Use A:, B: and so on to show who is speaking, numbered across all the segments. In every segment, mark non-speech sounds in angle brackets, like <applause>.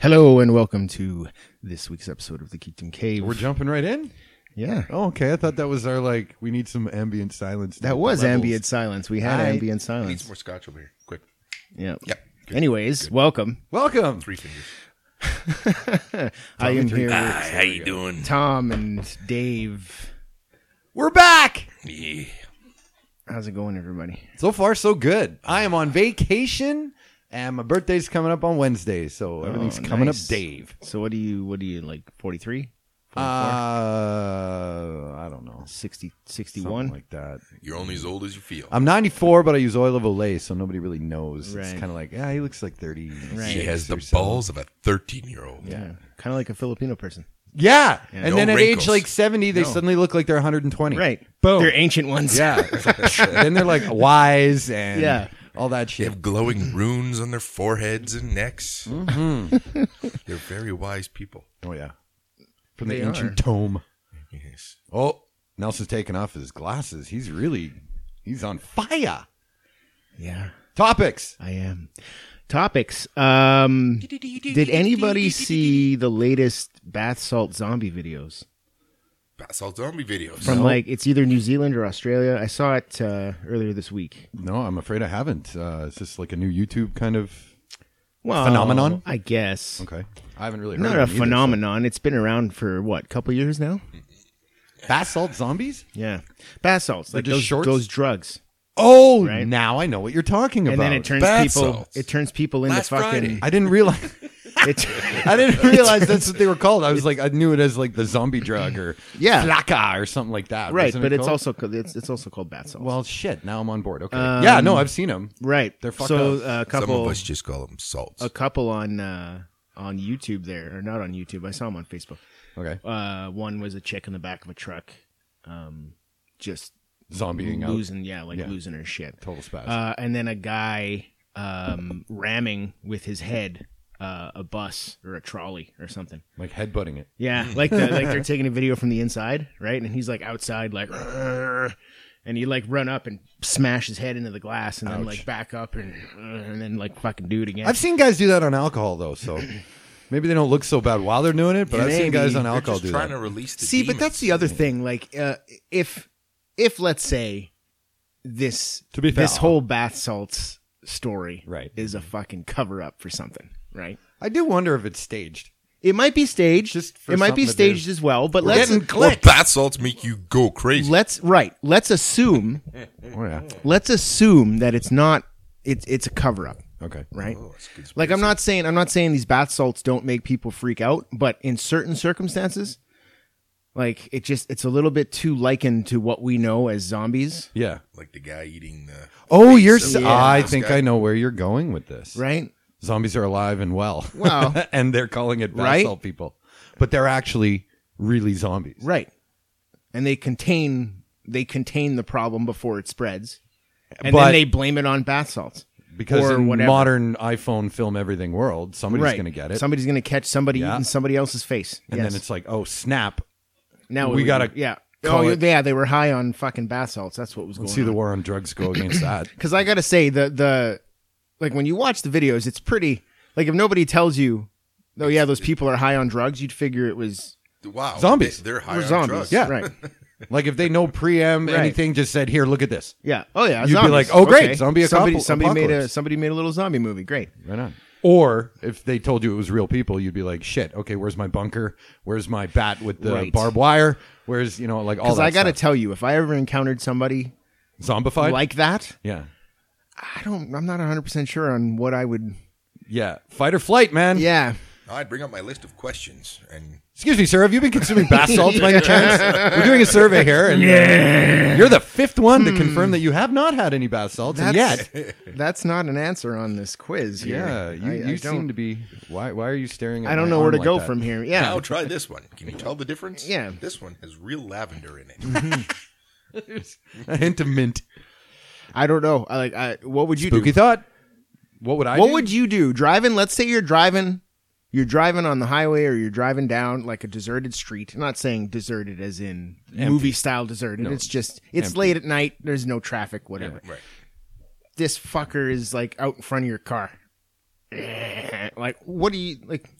A: Hello and welcome to this week's episode of the Geekdom Cave.
B: We're jumping right in.
A: yeah,
B: Oh, okay. I thought that was our like. We need some ambient silence.
A: that was
B: levels.
A: ambient silence. We had
B: Hi.
A: ambient
C: I need some
A: silence.
C: more scotch over here. Quick.
A: Yeah.
C: Yep. Good.
A: Anyways, welcome.
B: Welcome.
C: Three fingers.
A: I am here with
C: Hi, how you doing?
A: Tom and Dave.
B: We're back.
C: Yeah.
A: How's it going, everybody?
B: So far, so good. I am on vacation, and my birthday's coming up on Wednesday, so everything's coming
A: Oh, nice.
B: up, Dave.
A: So, what do you? What do you like? 43,
B: Uh, I don't know.
A: 60,
B: Something
A: 61.
B: like that.
C: You're only as old as you feel.
B: I'm 94, but I use oil of Olay, so nobody really knows. It's
A: Right.
B: kind of like, yeah, he looks like 30.
A: Right.
C: she has the
B: Six or so.
C: balls of a 13 year old.
A: yeah, kind of like a Filipino person.
B: Yeah, and
C: No
B: then at
C: wrinkles.
B: age like 70, they
A: No.
B: suddenly look like they're 120.
A: Right.
B: Boom.
A: They're ancient ones.
B: Yeah. then they're like wise and
A: Yeah.
B: all that
C: They
B: shit.
C: have glowing runes on their foreheads and necks.
A: Mm-hmm.
C: They're very wise people.
B: Oh yeah. From the
A: They
B: ancient
A: are.
B: tome.
C: Yes.
B: Oh, Nelson's taking off his glasses. He's really he's on fire.
A: Yeah,
B: Topics.
A: I am. Topics. Um, did anybody see the latest bath salt zombie videos?
C: Basalt zombie videos.
A: from like it's either New Zealand or Australia. I saw it uh, earlier this week.
B: No, I'm afraid I haven't. Uh is this like a new YouTube kind of
A: Well,
B: Phenomenon?
A: I guess.
B: Okay. I haven't really heard
A: Not a
B: of them either, so- Mm.
A: phenomenon. It's been around for what, couple years now?
B: Basalt zombies?
A: Yeah, bath salts, like
B: just
A: those,
B: shorts?
A: those drugs,
B: Oh,
A: Right.
B: now I know what you're talking
A: and
B: about.
A: then it turns
C: bath
A: people.
C: salts.
A: It turns people into
C: Last
A: fucking.
C: Friday.
B: I didn't realize <laughs>
A: It, <laughs>
B: I didn't realize that's what they were called. I was like I knew it as like the zombie drug or
A: Yeah.
B: flaca or something like that.
A: right,
B: Wasn't
A: but
B: it
A: it's
B: called?
A: also co- it's, it's also called bath salts.
B: Well, shit. Now I'm on board. Okay. yeah. No, I've seen them.
A: right.
B: they're fucked
A: so
B: up.
A: uh, a
C: Some
A: couple
C: of us just call them salts.
A: a couple on uh, on YouTube there or not on YouTube. I saw them on Facebook.
B: Okay.
A: Uh, one was a chick in the back of a truck, um, just
B: Zombieing out.
A: losing, yeah, like
B: Yeah.
A: losing her shit.
B: Total spaz.
A: Uh, and then a guy um, ramming with his head uh, a bus or a trolley or something.
B: like headbutting it.
A: Yeah, like the, like they're taking a video from the inside, right? And he's like outside, like, "Rrrr," and he like run up and smash his head into the glass, and then like back up and "Rrrr," and then like fucking do it again.
B: I've seen guys do that on alcohol
A: <laughs>
B: though, so maybe they don't look so bad while they're doing it. But I've seen
A: Maybe.
B: guys on
C: They're
B: alcohol
C: just
B: do
C: trying
B: that.
C: to release the
A: See,
C: demons.
A: but that's the other thing. Like, uh, if if let's say this
B: To be fair- uh-huh.
A: this whole bath salts story
B: Right.
A: is a fucking cover up for something, right?
B: I do wonder if it's staged.
A: It might be staged.
B: Just for
A: it might be
B: something to do.
A: staged as well, but let's
B: getting
C: Well,
B: clicked.
C: bath salts make you go crazy.
A: let's right. Let's
B: <laughs>
A: assume
B: Oh yeah.
A: let's assume that it's not it's it's a cover up,
B: Okay.
A: right?
C: Oh, it's good
A: like I'm not saying I'm not saying these bath salts don't make people freak out, but in certain circumstances, like it just it's a little bit too likened to what we know as zombies,
B: Yeah.
C: like the guy eating the.
B: Oh, you're.
C: so-
B: s
A: Yeah.
B: I think
C: Guy.
B: I know where you're going with this.
A: right?
B: Zombies are alive and well.
A: Well.
B: <laughs> and they're calling it
A: Right?
B: basalt people, but they're actually really zombies.
A: Right. And they contain they contain the problem before it spreads. And
B: But-
A: then they blame it on bath salts.
B: Because
A: Or
B: in
A: whatever.
B: modern iPhone film everything world, somebody's
A: right.
B: going to get it.
A: Somebody's going to catch somebody
B: Yeah.
A: eating somebody else's face.
B: and
A: yes.
B: then it's like, oh snap,
A: now
B: we
A: it-
B: gotta
A: yeah.
B: call
A: Oh
B: it-
A: yeah, they were high on fucking bath salts. That's what was going
B: see
A: on.
B: the war on drugs
A: <coughs>
B: go against that.
A: Because I gotta say the the like when you watch the videos, it's pretty like if nobody tells you, oh yeah, those people are high on drugs, you'd figure it was
C: Wow.
B: Zombies.
C: They, are high
A: were
C: on
A: zombies,
C: drugs.
B: Yeah.
A: right,
B: Like if they know preem
A: Right.
B: anything, just said here, look at this.
A: yeah, oh yeah,
B: You'd be
A: zombies.
B: like, oh, great,
A: Okay.
B: zombie
A: somebody,
B: apocalypse-
A: somebody made a
B: apocalypse.
A: somebody made a little zombie movie, great,
B: Right on. Or if they told you it was real people, you'd be like, shit, okay, where's my bunker? Where's my bat with the
A: Right.
B: barbed wire? Where's you know like all
A: Because
B: that
A: I got to
B: stuff.
A: tell you, if I ever encountered somebody
B: zombified?
A: like that,
B: yeah,
A: I don't. I'm not 100 percent sure on what I would.
B: yeah, fight or flight, man. <laughs>
A: Yeah,
C: I'd bring up my list of questions and
B: Excuse me, sir. Have you been consuming bath salts by
A: <laughs>
B: any chance? We're doing a survey here, and yeah. you're the fifth one to confirm that you have not had any bath salts and
A: Hmm. That's-
B: yet.
A: that's not an answer on this quiz. Here.
B: Yeah, you,
A: I,
B: you
A: I
B: seem
A: don't.
B: to be. Why? Why are you staring? at
A: I don't
B: my
A: know where
B: arm
A: to
B: like
A: go
B: that?
A: from here. <laughs>
C: Now
A: Yeah,
C: try this one. Can you tell the difference?
A: Yeah.
C: This one has real lavender in it.
B: <laughs> a hint of mint.
A: I don't know. I, like, I, what would you
B: Spooky
A: do?
B: thought. What would I?
A: what
B: do?
A: would you do driving? Let's say you're driving. You're driving on the highway, or you're driving down like a deserted street. I'm not saying deserted as in movie style deserted. It's just it's
B: Empty.
A: late at night. There's no traffic. Whatever.
C: right.
A: <laughs> this fucker is like out in front of your car. Like, what do you like?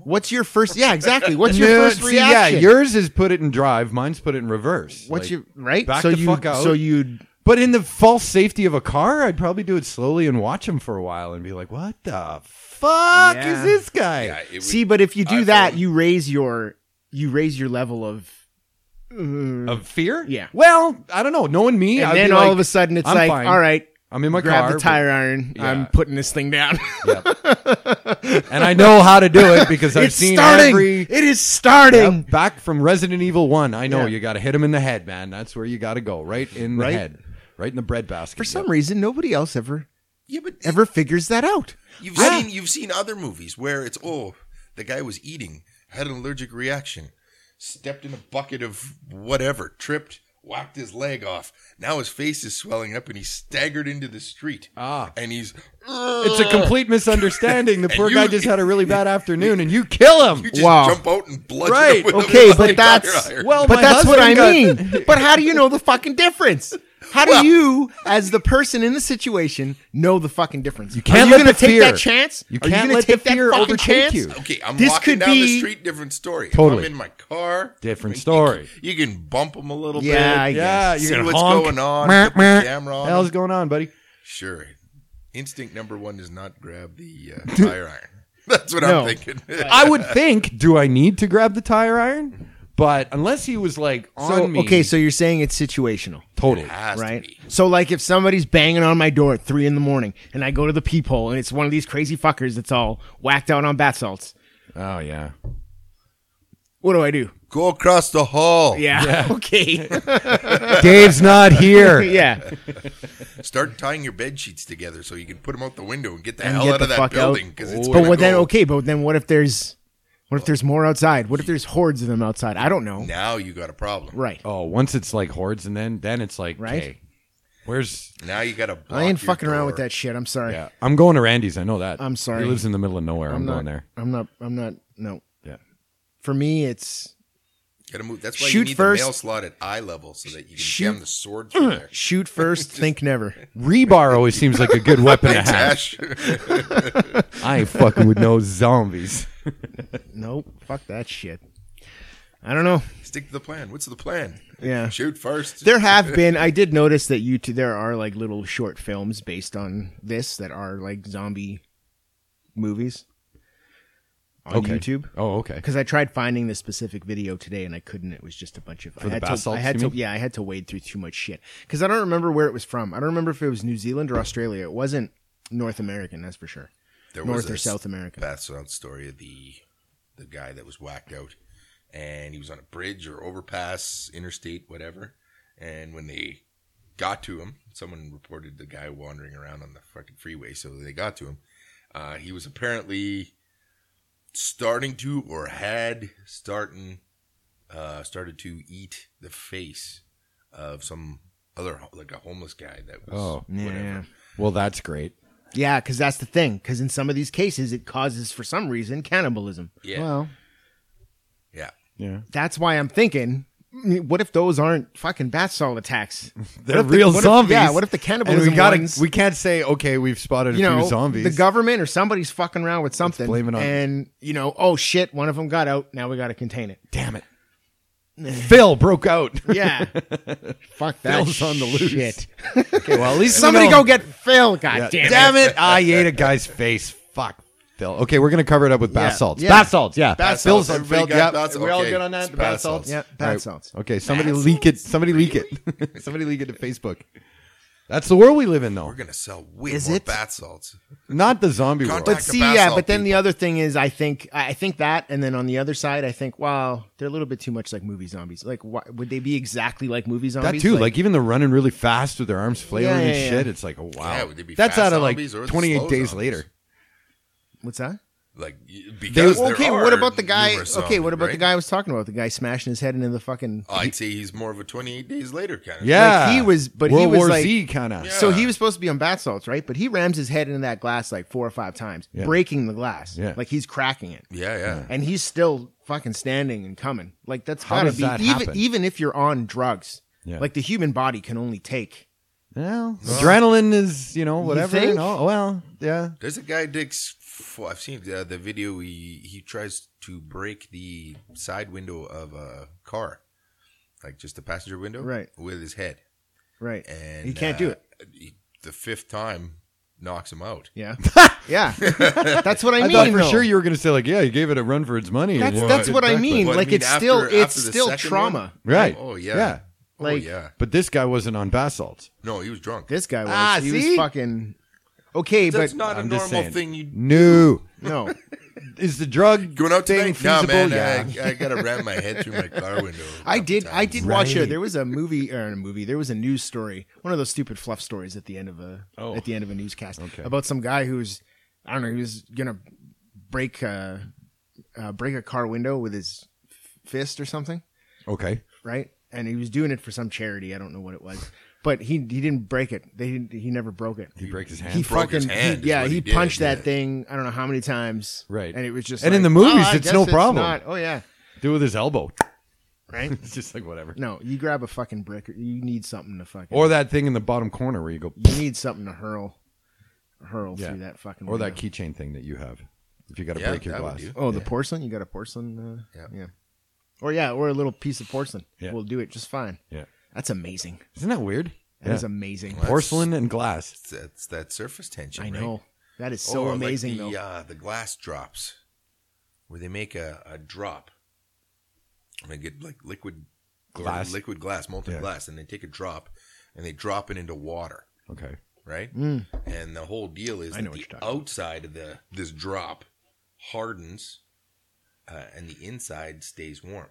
D: What's your first? Yeah, exactly. What's your
B: No,
D: first
B: see,
D: reaction?
B: <laughs> Yeah, yours is put it in drive. Mine's put it in reverse.
D: What's
B: Like,
D: your
A: right?
B: back
A: so
B: the
A: you,
B: fuck out.
A: so you'd
B: But in the false safety of a car, I'd probably do it slowly and watch him for a while and be like, "What the fuck
A: Yeah.
B: is this guy?"
C: Yeah, it would-
A: see, but if you do
C: I
A: that,
C: feel-
A: you raise your you raise your level of. uh,
B: Of fear?
A: Yeah.
B: Well, I don't know. Knowing me,
A: and
B: I'd
A: then
B: be
A: all
B: like,
A: of a sudden, it's
B: I'm
A: like,
B: fine.
A: all right,
B: I'm in my
A: grab
B: car,
A: the tire iron.
B: Yeah.
A: I'm putting this thing
B: <laughs>
A: down.
B: but- and I know how to
A: <laughs>
B: do it because I've
A: it's
B: seen
A: starting.
B: every
A: It is starting.
B: Yep, back from Resident Evil One. I know
A: Yeah.
B: you got to hit him in the head, man. That's where you got to go. Right in the
A: Right?
B: head. Right in the breadbasket.
D: For some reason, nobody else ever
C: Yeah, but
D: ever figures that out.
C: You've
D: Yeah.
C: seen you've seen other movies where it's oh the guy was eating had an allergic reaction, stepped in a bucket of whatever, tripped, whacked his leg off. Now his face is swelling up and he staggered into the street.
B: Ah.
C: and he's
B: It's a complete misunderstanding.
C: <laughs>
B: The poor
C: you-
B: guy just had a really
C: <laughs>
B: bad afternoon, and you kill him.
C: you just
A: Wow.
C: jump out and bludgeon
B: Right,
C: him with a
A: okay, but
C: fucking tire
A: that's-
C: iron.
B: Well,
A: but
B: my
A: that's what I
B: husband got-
A: mean. <laughs> but how do you know the fucking difference?
D: How do you, as the person in the situation,
A: Know the fucking difference. You
B: can't
A: Are you
B: let
A: gonna
B: the
A: take
B: fear-
A: that chance?
B: you
A: Are you
B: can't
A: gonna
B: let the
A: take that
B: fear
A: fucking
B: overtake
A: chance?
B: you.
C: Okay, I'm
A: This
C: walking
A: could
C: down
A: be-
C: the street. Different story.
B: Totally.
C: If I'm in my car.
B: <laughs> Different
C: you-
B: story.
C: You, can bump them a little
A: Yeah, I
C: bit.
B: Yeah,
A: guess.
B: you
C: see
B: can
C: what's
B: honk.
C: going on.
B: Meh,
C: Put the
B: meh.
C: camera on.
B: Hell's going on, buddy?
C: Sure. Instinct number one is not grab the uh, tire iron. <laughs> That's what
A: No.
C: I'm thinking. <laughs>
B: I would think, do I need to grab the tire iron? But unless he was like on
A: So,
B: me,
A: okay, so you're saying it's situational.
B: totally.
C: Has to
A: right?
C: be.
A: So, like, if somebody's banging on my door at three in the morning, and I go to the peephole, and it's one of these crazy fuckers that's all whacked out on bath salts, <laughs>
B: Oh yeah,
A: what do I do?
C: Go across the hall.
A: Yeah, <laughs> okay,
B: <laughs> Dave's not here.
A: yeah.
C: Start tying your bed sheets together so you can put them out the window and get the
A: And
C: hell
A: get
C: out
A: the
C: of that
A: fuck out.
C: building. Because it's
A: But
C: gonna
A: what then?
C: go-
A: Okay, but then what if there's what if there's more outside? What if there's hordes of them outside? I don't know.
C: Now you got a problem.
A: Right?
B: <laughs> Oh, once it's like hordes, and then then it's like,
A: Right?
B: hey, where's?
C: Now you got to.
A: I ain't fucking around with that shit. I'm sorry.
B: Yeah, I'm going to Randy's. I know that.
A: I'm sorry.
B: He lives in the middle of nowhere. I'm,
A: I'm
B: going
A: not.
B: there.
A: I'm not. I'm not. No.
B: Yeah.
A: For me, it's
C: Gotta move. That's why
A: Shoot
C: you need
A: first.
C: the mail slot at eye level so that you can
A: Shoot.
C: jam the sword
A: <clears throat>
C: through there.
A: shoot
B: <laughs>
A: first, think never.
B: Rebar always seems like a good
C: <laughs>
B: weapon to have.
C: Ash.
B: I ain't fucking with <laughs> no zombies.
A: Nope. Fuck that shit. I don't know.
C: Stick to the plan. What's the plan?
A: Yeah.
C: Shoot first.
A: There have been. I did notice that you two, there are like little short films based on this that are like zombie movies on
B: Okay.
A: YouTube.
B: Oh, okay.
A: Because I tried finding this specific video today and I couldn't. It was just a bunch of. I
B: the
A: had to.
B: basalts,
A: I had
B: you
A: to.
B: mean?
A: Yeah, I had to wade through too much shit. Because I don't remember where it was from. I don't remember if it was New Zealand or Australia. It wasn't North American. That's for sure.
C: There was
A: North
C: a
A: or
C: s-
A: South America.
C: That's out story of the the guy that was whacked out, and he was on a bridge or overpass, interstate, whatever. And when they got to him, someone reported the guy wandering around on the fucking freeway. So they got to him. Uh, he was apparently starting to or had starting uh, started to eat the face of some other ho- like a homeless guy that was
B: Oh.
A: Yeah.
B: Well, that's great.
A: Yeah, because that's the thing. Because in some of these cases, it causes, for some reason, cannibalism.
C: yeah
B: Well,
C: yeah
B: yeah.
A: That's why I'm thinking, mm, what if those aren't fucking bath salt
B: <laughs>
A: attacks?
B: They're
A: What if the-
B: real
A: what if-
B: zombies.
A: yeah, what if the
B: And
A: cannibalism
B: we gotta,
A: ones,
B: we can't say okay, we've spotted a
A: you know,
B: few zombies.
A: the government or somebody's fucking around with something,
B: blame it on-
A: and you know, oh shit, one of them got out. Now we got to contain it.
B: Damn it. Phil broke out. <laughs>
A: Yeah, fuck that.
B: Phil's on the loose.
A: Shit.
B: okay, well, at least we
A: Somebody
B: know.
A: go get Phil. God
B: Yeah.
A: damn it.
B: Damn it. I ate a guy's face. Fuck. Phil. Okay, we're gonna cover it up with bath
A: Yeah.
B: salts.
A: Yeah.
B: Bath salts, yeah.
C: Bath
B: Phil's
C: salts.
B: on
C: Everybody
B: Phil.
C: got
B: Yep.
C: bath-
B: we all
C: okay.
B: good on that?
C: It's
B: The
C: bath
B: bath salts.
C: salts. Yeah,
A: bath
B: Alright.
A: salts.
B: Okay, somebody leak it. Somebody leak it. <laughs> somebody leak it to Facebook. That's the world we live in, though.
C: we're gonna sell way
A: Is
C: more
A: it?
C: bath salts.
B: Not the zombie
C: Contact-
B: world.
A: But
C: Back to
A: see,
C: bath
A: yeah,
C: salt
A: but then the other thing is, I think, I I think that, and then on the other side, I think, wow, they're a little bit too much like movie zombies. Like, why, would they be exactly like movie
B: That
A: zombies?
B: too, like, even the running really fast with their arms flailing
A: Yeah, yeah,
B: and
A: yeah.
B: shit. It's like, oh wow,
C: Yeah, would they be
B: that's
C: fast
B: out of like
C: zombies or the
B: 28
C: slow
B: days
C: zombies?
B: later.
A: what's that?
C: Like y- because
A: Well,
C: there
A: okay,
C: are
A: what about the guy?
C: numerous
A: okay, what
C: zombies,
A: about the
C: right?
A: guy I was talking about? The guy smashing his head into the fucking.
C: Oh, I'd say he's more of a 28 days later kind of.
B: Yeah,
A: he was- but he
B: World
A: was,
B: War
A: like-
B: Z kind of.
A: So he was supposed to be on bath salts, right? But he rams his head into that glass like four or five times,
B: Yeah.
A: breaking the glass.
B: Yeah.
A: Like he's cracking it.
C: Yeah, yeah.
A: And he's still fucking standing and coming. Like that's
B: How
A: gotta
B: does
A: be
B: that
A: even
B: happen?
A: even if you're on drugs.
B: Yeah.
A: Like the human body can only take
B: Well,
C: Uh-huh.
B: adrenaline is you know whatever.
A: think?
B: No, well, yeah.
C: There's a guy Dick's. I've seen the, the video. He he tries to break the side window of a car, like just the passenger window,
A: Right.
C: with his head.
A: Right.
B: Eh.
C: And uh,
A: He can't do it.
C: he- the fifth time knocks him out.
B: <laughs>
A: Yeah. yeah. That's what I,
B: I
A: mean.
B: thought for
A: though.
B: sure you were going to say like, yeah, you gave it a run for its money.
A: That's,
B: Yeah.
A: that's what I mean.
C: But I
A: like
C: mean,
A: it's still
C: after-
A: it's
C: after the
A: still
C: second
A: trauma.
C: one-
B: right.
C: Oh yeah.
B: yeah.
A: Like-
C: oh yeah.
B: But this guy wasn't on basalt.
C: No, he was drunk.
A: This guy was
B: Ah,
A: he
B: see?
A: was fucking okay,
C: That's
A: but
C: not
B: I'm
C: a
B: just saying.
C: normal thing. You
B: No,
C: <laughs>
A: no.
B: is the drug
C: going out
B: thing
C: tonight? No,
B: feasible?
C: man.
B: yeah.
C: I, I gotta ram my head through
A: <laughs>
C: my car window. a
A: I
C: couple
A: did. I
C: times.
A: did watch a.
B: Right.
A: There was a movie or a movie. There was a news story. One of those stupid fluff stories at the end of a
B: Oh.
A: at the end of a newscast about some guy who's I don't know. He was gonna break uh, uh, break a car window with his fist or something,
B: okay.
A: right? And he was doing it for some charity. I don't know what it was, but he he didn't break it. They didn't, he never broke it.
B: He breaks his hand.
A: He
C: broke
A: fucking
C: his hand
A: he-
C: is
A: yeah.
C: what
A: He,
C: he did,
A: punched that
C: yeah.
A: thing. I don't know how many times.
B: Right.
A: And it was just
B: And in
A: like,
B: the movies,
A: "Oh, I
B: it's
A: guess
B: no problem."
A: not- oh yeah.
B: Do with his elbow.
A: Right.
B: <laughs> It's just like whatever.
A: No, you grab a fucking brick. Or you need something to fucking.
B: Or that thing in the bottom corner where you go,
A: you need something to hurl, hurl
B: Yeah.
A: through that fucking.
B: or that
A: window.
B: keychain thing that you have. If you got to
C: Yeah,
B: break your
C: that would
B: glass,
C: do.
A: Oh, the porcelain. You got a porcelain. Uh,
C: Yeah.
A: yeah. Or yeah, or a little piece of porcelain
B: Yeah.
A: will do it just fine.
B: Yeah.
A: That's amazing.
B: isn't that weird?
A: That is amazing.
B: Porcelain and glass.
C: That's that surface tension.
A: I
C: right?
A: know. That is so
C: Or like
A: amazing
C: the,
A: though.
C: Uh, the glass drops, where they make a, a drop, and they get like liquid or
B: Glass.
C: liquid glass, molten
B: Yeah.
C: glass, and they take a drop, and they drop it into water,
B: Okay.
C: right?
A: Mm.
C: And the whole deal
A: I
C: is
A: know
C: that
A: what
C: the
A: you're talking
C: outside of the this drop hardens, uh, and the inside stays warm.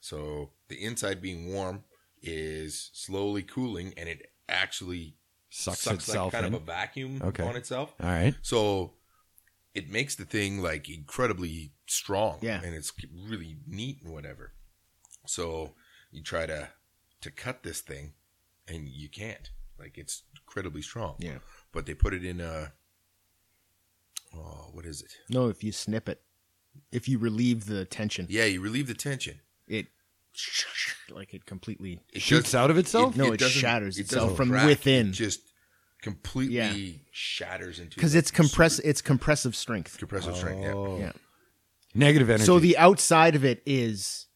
C: So the inside being warm is slowly cooling, and it actually
B: Sucks,
C: sucks like
B: itself
C: kind
B: in.
C: of a vacuum
B: Okay.
C: on itself.
B: All right.
C: So it makes the thing like incredibly strong.
A: Yeah.
C: And it's really neat and whatever. So you try to to cut this thing and you can't. Like it's incredibly strong.
A: Yeah.
C: But they put it in a oh, what is it?
A: No, if you snip it, if you relieve the tension,
C: Yeah, you relieve the tension.
A: it like it completely.
C: It
B: Shoots
C: doesn't-
B: out of itself.
A: No, it
C: doesn't-
A: shatters itself
C: doesn't
A: from
C: crack.
A: within.
C: It just completely
A: Yeah.
C: shatters into
A: Because
C: like,
A: it's compress, Oh. it's compressive strength.
C: compressive strength. Yeah.
A: Yeah.
B: Negative energy.
A: So the outside of it is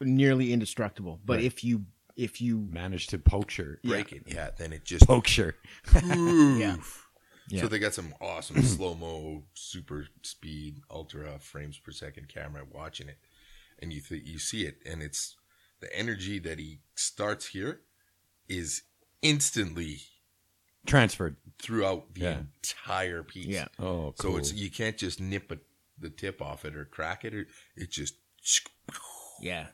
A: nearly indestructible, but if you if you
B: managed to puncture,
C: Break it. Yeah. Then it <laughs> just
B: puncture.
A: Yeah. Yeah.
C: So they got some awesome slow mo, super speed, ultra frames per second camera watching it, and you th- you see it, and it's the energy that he starts here is instantly
B: Transferred.
C: throughout the
B: Yeah.
C: entire piece.
A: Yeah.
B: Oh,
C: So it's you can't just nip a, the tip off it or crack it or it just
A: yeah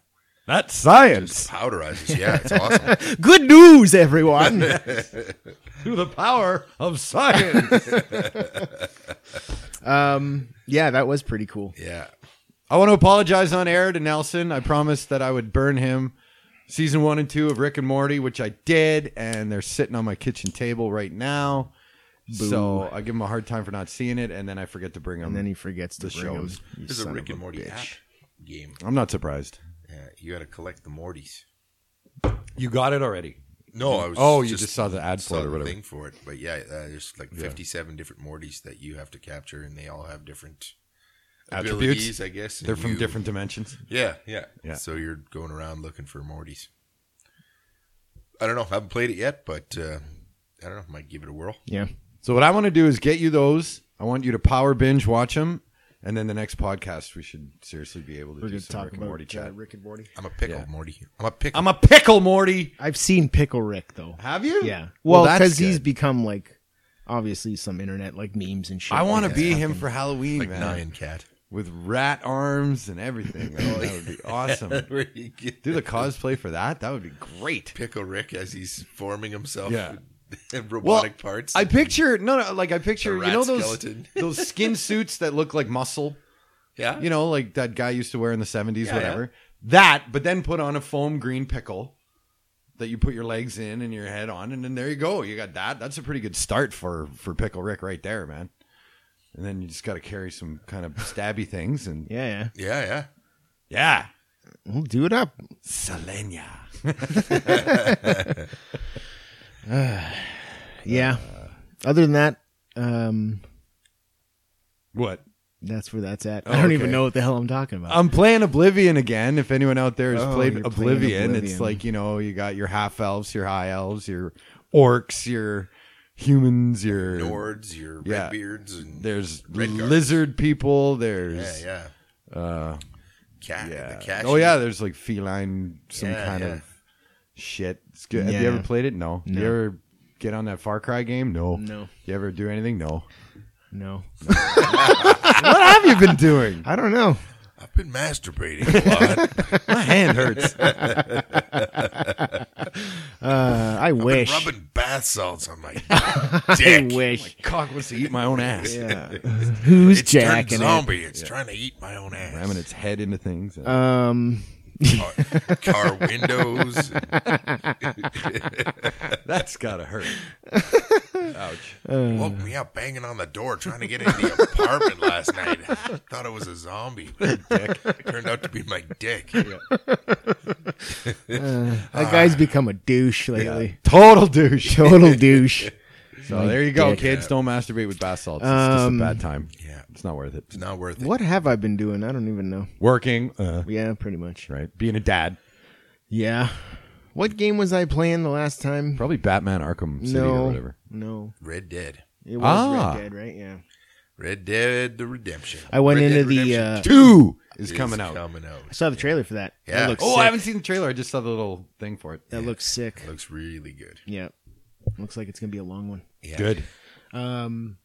B: that's science.
C: powderizes. Yeah,
A: <laughs>
C: it's awesome.
A: good news everyone <laughs>
B: Through the power of
C: <laughs>
B: science.
A: um yeah that was pretty cool
C: yeah.
B: I want to apologize on air to Nelson. I promised that I would burn him. Season one and two of Rick and Morty, which I did, and they're sitting on my kitchen table right now. So I give him a hard time for not seeing it, and then I forget to bring him.
A: and then he forgets to
B: The
A: bring 'em,
B: shows.
A: you
C: There's a
A: son
C: Rick
A: of
C: and Morty
A: bitch.
C: app game.
B: I'm not surprised.
C: Yeah, you got to collect the Mortys.
B: You got it already.
C: No, I was.
B: Oh, you just saw the ad for
C: saw
B: it or
C: the
B: whatever.
C: thing for it. But yeah, uh, there's like 57 different Mortys that you have to capture, and they all have different
B: Attributes.
C: abilities, I guess. and
B: They're from
C: you-
B: different dimensions.
C: Yeah, yeah,
B: Yeah.
C: So you're going around looking for Mortys. I don't know. I haven't played it yet, but uh, I don't know. Might give it a whirl.
A: yeah
B: So what I want to do is get you those. I want you to power binge watch them, and then the next podcast we should seriously be able to
A: we're
B: do
A: gonna
B: some
A: talk
B: Rick and
A: about
B: Morty
A: uh,
B: chat.
A: Rick and Morty
C: I'm a pickle,
B: Yeah.
C: Morty. I'm a pickle.
B: I'm a pickle, Morty.
A: I've seen Pickle Rick
B: <laughs>
A: though
B: Have you?
A: yeah
B: Well,
A: well
B: that's
A: because he's
B: good.
A: become like obviously some internet like memes and shit
B: I want to
C: Oh,
A: like
B: be
A: that.
B: him for Halloween,
C: like
B: man,
C: Nyan Cat. <laughs>
B: with rat arms and everything. Oh, that would be awesome.
C: Where you get
B: Do the cosplay for that. That would be great.
C: pickle Rick as he's forming himself.
B: Yeah.
C: <laughs> in robotic parts.
B: I picture no, no, like I picture
C: The
B: you know
C: rat
B: those
C: skeleton. <laughs>
B: those skin suits that look like muscle.
C: yeah.
B: you know, like that guy used to wear in the 70s,
C: Yeah,
B: whatever. That, but then put on a foam green pickle that you put your legs in and your head on, and then there you go. You got that. That's a pretty good start for for Pickle Rick right there, man. And then you just got to carry some kind of stabby things, and
A: yeah yeah
C: yeah, yeah.
B: yeah,
A: we'll do it up
B: Selenia.
A: Yeah.
B: Uh,
A: Other than that, um,
B: What?
A: that's where that's at.
B: Oh,
A: I don't even
B: okay. Uh,
A: know what the hell I'm talking about.
B: <laughs> I'm playing Oblivion again. If anyone out there has
A: Oh,
B: played
A: you're
B: Oblivion,
A: playing
B: it's
A: Oblivion.
B: like you know you got your half elves, your high elves, your orcs, your humans, your
C: Nords, your
B: Yeah.
C: redbeards, and
B: there's
C: Red guards.
B: lizard people.
C: yeah,
B: There's
C: yeah,
B: uh,
C: cat,
B: yeah.
C: the cat.
B: oh yeah, there's like feline some
C: Yeah,
B: kind
C: yeah.
B: of shit. It's good. Have you
A: Yeah.
B: ever played it? No.
A: No.
B: You ever get on that Far Cry game? No.
A: No.
B: You ever do anything? No.
A: no,
B: what have you been <laughs> doing?
A: I don't know.
C: I've been masturbating a lot.
B: My hand hurts.
A: Uh, I wish.
C: rubbing bath salts on my
A: I
C: dick.
A: wish.
B: <laughs> <laughs> Cock wants to eat my own ass.
A: Yeah. <laughs> Who's
C: It's turned
A: jacking it?
C: zombie. It's trying to eat my own ass.
B: Ramming its head into things.
A: Um,
C: car, car windows.
B: That's
A: <laughs>
B: gotta hurt. Ouch.
C: woke me up banging on the door trying to get into the apartment last night. Thought it was a zombie. Turned out to be my dick. Ah.
A: that guy's become a douche lately.
B: Total
A: <laughs>
B: douche.
C: <laughs>
A: Total douche.
B: So there you go,
A: dick.
B: kids. Don't masturbate with bath salts. It's just a
A: Um,
B: bad time.
C: Yeah.
B: It's not worth it.
C: It's not worth it.
A: What have I been doing? I don't even know.
B: Working. Uh,
A: Yeah, pretty much.
B: right. Being a dad.
A: Yeah. What game was I playing the last time?
B: Probably Batman Arkham City
A: no,
B: or whatever.
A: no.
C: Red Dead.
A: It was
B: Ah.
A: Red Dead, right? Yeah.
C: Red Dead the Redemption.
A: I went
C: Red Dead
A: into the.
C: Redemption
A: Uh,
B: Two is
C: is
B: coming out.
C: Coming out.
A: I saw the trailer for that.
C: Yeah.
A: That looks
B: Oh,
A: sick.
B: I haven't seen the trailer. I just saw the little thing for it.
A: That looks sick.
C: Looks really good.
A: Yeah. Looks like it's gonna be a long one.
C: Yeah.
B: Good.
A: Um.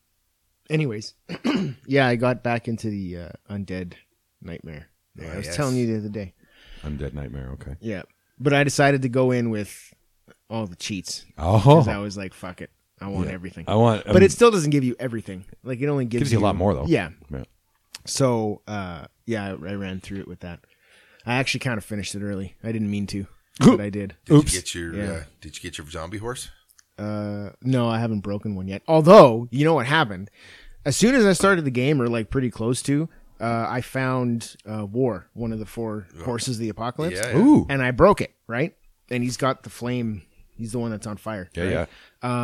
A: Anyways, <clears throat> yeah, I got back into the uh, undead nightmare. Yeah,
C: Ah,
A: I was
C: yes.
A: telling you the other day.
B: Undead Nightmare. Okay.
A: Yeah, but I decided to go in with all the cheats
B: Oh.
A: because I was like, "Fuck it, I want everything."
B: I want. um,
A: but it still doesn't give you everything. Like it only gives,
B: gives you a lot more though.
A: Yeah.
B: Yeah.
A: So, uh, yeah, I, I ran through it with that. I actually kind of finished it early. I didn't mean
B: <laughs>
A: to, but I did.
C: Did
B: Oops.
C: you get your
A: Yeah.
C: uh, Did you get your zombie horse?
A: Uh, no, I haven't broken one yet. Although, you know what happened? As soon as I started the game, or like pretty close to, uh, I found uh, War, one of the four horses of the apocalypse,
C: Yeah.
B: Ooh.
A: and I broke it. Right, and he's got the flame. He's the one that's on fire.
B: Yeah.
A: right?
B: Yeah.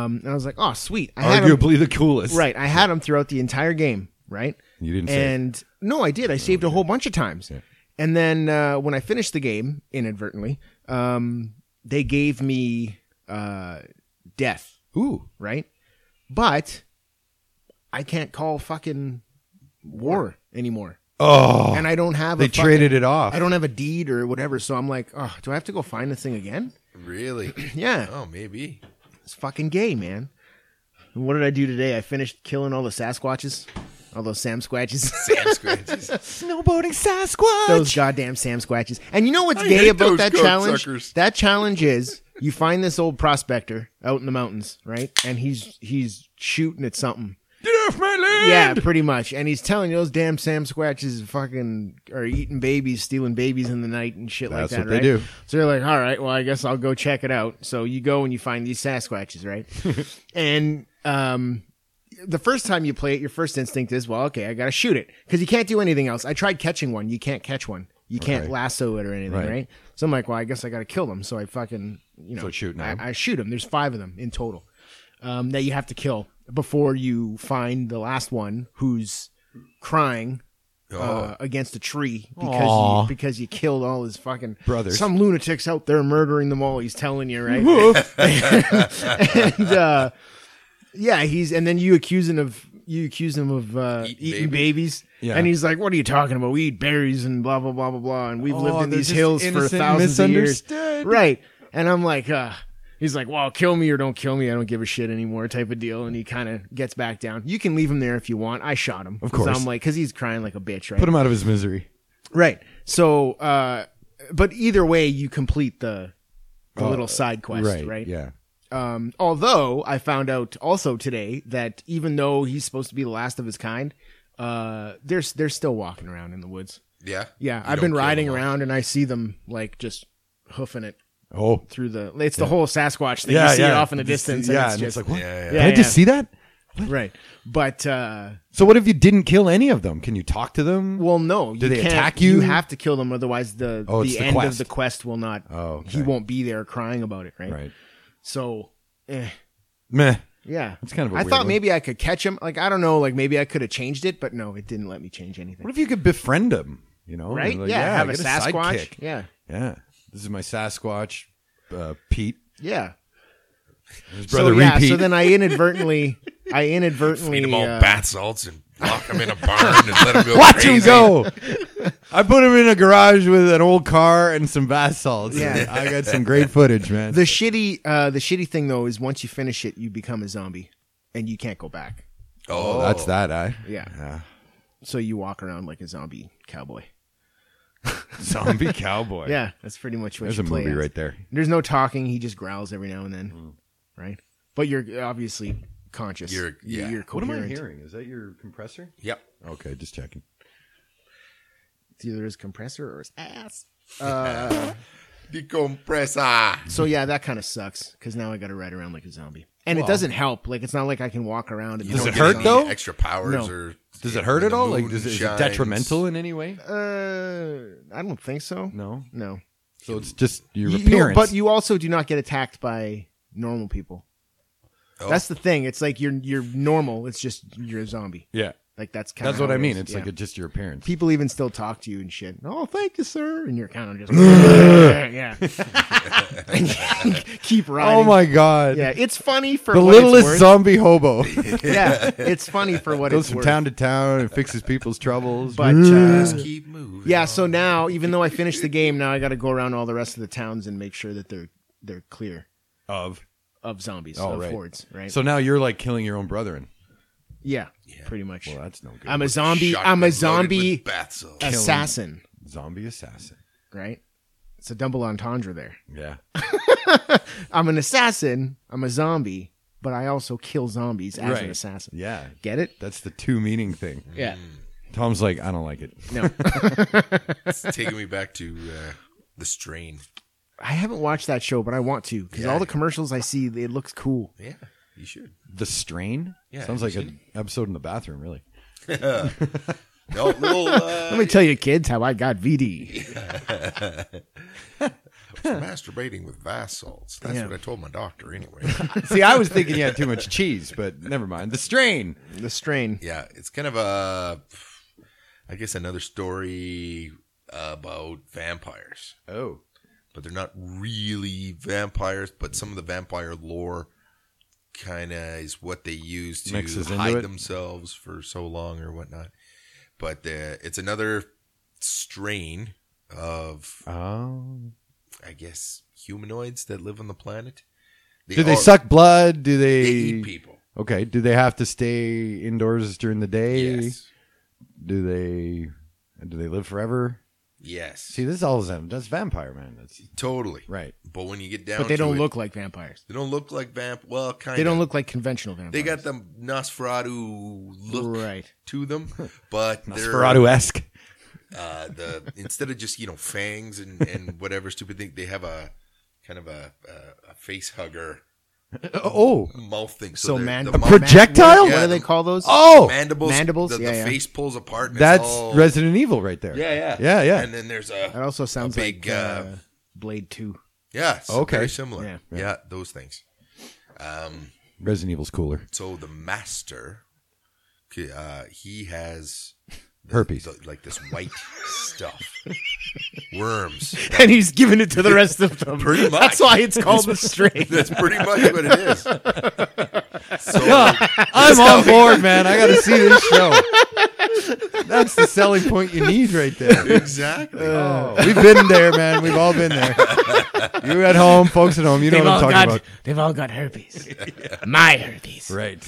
A: Um, and I was like, oh, sweet. I had him-
B: Arguably the coolest.
A: Right. I had him throughout the entire game. Right.
B: You didn't save. Oh,
A: And no, I did. I saved a whole bunch of times. And then uh, when I finished the game inadvertently, um, they gave me uh, death.
B: Ooh.
A: Right. But I can't call fucking war anymore,
B: Oh.
A: and I don't have.
B: They
A: a fucking-
B: traded it off.
A: I don't have a deed or whatever, so I'm like, oh, do I have to go find this thing again? <clears throat>
C: Really?
A: Yeah.
C: Oh, maybe.
A: It's fucking gay, man. And what did I do today? I finished killing all the Sasquatches, all those Sam
C: <laughs>
A: Squatches,
C: Damn squinches.
B: Snowboarding Sasquatch.
A: <laughs> those goddamn Sam Squatches. And you know what's
C: I
A: gay
C: hate
A: about
C: those
A: that
C: goat
A: challenge?
C: suckers.
A: That challenge is you find this old prospector out in the mountains, right? And he's he's shooting at something.
B: Get off my land.
A: Yeah, pretty much. And he's telling you those damn Sam Squatches fucking are eating babies, stealing babies in the night and shit like
B: That's
A: that,
B: what they
A: right?
B: do.
A: So you're like, all right, well, I guess I'll go check it out. So you go and you find these Sasquatches,
B: <laughs>
A: right? and um, the first time you play it, your first instinct is, well, okay, I got to shoot it because you can't do anything else. I tried catching one. You can't catch one. You can't
B: Right.
A: lasso it or anything,
B: Right.
A: right? So I'm like, well, I guess I got to kill them. So I fucking, you know,
B: So shooting
A: I,
B: them.
A: I shoot them. There's five of them in total um, that you have to kill before you find the last one who's crying uh, against a tree because
B: Oh. Aw.
A: you, because you killed all his fucking
B: Brothers.
A: Some lunatics out there murdering them all. He's telling you,
B: <laughs>
A: right? <laughs> and uh, yeah, he's and then you accuse him of you accuse him of uh,
C: Eating
A: eating babies.
B: Yeah.
A: And he's like, "What are you talking about? We eat berries and blah blah blah blah blah, and we've
B: Oh,
A: lived in
B: they're
A: these
B: just
A: hills for
B: innocent,
A: thousands of years,
B: misunderstood.
A: right?" And I'm like, uh, "He's like, well, kill me or don't kill me. I don't give a shit anymore." Type of deal. And he kind of gets back down. You can leave him there if you want. I shot him,
B: Of
A: 'Cause
B: course.
A: I'm like, because he's crying like a bitch, right?
B: Put him out of his misery.
A: Right. So, uh, but either way, you complete the the
B: Oh,
A: little side quest, right?
B: Yeah.
A: Um, although I found out also today that even though he's supposed to be the last of his kind, uh, they're they're still walking around in the woods.
C: Yeah.
A: Yeah,
C: You
A: I've
C: don't
A: been
C: kill
A: riding
C: them all.
A: around and I see them like just hoofing it
B: Oh.
A: through the. It's the whole Sasquatch thing.
B: yeah.
A: you see
B: yeah.
A: it off in the
B: You just see-
A: distance.
B: yeah.
A: and it's just
B: like what?
C: Yeah, yeah.
B: Did I just see that?
A: right. But uh,
B: So what if you didn't kill any of them? Can you talk to them?
A: Well, no.
B: Do
A: you
B: they
A: can't-
B: attack you?
A: You have to kill them, otherwise the
B: Oh,
A: the,
B: it's the
A: end
B: quest.
A: of the quest will not.
B: Oh, okay.
A: he won't be there crying about it, right?
B: right.
A: So eh,
B: Meh.
A: yeah.
B: That's kind of a
A: I
B: weird
A: thought
B: one.
A: maybe I could catch him. Like I don't know. Like maybe I could have changed it, but no, it didn't let me change anything.
B: What if you could befriend him? You know,
A: right?
B: Like,
A: yeah, Have a
B: get
A: Sasquatch.
B: sidekick.
A: yeah.
B: Yeah. This is my Sasquatch, uh, Pete.
A: Yeah.
B: His
A: So
B: brother
A: yeah.
B: Repeat.
A: So then I inadvertently, I
C: Feed
A: inadvertently
C: them all
A: uh,
C: bath
A: <laughs>
C: salts and lock them in a barn and let them
B: <laughs>
C: go
B: Watch
C: crazy.
B: him go. I put him in a garage with an old car and some bath salts.
A: Yeah.
B: <laughs> I got some great footage,
A: <laughs>
B: man.
A: The shitty, uh, the shitty thing though is once you finish it, you become a zombie, and you can't go back.
C: Oh,
B: oh, that's that, I.
A: Yeah.
B: Yeah.
A: So you walk around like a zombie cowboy.
B: Zombie cowboy.
A: Yeah, that's pretty much what.
B: There's
A: you
B: a
A: play
B: movie
A: as.
B: right Mm. there.
A: There's no talking. He just growls every now and then, right? But you're obviously conscious.
C: You're- yeah.
A: You're coherent.
B: hearing? Is that your compressor?
C: Yep.
B: Okay, just checking.
A: It's either his compressor or his
B: <laughs>
A: ass. Uh,
C: Decompressor.
A: So yeah, that kind of sucks because now I got to ride around like a zombie, and it doesn't help. Like it's not like I can walk around. And
C: You
B: Does
C: don't
B: it
C: get
B: hurt,
C: any
B: though?
C: Extra powers
A: No.
C: or
B: Does it hurt at
C: the
B: all? Like,
C: moon
B: does it, is it
C: shines.
B: detrimental in any way?
A: Uh, I don't think so.
B: No.
A: No.
B: So it's just your
A: You- you-
B: appearance.
A: but you also do not get attacked by normal people.
C: Oh.
A: That's the thing. It's like you're you're normal. It's just you're a zombie.
B: yeah,
A: Like that's kind
B: that's
A: of
B: what I mean. It's like a, just your appearance.
A: people even still talk to you and shit. Oh, thank you, sir. And you're kind
B: <laughs>
A: of just yeah. <laughs> And you keep riding.
B: Oh my god.
A: Yeah, it's funny for
B: The
A: what
B: littlest
A: it's worth.
B: zombie <laughs> hobo
A: yeah, it's funny for what
B: goes
A: it's
B: from
A: worth.
B: town to town and fixes people's troubles.
A: but uh,
C: Just keep moving.
A: yeah, so now even though I finished the game, now I got to go around all the rest of the towns and make sure that they're they're clear
B: of
A: of zombies,
B: Oh,
A: of
B: right.
A: hordes, right?
B: so now you're like killing your own brethren.
A: yeah,
C: Yeah.
A: pretty much.
B: Well, that's no good.
A: I'm a zombie.
C: Shotgun
A: I'm a
C: loaded
A: zombie
C: with Bath salts.
A: assassin,
B: zombie assassin.
A: right? It's a double entendre there.
B: Yeah.
A: I'm an assassin. I'm a zombie, but I also kill zombies as
B: Right.
A: an assassin.
B: Yeah.
A: Get it?
B: That's the two meaning thing.
C: Mm.
A: Yeah.
B: Tom's like, I don't like it.
A: No,
C: It's taking me back to uh, the strain.
A: I haven't watched that show, but I want to because
C: Yeah.
A: all the commercials I see, it looks cool.
C: Yeah, you should.
B: The strain?
C: Yeah,
B: Sounds like
C: you
B: an episode in the bathroom, really.
C: No, little, uh,
A: Let me tell you, kids, how I got VD.
B: <laughs>
C: masturbating with bath salts. That's
A: Yeah.
C: what I told my doctor anyway.
B: <laughs> See, I was thinking you had too much cheese, but never mind. The strain.
A: <laughs> The strain.
C: yeah, it's kind of a, I guess, another story about vampires,
B: Oh.
C: but they're not really vampires. But some of the vampire lore kind of is what they use to
B: Mixes into
C: hide
B: it.
C: themselves for so long or whatnot. But uh, it's another strain of,
B: Oh.
C: I guess, humanoids that live on the planet.
B: Do they
C: are-
B: suck blood? Do
C: They
B: they,
C: eat people.
B: Okay. Do they have to stay indoors during the day?
C: Yes.
B: Do they do they live forever?
C: Yes.
B: See, this is all them. That's vampire man. That's
C: totally.
B: right.
C: But when you get down,
A: But they
C: to
A: don't
C: it,
A: look like vampires.
C: They don't look like vamp. Well, kind.
A: They don't look like conventional vampires.
C: They got the Nosferatu look
A: right. <laughs>
C: to them, but they're
B: Nosferatu esque.
C: uh, the instead of just you know fangs and, and whatever stupid thing, they have a kind of a a, a face hugger
B: Oh.
C: mouth thing. So,
A: So
C: they're-
A: man,
C: the
A: the
C: mouth-
B: project- projectile?
A: What
C: Yeah,
A: do they
C: the-
A: call those?
B: Oh.
C: mandibles,
A: Mandibles?
C: The,
A: Yeah,
C: the
A: yeah.
C: face pulls apart. And it's
B: That's
C: all-
B: Resident Evil right there.
C: Yeah, yeah,
B: Yeah, yeah.
C: And then there's
A: That
C: a
A: also sounds
C: big,
A: like uh,
C: uh,
A: Blade Two. <laughs>
C: yeah. it's
B: Okay.
C: very similar.
A: Yeah.
C: Yeah, those things. Um,
B: Resident Evil's cooler.
C: so the master, okay, uh, he has the-
B: Herpes.
C: the- like this <laughs> white stuff, worms.
A: And he's giving it to the rest of them.
C: Pretty
A: <laughs>
C: much.
A: That's why it's called the
C: <laughs>
A: strain.
C: <laughs> That's pretty much what it is. <laughs> So
B: I'm on
C: <laughs>
B: board, man. I got to see this show. That's the selling point you need right there.
C: exactly.
B: We've been there, man. We've all been there. You at home, folks at home, you
A: <laughs>
B: know
A: They've
B: what I'm
A: all
B: talking
A: got
B: about.
A: they've all got
C: <laughs>
A: herpes. My herpes.
B: Right.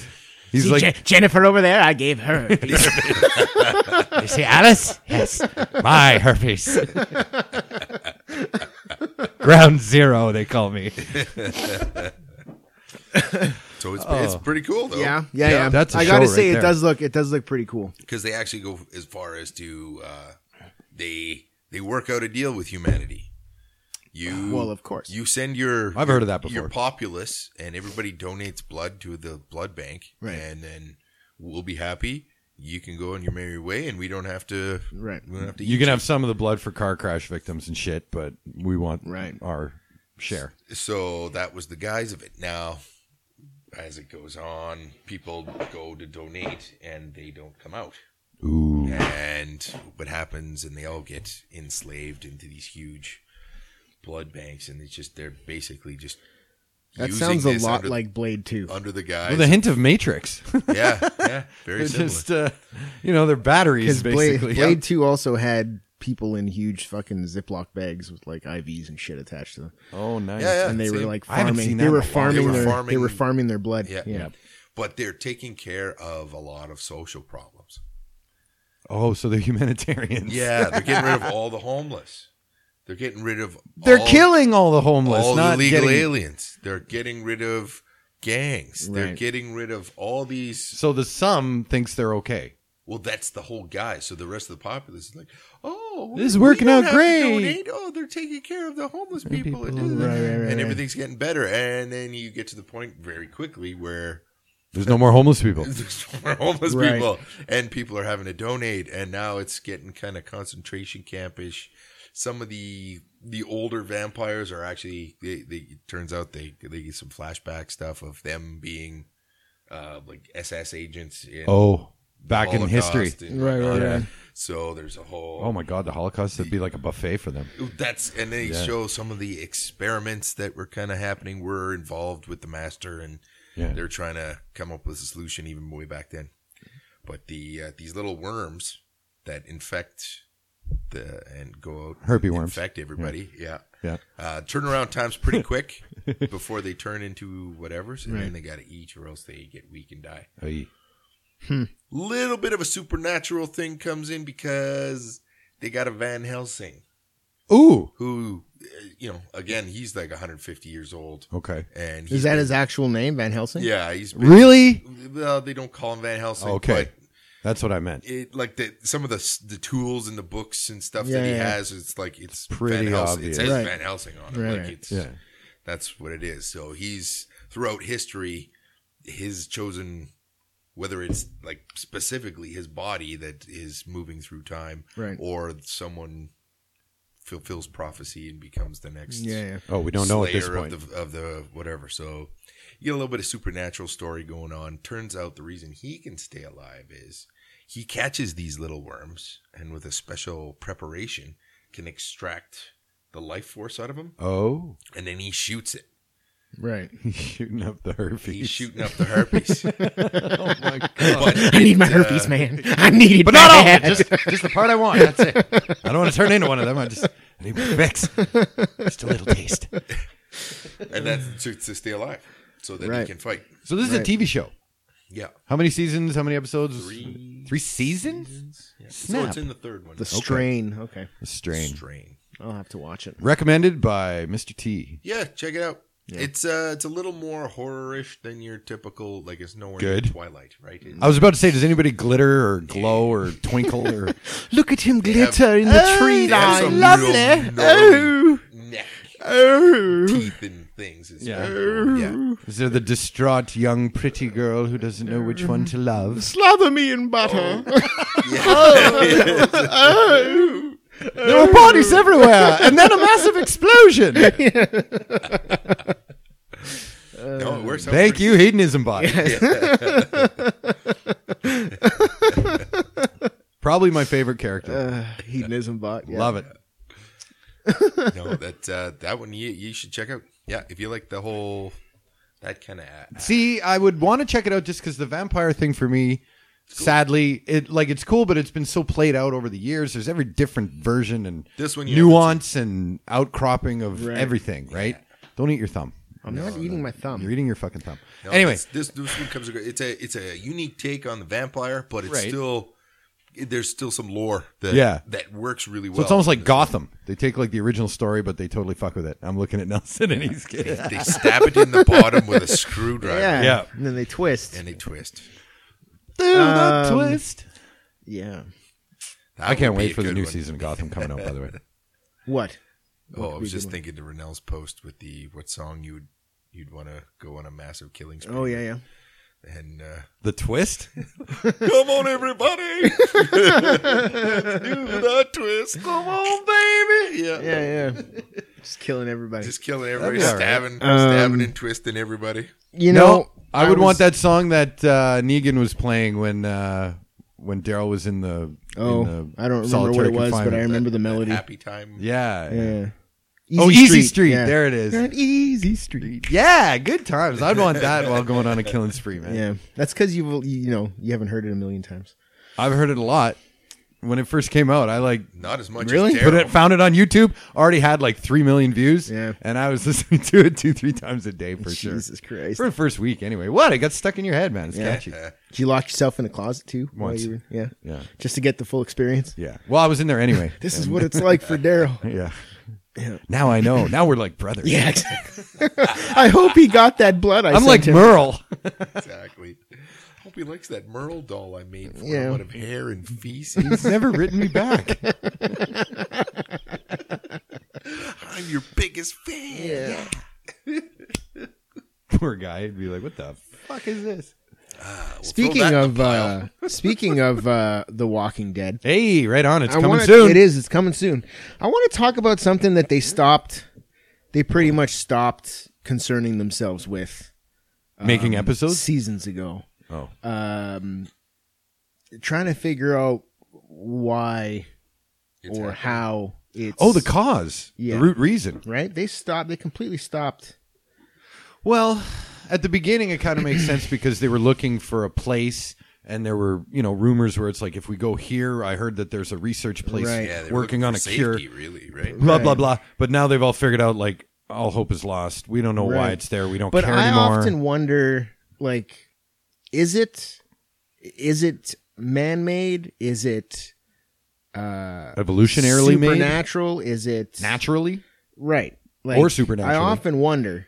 B: He's
A: See,
B: like,
A: Je- Jennifer over there, I gave
C: <laughs>
A: her. herpes. you see Alice?
B: yes, my herpes. <laughs> Ground zero, they call me.
C: So it's it's pretty cool though.
A: Yeah, yeah, yeah.
B: That's a
A: I gotta
B: show
A: say,
B: right
A: it
B: there.
A: does look it does look pretty cool.
C: because they actually go as far as to uh, they they work out a deal with humanity. You
A: Well, of course.
C: you send your
B: I've heard of that before.
C: your populace and everybody donates blood to the blood bank,
A: Right.
C: And then we'll be happy. You can go on your merry way, and we don't have to.
A: Right.
C: We don't have to.
B: You can have some of the blood for car crash victims and shit, but we want
A: Right.
B: our share.
C: So that was the guise of it. Now, as it goes on, people go to donate and they don't come out.
B: Ooh.
C: And what happens, and they all get enslaved into these huge blood banks, and it's just they're basically just
A: That
C: using
A: sounds a
C: this
A: lot
C: under,
A: like Blade Two.
C: under the
B: With
C: guys.
B: a hint of Matrix. <laughs>
C: yeah, yeah, very
B: They're
C: similar.
B: just, uh, you know, they're
A: Because
B: batteries,
A: Blade,
B: basically.
A: Blade Two also had people in huge fucking Ziploc bags with like IVs and shit attached to them,
B: Oh, nice.
C: Yeah, yeah.
A: and they were
C: same.
A: like
B: I haven't
A: farming.
B: seen
A: They
B: that
A: were
B: in a while.
A: farming,
C: They were
A: their,
C: farming-
A: they were farming their blood.
C: Yeah.
A: yeah.
C: but they're taking care of a lot of social problems.
B: Oh, so they're humanitarians.
C: Yeah, <laughs> they're getting rid of all the homeless. They're getting rid of
B: They're
C: all,
B: killing all the homeless,
C: all the
B: not
C: illegal
B: getting-
C: aliens. They're getting rid of gangs. They're
A: Right.
C: getting rid of all these.
B: So the sum thinks they're okay.
C: Well, that's the whole guy. So the rest of the populace is like, oh,
B: This is working
C: don't
B: out
C: have to
B: great."
C: donate. Oh, they're taking care of the homeless people, and,
B: people,
C: da- da- da.
A: right, right, right,
C: and
A: right.
C: everything's getting better. And then you get to the point very quickly where <laughs>
B: There's no more homeless people.
C: there's more homeless
A: Right.
C: people, and people are having to donate, and now it's getting kind of concentration campish. Some of the the older vampires are actually. They, they, it turns out they they get some flashback stuff of them being uh, like SS agents in
B: Oh, back in
C: Holocaust
B: history.
C: and
A: Right, right,
C: whatnot.
A: right.
C: So there's a whole.
B: Oh my God, the Holocaust would be like a buffet for them.
C: That's and they
B: Yeah.
C: show some of the experiments that were kind of happening were involved with the master, and
B: Yeah.
C: they're trying to come up with a solution even way back then. But the uh, these little worms that infect the and go out
B: Herpy
C: and
B: worms.
C: infect everybody, yeah.
B: Yeah.
C: Uh, turnaround time's
B: <laughs>
C: pretty quick before they turn into whatever's, and then they got to eat or else they get weak and die
B: Hey.
C: little bit of a supernatural thing comes in because they got a Van Helsing
B: Ooh.
C: who, uh, you know, again, he's like 150 years old.
B: Okay.
C: And he's
A: Is that
C: been-
A: his actual name, Van Helsing?
C: Yeah, he's been,
B: Really?
C: Well, they don't call him Van Helsing.
B: Okay.
C: But
B: That's what I meant.
C: it like the some of the s- the tools and the books and stuff that
A: Yeah,
C: he
A: yeah.
C: has. It's like it's
B: pretty
C: Van Helsing.
B: obvious.
C: It says
A: Right.
C: Van Helsing on it.
A: Right,
C: Like
A: right.
C: it's
B: Yeah.
C: that's what it is. So he's throughout history, his chosen, whether it's like specifically his body that is moving through time,
A: Right.
C: or someone fulfills prophecy and becomes the next.
A: Yeah, yeah.
B: Oh, we don't know at this
C: slayer
B: point.
C: of the, of the whatever. So you get a little bit of supernatural story going on. Turns out the reason he can stay alive is he catches these little worms and with a special preparation can extract the life force out of them,
B: Oh, <laughs>
C: and then he shoots it.
A: Right.
B: he's shooting up the herpes.
C: He's shooting up the
B: <laughs>
C: herpes.
B: oh my god!
C: But
A: I need my
C: it,
A: herpes,
C: uh,
A: man. I need it,
B: But not all. of
A: bad.
B: it, Just, just the part I want. That's it. <laughs> I don't want to turn into one of them. I just I need my fix. Just a little taste.
C: And that's to, to stay alive so that he
A: Right.
C: can fight.
B: So this is a
A: Right.
B: TV show.
C: Yeah.
B: How many seasons? How many episodes?
C: Three
B: Three seasons.
C: Yeah. So
B: Snap.
C: it's in the third one.
A: the
C: now.
A: strain. Okay.
B: Strain.
C: strain.
A: I'll have to watch it.
B: Recommended by Mr. T.
C: Yeah, check it out. It's uh, it's a little more horror-ish than your typical like it's nowhere near
B: Good.
C: Twilight, right? It's-
B: I was about to say, does anybody glitter or glow or twinkle or
A: <laughs> Look at him glitter in
B: the tree
C: they have some real gnarly neck teeth and things. It's
B: Yeah.
C: very- yeah.
B: is there the distraught young pretty girl who doesn't know which one to love?
A: Slather me in butter.
B: There were bodies everywhere, and then a massive
A: <laughs>
B: explosion.
C: No, it works. out
B: Thank
C: pretty-
B: you, hedonism body. <laughs> Probably my favorite character.
A: Uh, hedonism bot. Yeah.
B: Love it.
C: No, that uh, that one you, you should check out. Yeah, if you like the whole that kind of
B: See, I would want to check it out just because the vampire thing for me, sadly, it like it's cool, but it's been so played out over the years. There's every different version and
C: Mm. This one you
B: nuance and outcropping of
A: Right.
B: everything. Right? Don't eat your thumb.
A: I'm not eating my thumb.
C: Um,
B: You're eating your fucking thumb.
C: No,
B: anyway,
C: it's- this this one comes. It's a it's a unique take on the vampire, but it's
B: Right.
C: still there's still some lore that
B: Yeah.
C: that works really well.
B: so it's almost like Gotham. They take like the original story, but they totally fuck with it. I'm looking at Nelson, and he's kidding.
C: they stab it in the bottom with a screwdriver
A: Yeah.
B: Yeah.
A: And then they twist.
C: and they twist.
B: Dude, that
A: Um,
B: twist.
A: yeah.
C: That
B: I can't
C: would be
B: wait
C: a
B: for the
C: good
B: new
C: one.
B: season of Gotham coming out.
C: <laughs>
B: By the way,
A: What?
C: Oh, I
A: be a
C: was just
A: good
C: thinking to Rennell's post with the what song you would you'd want to go on a massive killing spree.
A: Oh yeah, yeah.
C: and uh,
B: the twist.
C: come on
A: <laughs>
C: everybody, <laughs> do the twist. Come on, baby. Yeah,
A: Yeah, yeah. <laughs> Just killing everybody.
C: Just killing everybody,
B: be all right.
C: stabbing,
A: Um,
C: stabbing and twisting everybody.
A: you
B: No,
A: know,
B: I,
A: I
B: would
A: was-
B: want that song that uh, Negan was playing when uh, when Daryl was in the.
A: Oh,
B: in the
A: I don't remember what
B: solitary
A: it was, but I
B: confinement.
A: remember the melody.
C: Happy time.
B: Yeah.
A: Yeah.
B: oh, Easy Street.
A: yeah.
B: There it is.
A: Easy Street.
B: Yeah, good times. I'd want that while going on a killing spree, man.
A: Yeah, that's because you've you know you haven't heard it a million times.
B: I've heard it a lot. When it first came out, I like
C: Not as much
A: Really?
C: as Daryl.
B: put it, found it on YouTube. Already had like three million views.
A: Yeah.
B: and I was <laughs> listening to it two, three times a day for sure.
A: Jesus Christ!
B: For the first week, anyway. What? It got stuck in your head, man. It's catchy.
A: Did you lock yourself in the closet too? while
B: Once.
A: you were- yeah,
B: Yeah.
A: just to get the full experience.
B: Yeah. Well, I was in there anyway.
A: <laughs> This is
B: <laughs>
A: what it's like for Daryl.
B: yeah. Now I know. Now we're like brothers.
A: Yeah, exactly. <laughs> I hope he got that blood. I
B: I'm
A: sent
B: like
A: him.
B: Merle.
C: exactly. Hope he likes that Merle doll I made for
A: Yeah.
C: him out of hair and feces.
A: <laughs>
B: He's never written me back.
C: I'm your biggest fan.
B: <laughs> Poor guy. He'd be like, "What the fuck is this?"
C: We'll throw
A: Speaking
C: that in
A: of
C: the pile.
A: uh,
B: <laughs>
A: speaking of uh, The Walking Dead,
B: Hey, right on. It's
A: I
B: coming
A: wanna,
B: soon.
A: It is. It's coming soon. I want to talk about something that they stopped. They pretty much stopped concerning themselves with
B: Making episodes.
A: seasons ago.
B: Oh,
A: Um, trying to figure out why
C: It's
A: or
C: happening.
A: how it's.
B: oh, the cause.
A: Yeah.
B: The root reason.
A: right? They stopped. They completely stopped.
B: Well, at the beginning, it kind of makes sense because they were looking for a place, and there were you know rumors where it's like, if we go here, I heard that there's a research place
A: Right.
C: Yeah, they were
B: working
C: looking
B: on
C: for
B: a cure.
C: safety, really, right?
B: Blah blah blah. But now they've all figured out like all hope is lost. We don't know why
A: Right.
B: it's there. We don't
A: But
B: care
A: I
B: anymore.
A: often wonder, like, is it is it man made? Is it uh,
B: Evolutionarily made,
A: supernatural? Is it
B: naturally.
A: Right. Like,
B: Or supernatural.
A: I often wonder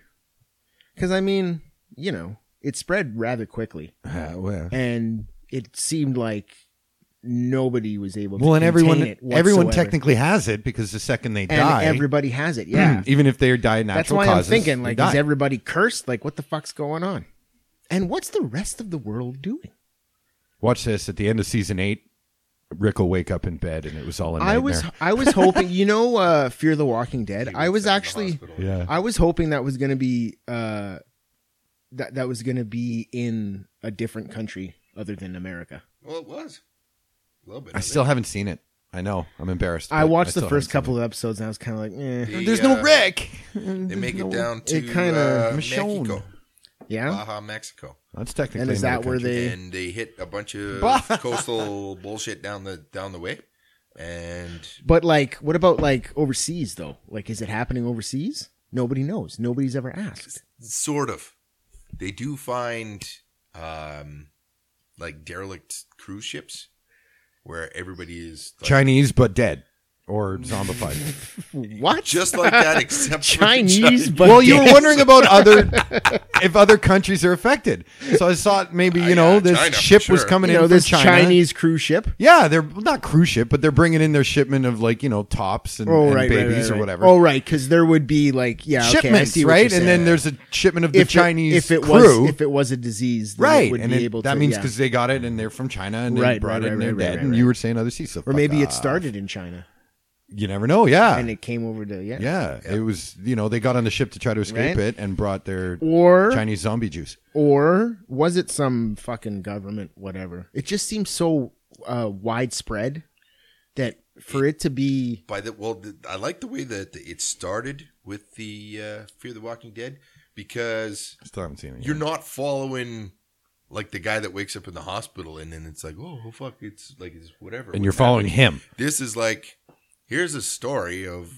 A: because I mean, you know, it spread rather quickly,
B: well.
A: and it seemed like nobody was able. to
B: Well, and
A: contain
B: everyone
A: it
B: everyone
A: whatsoever.
B: technically has it because the second they
A: and
B: die, <clears throat>
A: everybody has it. Yeah,
B: even if they die Hmm. natural
A: that's why
B: causes,
A: I'm thinking
B: they
A: like,
B: die.
A: is everybody cursed? Like, what the fuck's going on? And what's the rest of the world doing?
B: Watch this at the end of season eight. Rick will wake up in bed, and it was all a nightmare.
A: I was I was hoping, you know, uh, Fear the Walking Dead.
C: He
A: I was
C: up in the
A: actually.
C: hospital.
B: yeah.
A: I was hoping that was gonna be uh, that that was gonna be in a different country other than America.
C: Well, it was. A little bit.
B: I
C: of it.
B: still haven't seen it. I know. I'm embarrassed.
A: I
B: but
A: watched the
B: still
A: first
B: haven't
A: couple of episodes and I was kind of like, eh.
C: The,
B: seen it. There's no
C: uh,
B: Rick.
C: <laughs> They make it down to
A: it kinda-
C: uh,
B: Michonne.
C: Mexico,
A: yeah.
C: Baja, Mexico,
B: That's technically.
A: And is
B: another
A: that where
B: country.
A: they?
C: and they hit a
B: <laughs>
C: bunch of
B: Bah.
C: coastal bullshit down the down the way, and
A: But like, what about like overseas though? Like, is it happening overseas? Nobody knows. Nobody's ever asked.
B: <laughs>
C: sort of, they do find um, like derelict cruise ships where everybody is like,
B: Chinese but dead or zombified?
A: What?
C: just like that, except
B: <laughs>
C: for <laughs>
A: Chinese,
C: China.
A: <laughs> but
B: well, you were
A: yes.
B: wondering
A: <laughs>
B: about other if other countries are affected. So I thought maybe
C: Uh,
B: you know
C: yeah,
B: this
C: China, for
B: ship was
C: sure.
B: coming
A: You
B: in
A: know
B: from
A: this
B: China.
A: Chinese cruise ship.
B: Yeah, they're well, not cruise ship, but they're bringing in their shipment of like you know tops and,
A: Oh
B: and
A: right,
B: babies
A: right, right,
B: or
A: right.
B: whatever.
A: Oh right, because there would be like yeah, okay, I
B: Shipments,
A: see what
B: right?
A: you're
B: And
A: saying.
B: then there's a shipment of the
A: if
B: Chinese
A: it, if it
B: crew,
A: was if it was a disease, then
B: right?
A: It would
B: and
A: be
B: it-
A: able
B: that
A: to,
B: means
A: yeah.
B: because they got it and they're from China and they
A: Right,
B: brought
A: right,
B: it and
A: right,
B: they're
A: right,
B: dead.
A: right,
B: and
A: right,
B: you
A: right.
B: were saying other sea stuff,
A: or maybe it started in China
B: You never know. Yeah,
A: and it came over to yeah.
B: Yeah, it was. You know, they got on the ship to try to escape
A: Right.
B: it and brought their
A: Or
B: Chinese zombie juice.
A: or was it some fucking government whatever? It just seems so uh, widespread that for it to be
C: by the well the, i like the way that the, it started with the uh, fear the walking dead because
B: Still haven't seen it. yet.
C: you're not following like the guy that wakes up in the hospital and then it's like oh, oh, fuck it's like it's whatever
B: and you're following him.
C: this is like here's a story of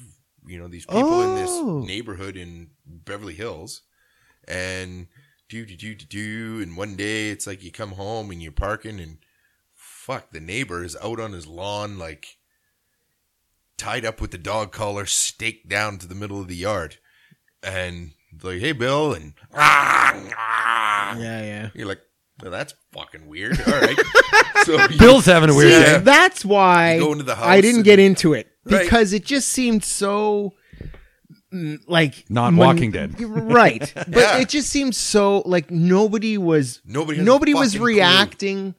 C: you know these people
B: Oh.
C: in this neighborhood in beverly hills and do do do do do and one day it's like you come home and you're parking and fuck the neighbor is out on his lawn like tied up with the dog collar staked down to the middle of the yard and like hey bill and
A: yeah yeah.
C: you're like well, that's fucking weird
A: <laughs>
C: all right so you
B: Bill's having a weird
A: See,
B: day.
A: that's why
C: You go into the house
A: I didn't
C: and-
A: get into it
C: Right.
A: because it just seemed so mm, like
B: Not Walking Dead.
A: <laughs>
B: <laughs>
A: right? But
C: Yeah.
A: it just seemed so like nobody was
C: Nobody has a
A: nobody was
C: fucking clue.
A: reacting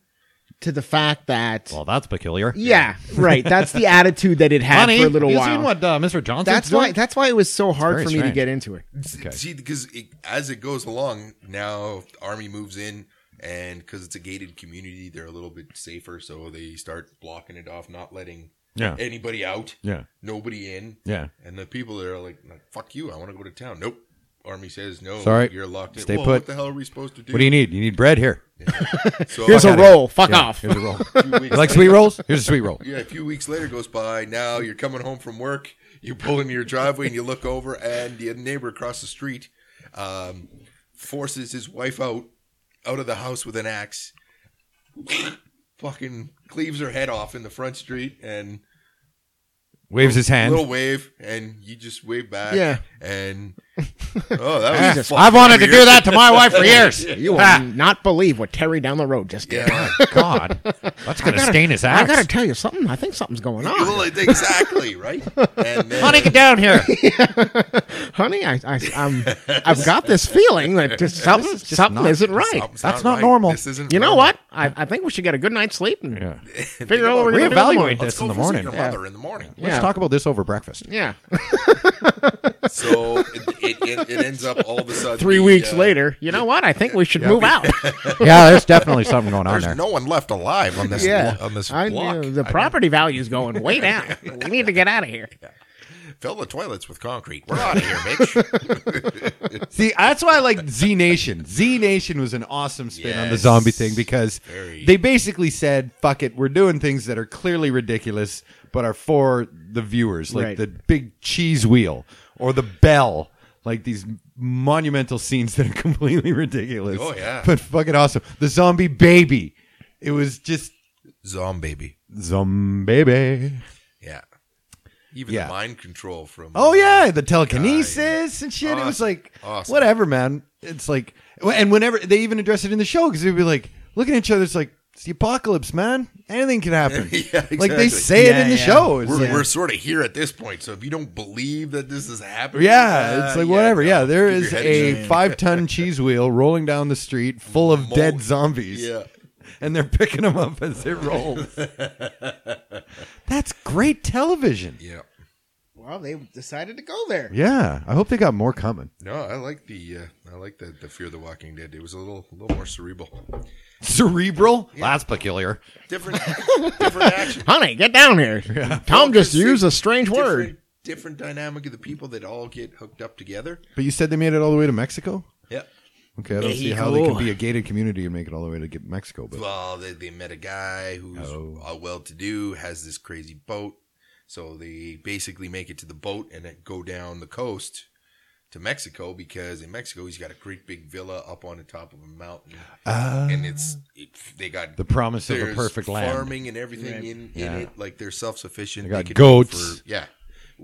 A: to the fact that
E: Well, that's peculiar.
A: yeah, right. That's the attitude that it had
E: Honey,
A: for a little
E: you
A: while.
E: seen what uh, Mr. Johnson?
A: that's why. That's why it was so hard
E: very
A: for me to
E: strange.
A: get into it.
E: Okay.
C: See, because it, as it goes along, now the army moves in, and because it's a gated community, they're a little bit safer, so they start blocking it off, not letting
E: Yeah.
C: anybody out,
E: Yeah.
C: nobody in,
E: Yeah.
C: and the people there are like, "Fuck you! I want to go to town." Nope. Army says no.
B: Sorry.
C: you're locked in.
B: Stay
C: well,
B: put.
C: What the hell are we supposed to do?
B: What do you need? You need bread here.
C: So
A: Here's a
B: outta
A: roll. Fuck off.
B: Here's a roll.
C: few weeks
B: You like sweet rolls? Here's a sweet roll.
C: Yeah, a few weeks later goes by. Now you're coming home from work. You pull into your driveway and you look over, and your neighbor across the street um, forces his wife out out of the house with an axe. Fucking cleaves her head off in the front street and
B: Waves his hand.
C: little wave, and you just wave back.
A: Yeah.
C: and oh,
B: Ah,
C: that was fucking
E: I've wanted to
C: weird.
E: do that to my <laughs> wife for years.
A: <laughs> You will not believe what Terry down the road just did.
C: Yeah,
E: God, that's gonna stain his
A: I
E: ass.
A: gotta tell you something. I think something's going on,
C: Well, exactly right. And then,
E: Honey, get down
B: <laughs>
E: here.
A: <laughs> honey. I, I,
E: <laughs>
A: I'm, I've got this feeling that just something,
E: is just
A: something
E: not-
A: isn't right.
C: something's
E: That's not
C: right.
E: normal.
C: This isn't
A: You know
C: normal.
A: what? I, I think we should get a good night's sleep and
E: Yeah.
A: figure out what we're gonna do in the morning.
E: Reevaluate
C: Let's
E: this
C: go
E: in the
C: visit
E: morning.
C: Your mother in the morning.
A: Yeah.
E: Let's talk about this over breakfast.
A: Yeah, <laughs>
C: So it, it, it, it ends up all of a sudden.
A: three
C: the,
A: weeks
C: uh,
A: later. You know what? I think we should
E: <laughs>
A: move out.
E: Yeah, there's definitely something going on
C: There's
E: there.
C: no one left alive on this
A: Yeah.
C: blo- on this
A: I,
C: block.
A: the property value's going
C: <laughs>
A: way down. we need to get out of here.
C: Fill the toilets with concrete. We're out of here,
B: <laughs>
C: bitch.
B: See, that's why I like Z Nation. Z Nation was an awesome spin on the
C: Yes.
B: zombie thing because
C: Very.
B: they basically said, "Fuck it, we're doing things that are clearly ridiculous, but are for the viewers, like
A: Right.
B: the big cheese wheel or the bell." Like these monumental scenes that are <laughs> completely ridiculous.
C: Oh, yeah.
B: But fucking awesome. The zombie baby. It was just
C: Zombie baby.
B: zombie baby.
C: Yeah. Even
B: Yeah.
C: the mind control from.
B: Oh yeah, the telekinesis and shit. It was
C: Awesome.
B: like
C: Awesome.
B: whatever, man. It's like and whenever they even address it in the show because they'd be like looking at each other. It's like it's the apocalypse, man. Anything can happen.
C: <laughs> Yeah,
B: Like they
C: exactly.
B: say it
A: Yeah,
B: in the
A: yeah.
B: show. It's
C: uh, We're,
B: like-
C: we're sort of here at this point, so if you don't believe that this is happening,
B: yeah,
C: uh,
B: it's like whatever.
C: no,
B: yeah, there
C: keep
B: is
C: your head
B: a
C: down.
B: five
C: <laughs>
B: ton cheese wheel rolling down the street full of dead
C: Mold.
B: zombies.
C: Yeah.
B: And they're picking them up as it rolls.
C: <laughs>
B: That's great television.
C: Yeah.
A: Well, they decided to go there.
B: Yeah. I hope they got more coming.
C: No, I like the uh, I like the, the Fear of the Walking Dead. It was a little a little more cerebral,
B: Cerebral?
E: That's peculiar.
C: different
B: <laughs>
C: different action.
A: Honey, get down
C: <laughs>
A: here. Tom just used a strange word.
C: different, different dynamic of the people that all get hooked up together.
B: But you said they made it all the way to Mexico?
C: Yeah.
B: Okay, I don't see how they can
A: Mexico.
B: be a gated community and make it all the way to get Mexico. But
C: Well, they, they met a guy who's
B: Oh.
C: all well to do, has this crazy boat. So they basically make it to the boat and then go down the coast to Mexico because in Mexico he's got a great big villa up on the top of a mountain,
B: uh,
C: and it's it, they got
B: the promise of a
C: there's
B: perfect land.
C: farming and everything in, in it. Like they're self sufficient.
B: They got goats.
C: yeah,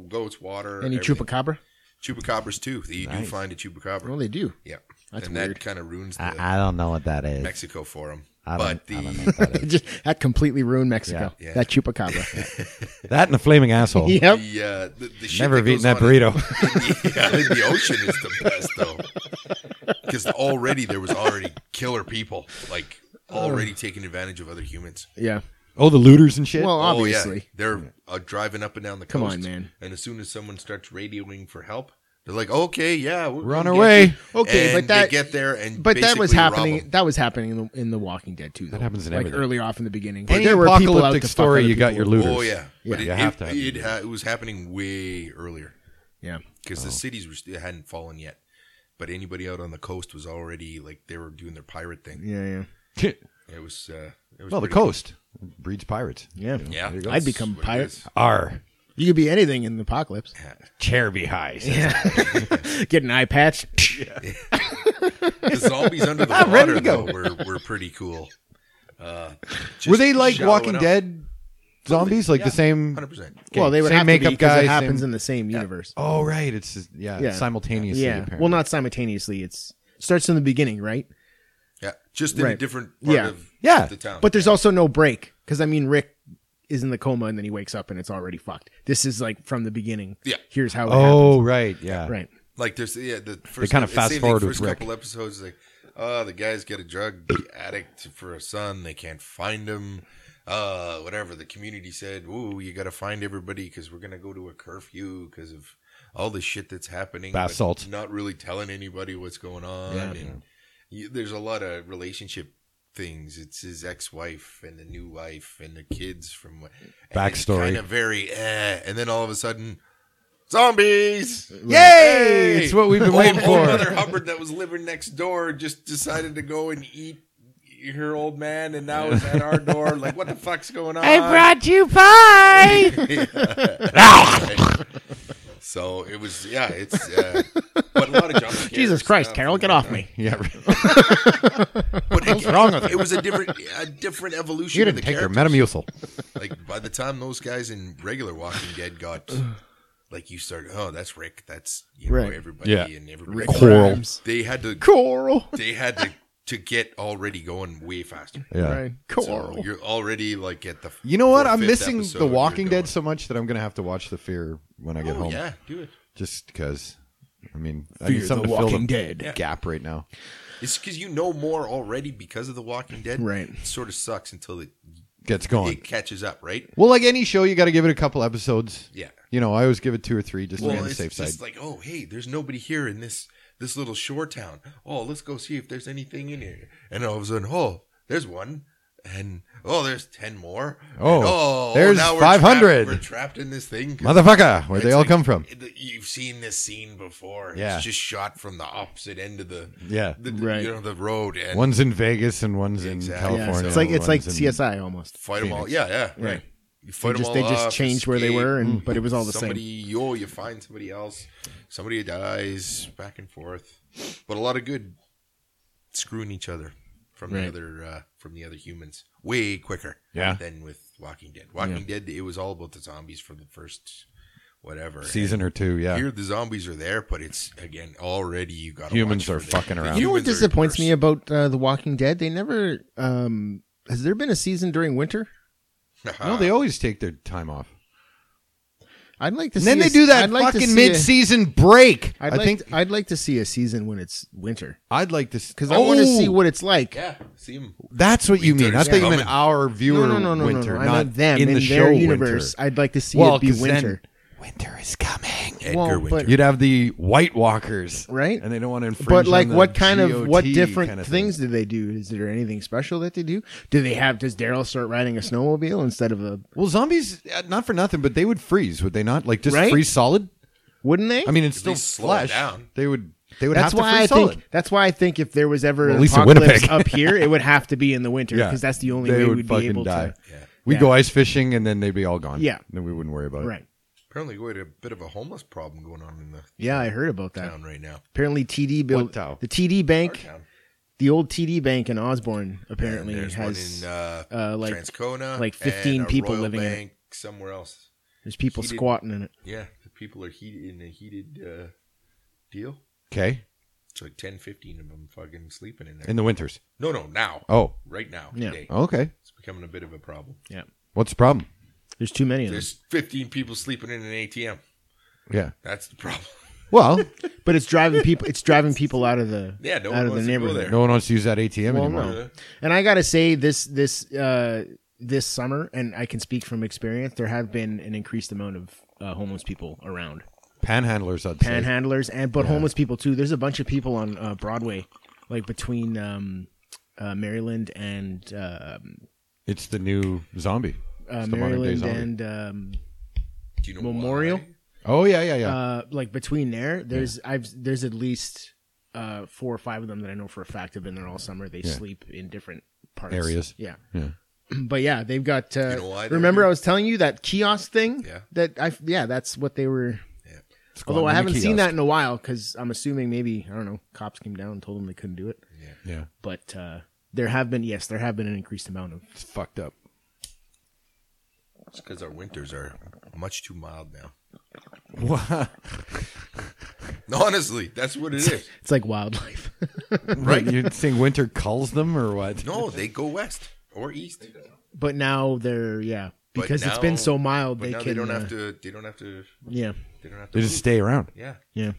C: goats, water.
A: Any
C: everything.
A: chupacabra?
C: chupacabras too. You do find a chupacabra.
A: Well, they do.
C: Yeah,
A: That's
C: and
A: weird.
C: that kind of ruins the
E: I, I don't know what that is.
C: Mexico for him.
E: I don't,
C: But the
E: I don't know what
C: <laughs>
E: that is.
A: <laughs> Just, that completely ruined Mexico.
C: Yeah. Yeah.
A: That chupacabra.
C: <laughs>
E: that and a flaming asshole.
A: <laughs> yep.
C: the, uh, the, the shit
E: Never have
C: goes
E: eaten that
C: on in-
E: burrito.
C: <laughs> yeah, I think the ocean is the best though,
A: <laughs>
C: because already there was already killer people like
A: Oh.
C: already taking advantage of other humans.
A: Yeah.
B: Oh, the looters and shit.
A: Well,
C: Oh, yeah.
A: obviously.
C: they're uh, driving up and down the
A: Come on,
C: coast.
A: man.
C: And as soon as someone starts radioing for help, they're like, "Okay, yeah, we're,
B: We're on
C: gonna
B: our
C: get
B: way."
C: you.
A: Okay,
C: And
A: but that-
C: they get there and
A: But that was
C: basically rob
A: happening.
C: 'em.
A: That was happening in the, in the Walking Dead too. Though. That
B: happens in
A: like
B: everything.
A: early off in the beginning.
B: Any
A: there were people out
B: apocalyptic
A: to fuck
B: story,
A: other
B: you got
A: people
B: your
A: over.
B: looters.
C: Oh
B: <laughs>
C: yeah,
A: Yeah,
C: but it,
B: you have
C: it-
B: to have
C: it, ha- it was happening way earlier.
A: Yeah.
C: because
B: Oh.
C: the cities were still hadn't fallen yet, but anybody out on the coast was already like they were doing their pirate thing.
A: Yeah. Yeah.
C: It was uh, it was
B: well, the
C: pretty cool.
B: coast breeds pirates.
A: Yeah.
C: Yeah,
A: I'd become
C: That's what it
A: pirate.
C: is.
B: Our
A: You could be anything in the apocalypse.
E: Chair be high.
C: <laughs>
A: <laughs> Get an eye patch.
C: The zombies under the water though, were were pretty cool. Uh, just
B: were they like
C: shallow
B: Walking
C: enough.
B: Dead zombies? Like
C: Yeah,
B: the same?
C: Hundred percent.
A: Well, they would
B: same
A: have to
B: makeup
A: be because
B: guy.
A: it happens
B: same-
A: in the same universe.
B: oh right, it's just- yeah,
A: Yeah.
B: simultaneously.
A: Yeah.
B: apparently.
A: Well, not simultaneously. It's starts in the beginning, right?
C: Yeah, just in a
A: Right.
C: different part
A: Yeah.
C: of
B: Yeah.
C: the town.
A: But there's also no break because I mean Rick is in the coma and then he wakes up and it's already fucked. This is like from the beginning.
C: Yeah.
A: Here's how. It
B: Oh right, yeah.
A: happens. Right.
C: like there's yeah the first
B: kinda
C: it's
B: fast
C: same thing,
B: forward with
C: first
B: Rick.
C: couple episodes like Oh, the guy's got a drug addict for a son. They can't find him. Uh, whatever. The community said, ooh, you got to find everybody because we're going to go to a curfew because of all the shit that's happening.
E: Bath
C: but
E: salts.
C: Not really telling anybody what's going on.
B: Yeah.
C: and you, there's a lot of relationship things. It's his ex-wife and the new wife and the kids from... and it's
E: Backstory.
C: Kind of very, eh. And then all of a sudden, zombies!
B: Yay! It's what we've been
C: old,
B: waiting
C: old
B: for.
C: Mother Hubbard that was living next door just decided to go and eat her old man, and now is at our door. Like, what the fuck's going on?
E: you pie.
C: so it was, yeah, it's. Uh, <laughs> but a lot of jump scares
A: Jesus Christ,
C: stuff.
A: Carol, get off me.
B: <laughs> Yeah.
C: <laughs> But What's wrong with it? was a different, a different evolution.
E: You
C: of the
E: didn't take your
C: characters.
E: Metamucil.
C: Like by the time those guys in regular Walking Dead got, like you start, oh, that's Rick, that's you know
A: Right.
C: everybody
E: Yeah.
C: and everybody.
E: Coral.
C: They had to,
A: Coral.
C: they had to, to get already going way faster.
E: Yeah.
A: Right.
C: So you're already like at the.
B: You know what?
C: fourth,
B: I'm
C: fifth
B: missing
C: episode,
B: The
C: you're
B: Walking
C: going,
B: Dead so much that I'm going to have to watch The Fear when I get
C: Oh,
B: home.
C: yeah, do it.
B: Just because, I mean, I
A: Fear
B: need something
A: the
B: to fill
A: Walking
B: the
A: Dead.
B: <laughs> gap right now.
C: It's because you know more already because of The Walking Dead.
A: Right.
C: It sort of sucks until it,
B: Gets going.
C: it catches up, right?
B: Well, like any show, you got to give it a couple episodes.
C: Yeah.
B: You know, I always give it two or three just to be
C: Well,
B: on the
C: it's
B: safe
C: just
B: side.
C: like, oh, hey, there's nobody here in this this little shore town. Oh, let's go see if there's anything in here. And all of a sudden, oh, there's one. And oh, there's ten more. And,
B: Oh,
C: oh,
B: there's
C: now we're
B: 500.
C: trapped- We're trapped in this thing. 'cause
B: Motherfucker, where they
C: It's
B: all
C: like-
B: come from?
C: it- You've seen this scene before.
B: Yeah.
C: It's just shot from the opposite end of the
B: Yeah.
C: the,
A: Right.
C: you know, the road and
B: One's in Vegas and one's in
C: Exactly.
A: Yeah,
B: California.
A: it's like it's like
B: one's in-
A: CSI almost.
C: fight them all. Yeah, yeah, right. You fight
A: They
C: 'em
A: just
C: all
A: they just
C: off,
A: changed where they
C: escape.
A: were, and but it was all the
C: somebody,
A: same.
C: yo, you find somebody else. Somebody dies, back and forth, but a lot of good screwing each other from the
A: Right.
C: other uh, from the other humans way quicker.
E: Yeah.
C: than with Walking Dead. Walking Dead, it was all about the zombies for the first whatever
B: Season or two, yeah.
C: And Here the zombies are there, but it's again already you got
B: Humans are fucking around.
A: You know what disappoints me about uh, The Walking Dead? They never. Um, has there been a season during winter?
B: no, they always take their time off.
A: I'd like to.
B: And
A: see
B: then
A: a-
B: they do that
A: I'd like to
B: fucking
A: see a-
B: mid-season break.
A: I'd
B: I
A: like
B: think
A: I'd like to see a season when it's winter
B: I'd like to
A: because I want to see what it's like.
C: <laughs> Yeah, see 'em.
B: Oh, That's what you mean. I
C: Winter's
B: thought you meant
C: coming.
B: our viewer
A: No, no, no, no,
B: winter,
A: no, no.
B: not
A: I meant them
B: in, the show
A: their universe.
B: winter.
A: I'd like to see
B: Well,
A: it be
B: 'cause then-
A: winter.
B: Winter is coming.
C: Edgar
A: Well, but-
C: Winter.
B: You'd have the White Walkers,
A: Right.
B: And they don't want to infringe.
A: But like,
B: on the
A: what kind of what
B: GOT
A: different
B: kind of thing.
A: things do they do? Is there anything special that they do? Do they have? Does Daryl start riding a snowmobile instead of a?
B: Well, zombies, uh, not for nothing, but they would freeze, would they not? Like just
A: Right?
B: freeze solid.
A: Wouldn't they?
B: I mean, it's still
C: least slow it
B: flesh.
C: down.
B: They would. They would
A: that's
B: have to
A: why
B: freeze
A: I
B: solid.
A: think. That's why I think if there was ever
B: Well,
A: an
B: at least in
A: apocalypse
B: Winnipeg.
A: up here, it would have to be in the winter
B: Yeah.
A: because that's the only
B: they
A: way
B: would
A: we'd
B: fucking
A: be able
B: die.
A: to.
B: We'd
A: Yeah.
B: go ice fishing and then they'd be all gone.
A: Yeah.
B: Then we wouldn't worry about it.
A: Right.
C: Apparently, we had a bit of a homeless problem going on in the
A: Yeah, I heard about that.
C: town right now.
A: Apparently, TD
B: What
A: built
B: town?
A: the TD Bank,
C: town.
A: the old TD Bank in Osborne. Apparently,
C: there's
A: has
C: one in uh,
A: uh, like-
C: Transcona,
A: like 15
C: and a
A: people
C: Royal
A: living in it.
C: Bank somewhere else.
A: there's people
C: heated-
A: squatting in it.
C: Yeah, the people are heated in a heated uh, deal.
B: Okay.
C: It's like 10, 15 of them fucking sleeping in there.
B: In the winters.
C: no, no, now,
B: Oh.
C: right now,
A: Yeah.
C: today.
B: Okay.
C: It's becoming a bit of a problem.
B: What's the problem?
A: There's too many of them.
C: There's 15 people sleeping in an ATM.
B: Yeah.
C: That's the problem.
B: Well,
A: But it's
C: <laughs>
A: driving people. It's driving people out of the
C: Yeah, no
A: out
C: one
A: of the
C: wants to go
A: neighborhood.
C: there.
B: no one wants to use that ATM
A: Well,
B: anymore.
A: no. And I gotta say this this uh, this summer, and I can speak from experience. There have been an increased amount of uh, homeless people around,
B: Panhandlers, I'd say.
A: panhandlers, and but homeless people too. There's a bunch of people on uh, Broadway, like between um, uh, Maryland and uh,
B: It's the new zombie.
A: uh,
B: It's the modern day
A: Maryland
B: zombie.
A: and um,
C: Do you know
A: Memorial?
C: why?
B: Oh yeah, yeah, yeah.
A: uh, like between there. There's I've there's at least uh, four or five of them that I know for a fact have been there all summer. They sleep in different parts
B: Areas.
A: Yeah.
B: yeah.
A: <clears throat> but yeah, they've got. Uh,
C: You know why they're
A: remember,
C: here?
A: I was telling you that kiosk thing.
C: Yeah.
A: That I yeah, that's what they were.
B: Squatting
A: Although I
B: in a
A: haven't seen that
B: kiosk.
A: in a while because I'm assuming maybe I don't know. Cops came down and told them they couldn't do it.
B: Yeah.
A: But uh, there have been yes, there have been an increased amount of.
B: It's fucked up. <laughs>
C: It's because our winters are much too mild now. <laughs> No, Honestly, that's what it is.
A: It's like wildlife. <laughs>
B: right. You're saying winter culls them or what?
C: No, they go west or east.
A: but now they're yeah
C: But
A: because it's
C: now-
A: been so mild
C: But
A: they
C: now
A: can.
C: they don't
A: uh,
C: have to. They don't have to.
A: Yeah,
C: They don't have to.
B: They just
C: move.
B: stay around.
C: Yeah,
A: yeah.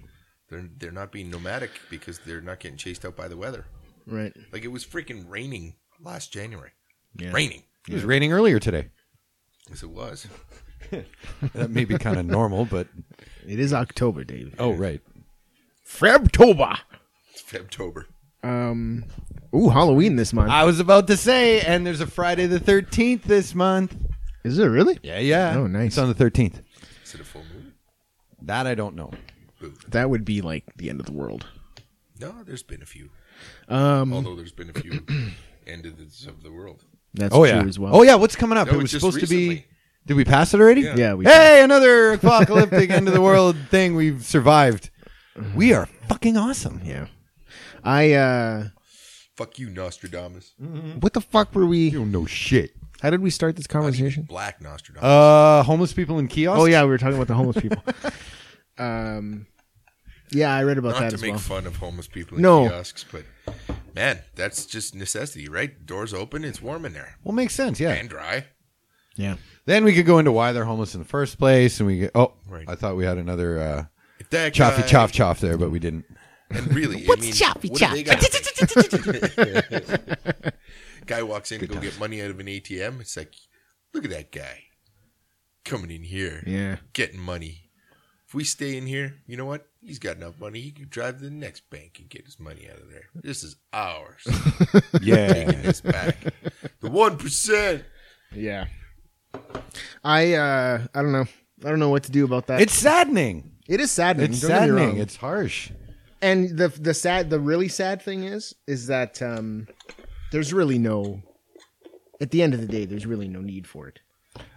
C: they're they're not being nomadic because they're not getting chased out by the weather.
A: Right.
C: Like it was freaking raining last January.
A: Yeah.
C: Raining.
B: It was raining earlier today.
C: Yes, it was.
B: That may be kind of normal, but
A: It is October, David.
B: oh right.
A: Febtober.
C: It's Febtober.
A: Um. Ooh, Halloween this month.
B: I was about to say, and there's a Friday the 13th this month.
A: Is it really?
B: Yeah, yeah.
A: Oh, nice.
B: It's on the 13th.
C: Is it a full moon?
B: That I don't know.
A: That would be like the end of the world.
C: No, there's been a few.
A: Um.
C: Although there's been a
A: <clears throat>
C: few end of the, of the world.
A: That's true
B: Oh yeah.
A: as well.
B: Oh yeah. What's coming up?
C: That
B: it
C: was
B: was
C: just
B: supposed to be.
C: recently.
B: Did we pass it already?
C: Yeah.
A: Yeah. We.
B: hey, <laughs> another apocalyptic end of the world thing. We've survived. We are fucking awesome.
A: Yeah. I. uh
C: Fuck you, Nostradamus.
A: What the fuck were we?
B: You don't know shit.
A: How did we start this conversation?
C: Black Nostradamus.
B: Uh, homeless people in
A: <laughs>
B: kiosks.
A: Oh yeah, we were talking about the homeless people. <laughs> um. Yeah, I read about
C: Not
A: that
C: to
A: as
C: make
A: well.
C: fun of homeless people in
A: No.
C: kiosks, but man, that's just necessity, right? Doors open, it's warm in there
B: Well, makes sense. Yeah.
C: and dry.
A: Yeah.
B: Then we could go into why they're homeless in the first place, and we get, oh,
C: Right.
B: I thought we had another uh,
C: If that
B: choffy
C: guy-
B: choff choff there, but we
C: <laughs>
B: didn't.
C: And really, what's I mean, choppy what do they got? <laughs> guy walks in to go get money out of an ATM. It's like, look at that guy coming in here,
A: Yeah.
C: getting money. If we stay in here, you know what? He's got enough money. He could drive to the next bank and get his money out of there. This is
A: <laughs>
C: ours.
B: Yeah.
C: It's back. The one percent.
A: Yeah. I. uh I don't know. I don't know what to do about that.
B: it's saddening.
A: it is saddening.
B: It's
A: don't get me
B: saddening.
A: wrong.
B: It's harsh.
A: and the the sad the really sad thing is is that um there's really no at the end of the day there's really no need for it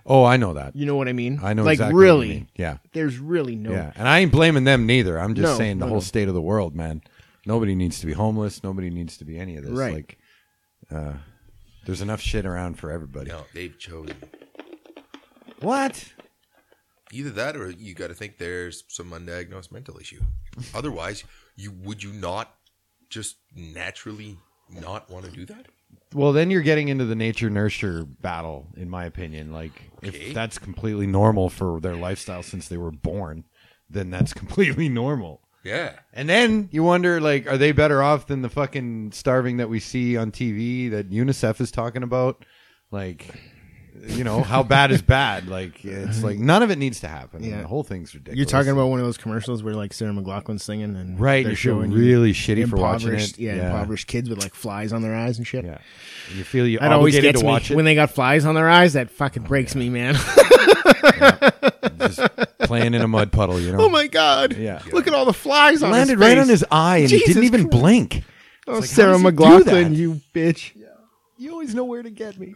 B: Oh, I know that.
A: you know what i mean
B: I know
A: like
B: exactly. what you
A: really
B: mean. Yeah.
A: there's really no
B: Yeah. And I ain't blaming them neither. I'm just
A: No,
B: saying the
A: no,
B: whole
A: no.
B: state of the world, man. Nobody needs to be homeless. Nobody needs to be any of this.
A: Right.
B: Like, uh, there's enough shit around for everybody.
C: No, they've chosen
B: What?
C: either that, or you got to think there's some undiagnosed mental issue. Otherwise, you would you not just naturally not want to do that?
B: Well, then you're getting into the nature nurture battle, in my opinion. Like,
C: Okay.
B: if that's completely normal for their lifestyle since they were born, then that's <laughs> completely normal.
C: Yeah.
B: And then you wonder, like, are they better off than the fucking starving that we see on TV that UNICEF is talking about? Like, you know, how bad
A: <laughs>
B: is bad? Like, it's like none of it needs to happen.
A: Yeah.
B: The whole thing's ridiculous.
A: you're talking about one of those commercials where like sarah mclaughlin's singing and
B: right?
A: they're
B: You feel
A: showing
B: really shitty for watching
A: impoverished
B: it.
A: yeah, impoverished kids with like flies on their eyes and shit
B: yeah. You feel you
A: That always
B: obligated
A: gets
B: to
A: me
B: watch it. Oh,
A: when they got flies on their eyes. That fucking breaks me,
B: <laughs>
A: man. <laughs>
B: just playing in a mud puddle. You know.
A: oh my god!
B: Yeah.
A: look at all the flies on
B: landed
A: his
B: right on
A: face.
B: his eye and he
A: Jesus
B: didn't even
A: Christ.
B: blink.
A: Oh,
B: It's like, how
A: Sarah
B: does he do
A: McLaughlin,
B: that?
A: you bitch!
B: You always know where to get me.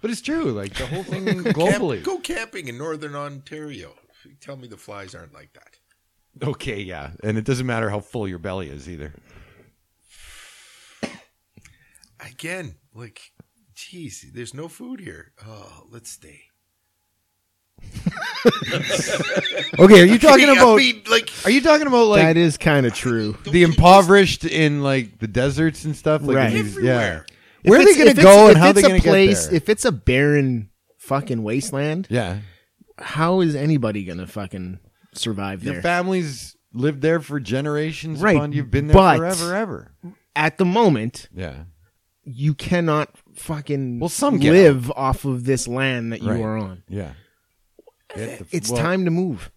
B: But it's true, like the
A: <laughs>
B: whole thing globally.
C: Camp- go camping in northern Ontario. Tell me the flies aren't like that.
B: okay, yeah, and it doesn't matter how full your belly is either.
C: Again, like, geez, there's no food here. Oh, let's stay.
B: Okay, <laughs> are you talking
C: I
B: about?
C: mean, like,
B: Are you talking about
A: that
B: like
A: is kind of true.
B: the impoverished in like the deserts and stuff? Like
A: Right.
B: in these-
C: Everywhere.
B: Yeah. Where are they going to go and how are they going to get
A: place,
B: there?
A: If it's a barren fucking wasteland,
B: yeah,
A: how is anybody going to fucking survive
B: your
A: there?
B: family's lived there for generations.
A: Right,
B: upon you've been there
A: but-
B: forever, ever.
A: At the moment,
B: Yeah,
A: you cannot fucking
B: Well, some get
A: live off of this land that you
B: Right.
A: are on.
B: yeah. Get the-
A: It's
B: well,
A: time to move.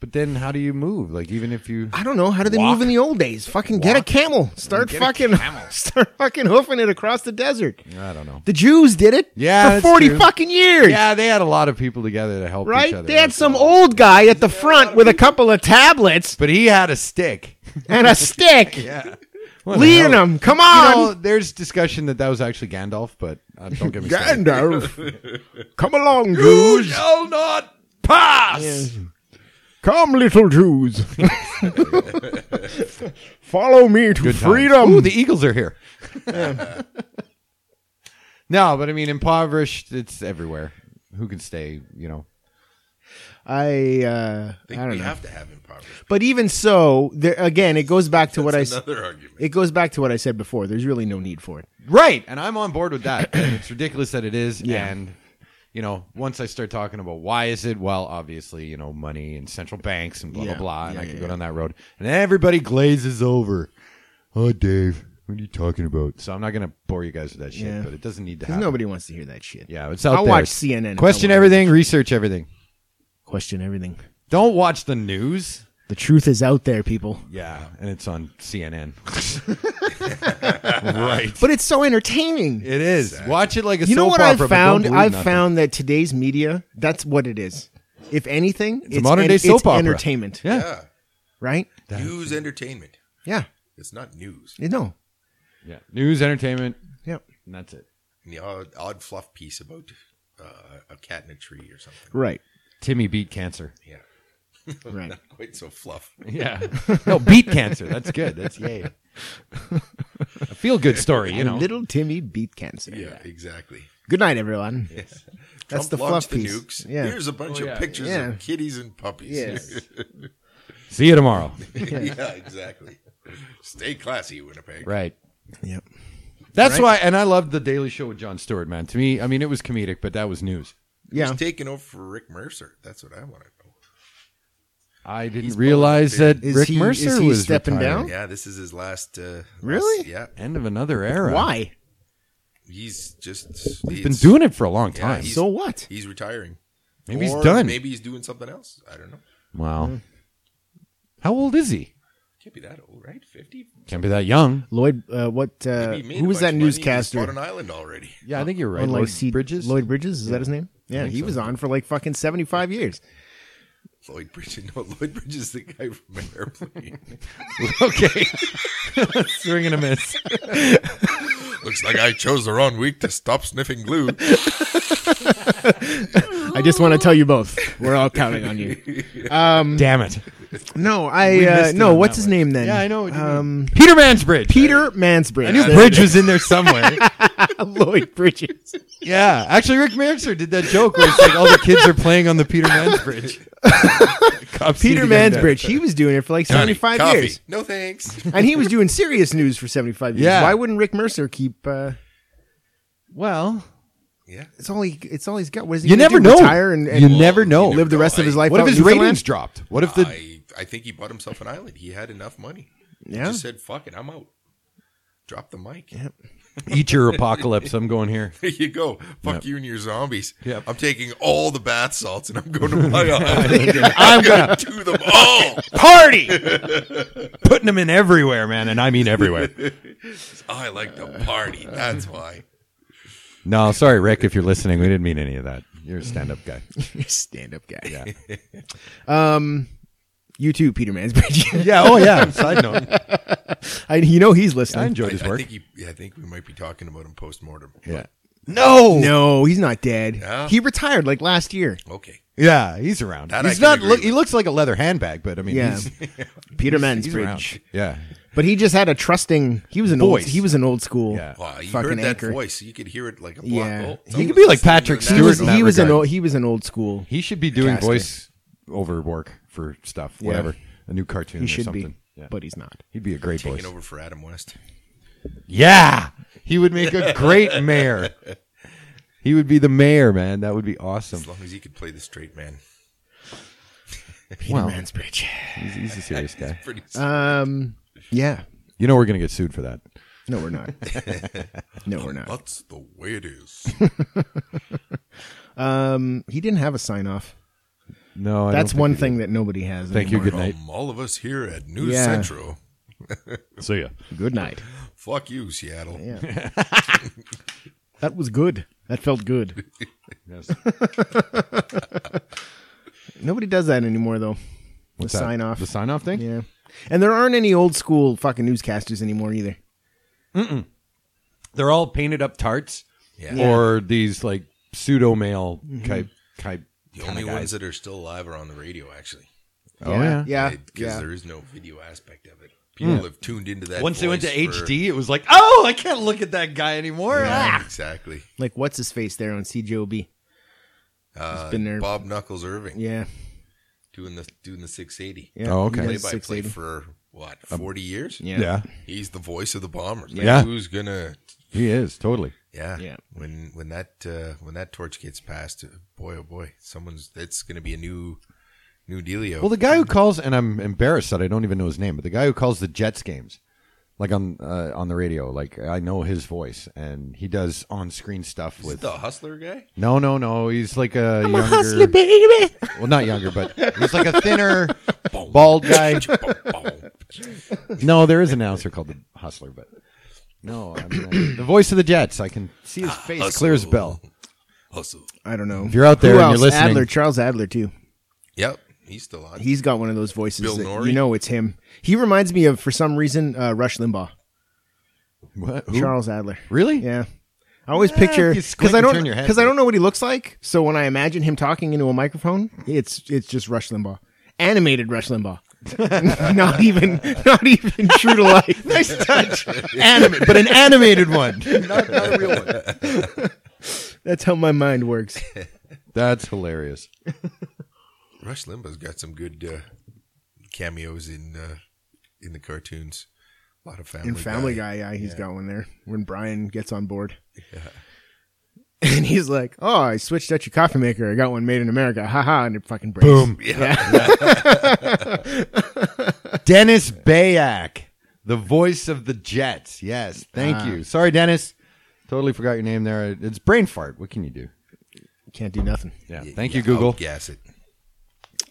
B: but then how do you move? Like even if you
A: I don't know. How did they
B: Walk.
A: move in the old days? Fucking get a camel. Start fucking <laughs> start fucking hoofing it across the desert.
B: I don't know.
A: The Jews did it.
B: Yeah,
A: for
B: that's
A: forty
B: true.
A: fucking years.
B: Yeah, they had a lot of people together to help each
A: Right?
B: other.
A: They had some old guy at the front with a couple of tablets
B: but he had a <laughs> stick.
A: and a stick
B: Yeah,
A: leading them. Come
B: You
A: on.
B: know, there's discussion that that was actually Gandalf, but uh, don't get me started.
A: Gandalf, come along, Jews.
B: shall not pass.
A: Come, little Jews. <laughs> Follow me to
B: Good times.
A: freedom.
B: Ooh, the Eagles are here. <laughs> no, but I mean, impoverished. It's everywhere. Who can stay? You know.
A: I, uh,
C: I
A: I
C: think
A: don't
C: we
A: know.
C: have to have impoverished.
A: But even so, there, again, it goes back to what I.
C: That's
A: s-
C: another argument.
A: It goes back to what I said before. There's really no need for it.
B: Right, and I'm on board with that. <clears throat> And it's ridiculous that it is,
A: Yeah.
B: and you know, once I start talking about why is it, well, obviously, you know, money and central banks and blah
A: Yeah.
B: blah blah, and
A: Yeah,
B: I
A: yeah,
B: can
A: yeah.
B: go down that road, and everybody glazes over. Oh, Dave, What are you talking about? So I'm not gonna bore you guys with that shit,
A: Yeah.
B: but it doesn't need to
A: 'Cause
B: happen.
A: nobody wants to hear that shit.
B: yeah, it's out
A: I'll
B: there.
A: watch CNN if I
B: Question
A: want.
B: everything. Research everything.
A: Question everything.
B: Don't watch the news.
A: The truth is out there, people.
B: Yeah, and it's on CNN. right.
A: But it's so entertaining.
B: <laughs> It is. Watch it like a
A: you know
B: soap
A: what
B: opera.
A: I've
B: but don't
A: found?
B: believe
A: I've
B: nothing.
A: found that today's media, that's what it is. If anything, it's,
B: a modern-day
A: en-
B: soap
A: it's
B: opera.
A: entertainment,
B: Yeah.
C: Yeah.
A: right?
C: News entertainment.
A: Yeah.
C: It's not news.
A: You know.
B: Yeah. News, entertainment,
A: Yep.
B: and that's it.
C: And the odd, odd fluff piece about uh, a cat in a tree or something. <laughs>
A: Right.
B: Timmy beat cancer.
C: Yeah.
A: Right.
C: Not quite so fluff.
B: <laughs> Yeah. <laughs> no, beat cancer. That's good. That's yay. a feel good story, you know.
A: Little Timmy beat cancer.
C: Yeah, exactly.
A: Good night, everyone. That's
C: Trump
A: the
C: launched
A: fluff piece.
C: The nukes.
A: Yeah.
C: Here's a bunch
B: Oh, yeah.
C: of pictures
A: Yeah.
C: of kitties and puppies. <laughs>
A: Yes.
B: See you tomorrow.
C: yeah. exactly. Stay classy, Winnipeg.
B: Right.
A: Yep.
B: That's why, and I loved the Daily Show with Jon Stewart, man. To me, I mean, it was comedic, but that was news.
A: Yeah.
C: He's taking over for Rick Mercer. That's what I want to know.
B: I didn't realize that
A: Is
B: Rick
A: he-
B: Mercer
A: is he
B: was
A: stepping
B: retiring.
A: down?
C: Yeah, this is his last. Uh,
A: Really?
C: last- yeah.
B: End of another era.
A: Why?
C: He's just.
B: He's been doing it for a long
C: Yeah,
B: time.
C: he's-
A: So what?
C: He's retiring.
B: Maybe he's
C: Or
B: done.
C: Maybe he's doing something else. I don't know.
B: Wow. How old is he?
C: Can't be that old, right? Fifty.
B: Can't be that young.
A: Lloyd, uh, what? Uh,
C: Maybe he made
A: who
C: a
A: was
C: bunch
A: that
C: of money and just Bought
A: newscaster?
C: an island already.
B: Yeah, I think you're right.
A: on, like,
B: Lloyd
A: C-
B: Bridges.
A: Lloyd Bridges is that his name? Yeah, he was on for like fucking seventy five years.
C: Lloyd <laughs> Bridges. No, Lloyd Bridges is the guy from Airplane.
B: <laughs>
C: <laughs>
B: <laughs> okay. Swing and a miss.
C: Looks like I chose the wrong week to stop
B: <laughs>
C: sniffing glue.
A: I just want to tell you both, we're all counting on
B: <laughs>
A: you.
B: Damn it.
A: <laughs> No, I uh,
B: missed it
A: no.
B: on
A: What's
B: that
A: his
B: one.
A: name then?
B: Yeah, I know what you mean.
A: Um,
B: Peter Mansbridge.
A: Peter Mansbridge. <laughs>
B: I knew Bridge was in there somewhere.
A: Lloyd Bridges.
B: <laughs> yeah. Actually, Rick Manser did that joke where it's like all the kids are playing on the Peter <laughs> Mansbridge. Cops need
A: Peter
B: to get him
A: Mansbridge. He was doing it for like seventy five
C: Coffee.
A: years,
B: <laughs>
C: No thanks.
A: and he was doing serious news for seventy five years.
B: Yeah.
A: Why wouldn't Rick Mercer keep? Uh,
B: down. Well,
C: yeah.
A: it's all he. It's all he's got. What is he
B: you
A: gonna
B: never
A: do,
B: know.
A: Retire and, and
B: you never know.
A: live the rest of his life.
B: what if
A: out in
B: his ratings
A: Newfoundland?
B: dropped? What if the
C: I, I think he bought himself an island. He had enough money. He
A: <laughs> Yeah.
C: just said, fuck it, I'm out. Drop the mic.
B: eat your apocalypse? I'm going here.
C: <laughs> There you go. Fuck you and your zombies.
B: Yep.
C: I'm taking all the bath salts and I'm going
B: <laughs>
C: to my island. <laughs> I'm going to do them all.
B: <laughs> Party, putting them in everywhere, man, and I mean everywhere.
C: I like to party. That's why.
B: <laughs> No, sorry, Rick, if you're listening, we didn't mean any of that. You're a stand-up guy.
A: Stand up guy. Yeah. um, you too, Peter Mansbridge. <laughs>
B: Yeah. Oh, yeah. Side note,
A: I, you know he's
B: I
A: listening.
B: enjoyed
C: I,
B: his
C: I
B: work.
C: think he, yeah, I think we might be talking about him post mortem.
B: Yeah. No.
A: No, he's not dead.
C: Yeah.
A: He retired like last year.
C: Okay.
B: Yeah, he's around.
C: That I
B: he's
C: can
B: not.
C: agree
B: Look,
C: with.
B: he looks like a leather handbag, but I mean,
A: Yeah,
B: he's, <laughs>
A: Peter
B: he's
A: Mansbridge.
B: around. Yeah.
A: But he just had a trusting. He was an old.
B: Voice.
A: He was an old school.
B: Yeah.
C: Wow, you
A: Fucking
C: heard that
A: anchor.
C: voice. You could hear it like a block.
A: Yeah.
C: Oh,
A: He
C: someone
B: could be like
C: listened to
B: Patrick
C: that.
A: He
B: Stewart
A: was.
B: in that
A: He was an
B: regard.
A: old. He was an old school.
B: He should be doing
A: Caster.
B: voice over work for stuff, whatever. A new cartoon
A: He
B: or
A: should
B: something.
A: be,
B: Yeah.
A: but he's not.
B: He'd be a great voice.
C: Taking over for Adam West.
B: Yeah, he would make a great <laughs> mayor. He would be the mayor, man. That would be awesome.
C: As long as he could play the straight man. <laughs>
A: Peter
B: Well.
A: Mansbridge.
B: He's, he's a serious guy.
C: Pretty
A: Um. Yeah.
B: You know we're gonna get sued for that.
A: No, we're
B: <laughs>
A: not. no, we're not.
C: That's the way it is.
A: Um. He didn't have a sign off.
B: No, I
A: That's
B: don't
A: one
B: think
A: thing that nobody has.
B: Thank you. <laughs> Good night.
C: From all of us here at News
A: Yeah.
C: Central.
B: See ya.
A: you. Good night.
C: Fuck you, Seattle.
A: That was good. That felt
B: <laughs>
A: good.
B: Yes.
A: Nobody does that anymore, though.
B: What's
A: the
B: that?
A: sign off.
B: The sign off thing.
A: Yeah. And there aren't any old school fucking newscasters anymore either.
B: They're all painted up tarts
C: Yeah.
B: or these like pseudo male type type.
C: The
B: kinda
C: only
B: guys.
C: ones that are still alive are on the radio, actually.
B: Oh yeah.
A: Yeah.
C: Because
A: yeah.
C: there is no video aspect of it. People have tuned into that.
B: Hmm. Once they went to
C: voice for-
B: HD, it was like, oh, I can't look at that guy anymore.
C: Yeah,
B: Ah.
C: exactly.
A: Like what's his face there on CJOB?
C: Uh,
A: been there.
C: Bob Knuckles Irving
A: Yeah.
C: doing the doing the 680
A: yeah. Um,
B: Oh, okay.
A: He
C: play
A: does
C: by play
A: 680.
C: for what 40 years.
A: Yeah.
B: Yeah,
C: He's the voice of the bombers. Like,
B: Yeah.
C: who's gonna?
B: he is totally.
C: Yeah,
A: Yeah.
C: When when that uh, when that torch gets passed, uh, boy oh boy, someone's that's gonna be a new new dealio.
B: Well, the guy who calls, and I'm embarrassed that I don't even know his name, but the guy who calls the Jets games, like on uh, on the radio. Like I know his voice, and he does on screen stuff
C: Is it
B: with.
C: the hustler guy?
B: No, no, no. He's like a
E: I'm a
B: younger,
E: hustler, baby.
B: well, not younger, but he's like a thinner, bald guy. No, there is an announcer called the Hustler, but no, I mean, I- the voice of the Jets. I can see his face clear as a bell.
C: <laughs> Hustle.
A: I don't know.
B: If you're out there
A: Who
B: and
A: else?
B: you're listening,
A: Adler, Charles Adler too.
C: Yep, he's still on. <laughs>
A: He's got one of those voices.
C: Bill
A: that
C: Norrie?
A: You know, it's him. He reminds me of for some reason uh, Rush Limbaugh.
B: what? Who?
A: Charles Adler.
B: Really?
A: Yeah. I always
B: Yeah,
A: picture
B: if you squint
A: because I
B: and
A: don't
B: turn your head,
A: because I
B: but-
A: don't know what he looks like. So when I imagine him talking into a microphone, it's it's just Rush Limbaugh, animated Rush Limbaugh, <laughs> not even not even true to life. <laughs> nice touch.
B: Anima- but an animated one.
A: That's how my mind <laughs> works.
B: That's hilarious.
C: Rush Limbaugh's got some good uh, cameos in uh, in the cartoons. A lot of Family
A: And Family
C: Guy.
A: Guy, yeah, he's got one there. When Brian gets on board, <laughs> and he's like, "Oh, I switched out your coffee maker. I got one made in America. Ha ha!" And it fucking breaks. Boom.
B: Dennis Bayak, the voice of the Jets. Yes, thank
A: Ah.
B: you. Sorry, Dennis. Totally forgot your name there. It's brain fart. What can you do?
A: Can't do nothing.
B: Yeah. Thank you, Google.
C: Oh, Gas it.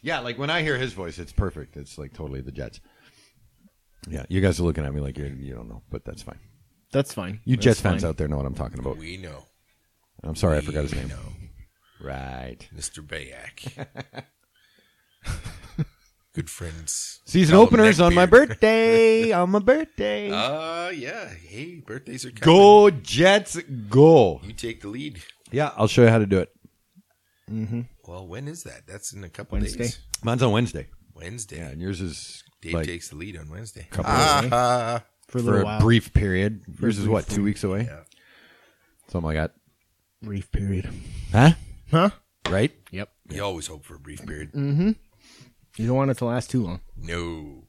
B: Yeah, like when I hear his voice, it's perfect. It's like totally the Jets. Yeah, you guys are looking at me like you you don't know, but that's fine.
A: That's fine.
B: You
A: That's
B: Jets fans
A: fine.
B: out there know what I'm talking about.
C: We know.
B: I'm sorry, I forgot his
C: We
B: name.
C: know.
B: Right.
C: Mr.
B: <laughs>
C: Bayak. Good friends.
B: Season
C: Fellow
B: openers on my
C: neckbeard.
B: birthday. on my birthday.
C: Uh, yeah. Hey, birthdays are coming.
B: go Jets, go!
C: You take the lead.
B: Yeah, I'll show you how to do it.
C: Well, when is that? That's in a couple
A: Wednesday.
C: days.
B: Mine's on Wednesday.
C: Wednesday.
B: Yeah, and yours is
C: Dave
B: like
C: takes the lead on Wednesday.
B: couple
C: Ah, ah,
A: for a
B: for
A: little
B: a
A: while.
B: brief period. Yours is what two weeks away,
C: yeah.
B: something like that.
A: brief period.
B: Huh?
A: Huh?
B: Right?
A: Yep.
C: You always hope for a brief period.
A: You don't want it to last too long,
C: No.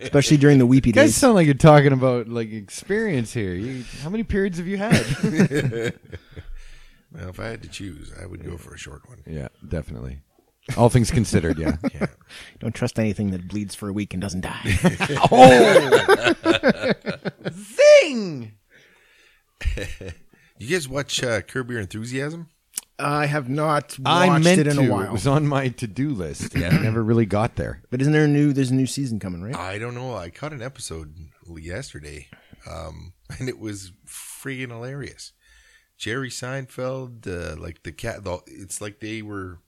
A: especially during the weepy
B: You guys
A: days.
B: sound like you're talking about like experience here. You, how many periods have you had?
C: Well, if I had to choose, I would go for a short one.
B: <laughs> yeah, definitely. All things considered, yeah.
C: Yeah.
A: Don't trust anything that bleeds for a week and doesn't
C: <laughs>
A: die.
B: <laughs> Ding!
C: You guys watch uh, Curb Your Enthusiasm?
A: I have not watched
B: I meant
A: it in
B: to.
A: a while.
B: It was on my to-do list. Yeah. I never really got there.
A: But isn't there a new? There's a new season coming, right?
C: I don't know. I caught an episode yesterday, um, <laughs> and it was friggin' hilarious. Jerry Seinfeld, uh, like the cat, the, it's like they were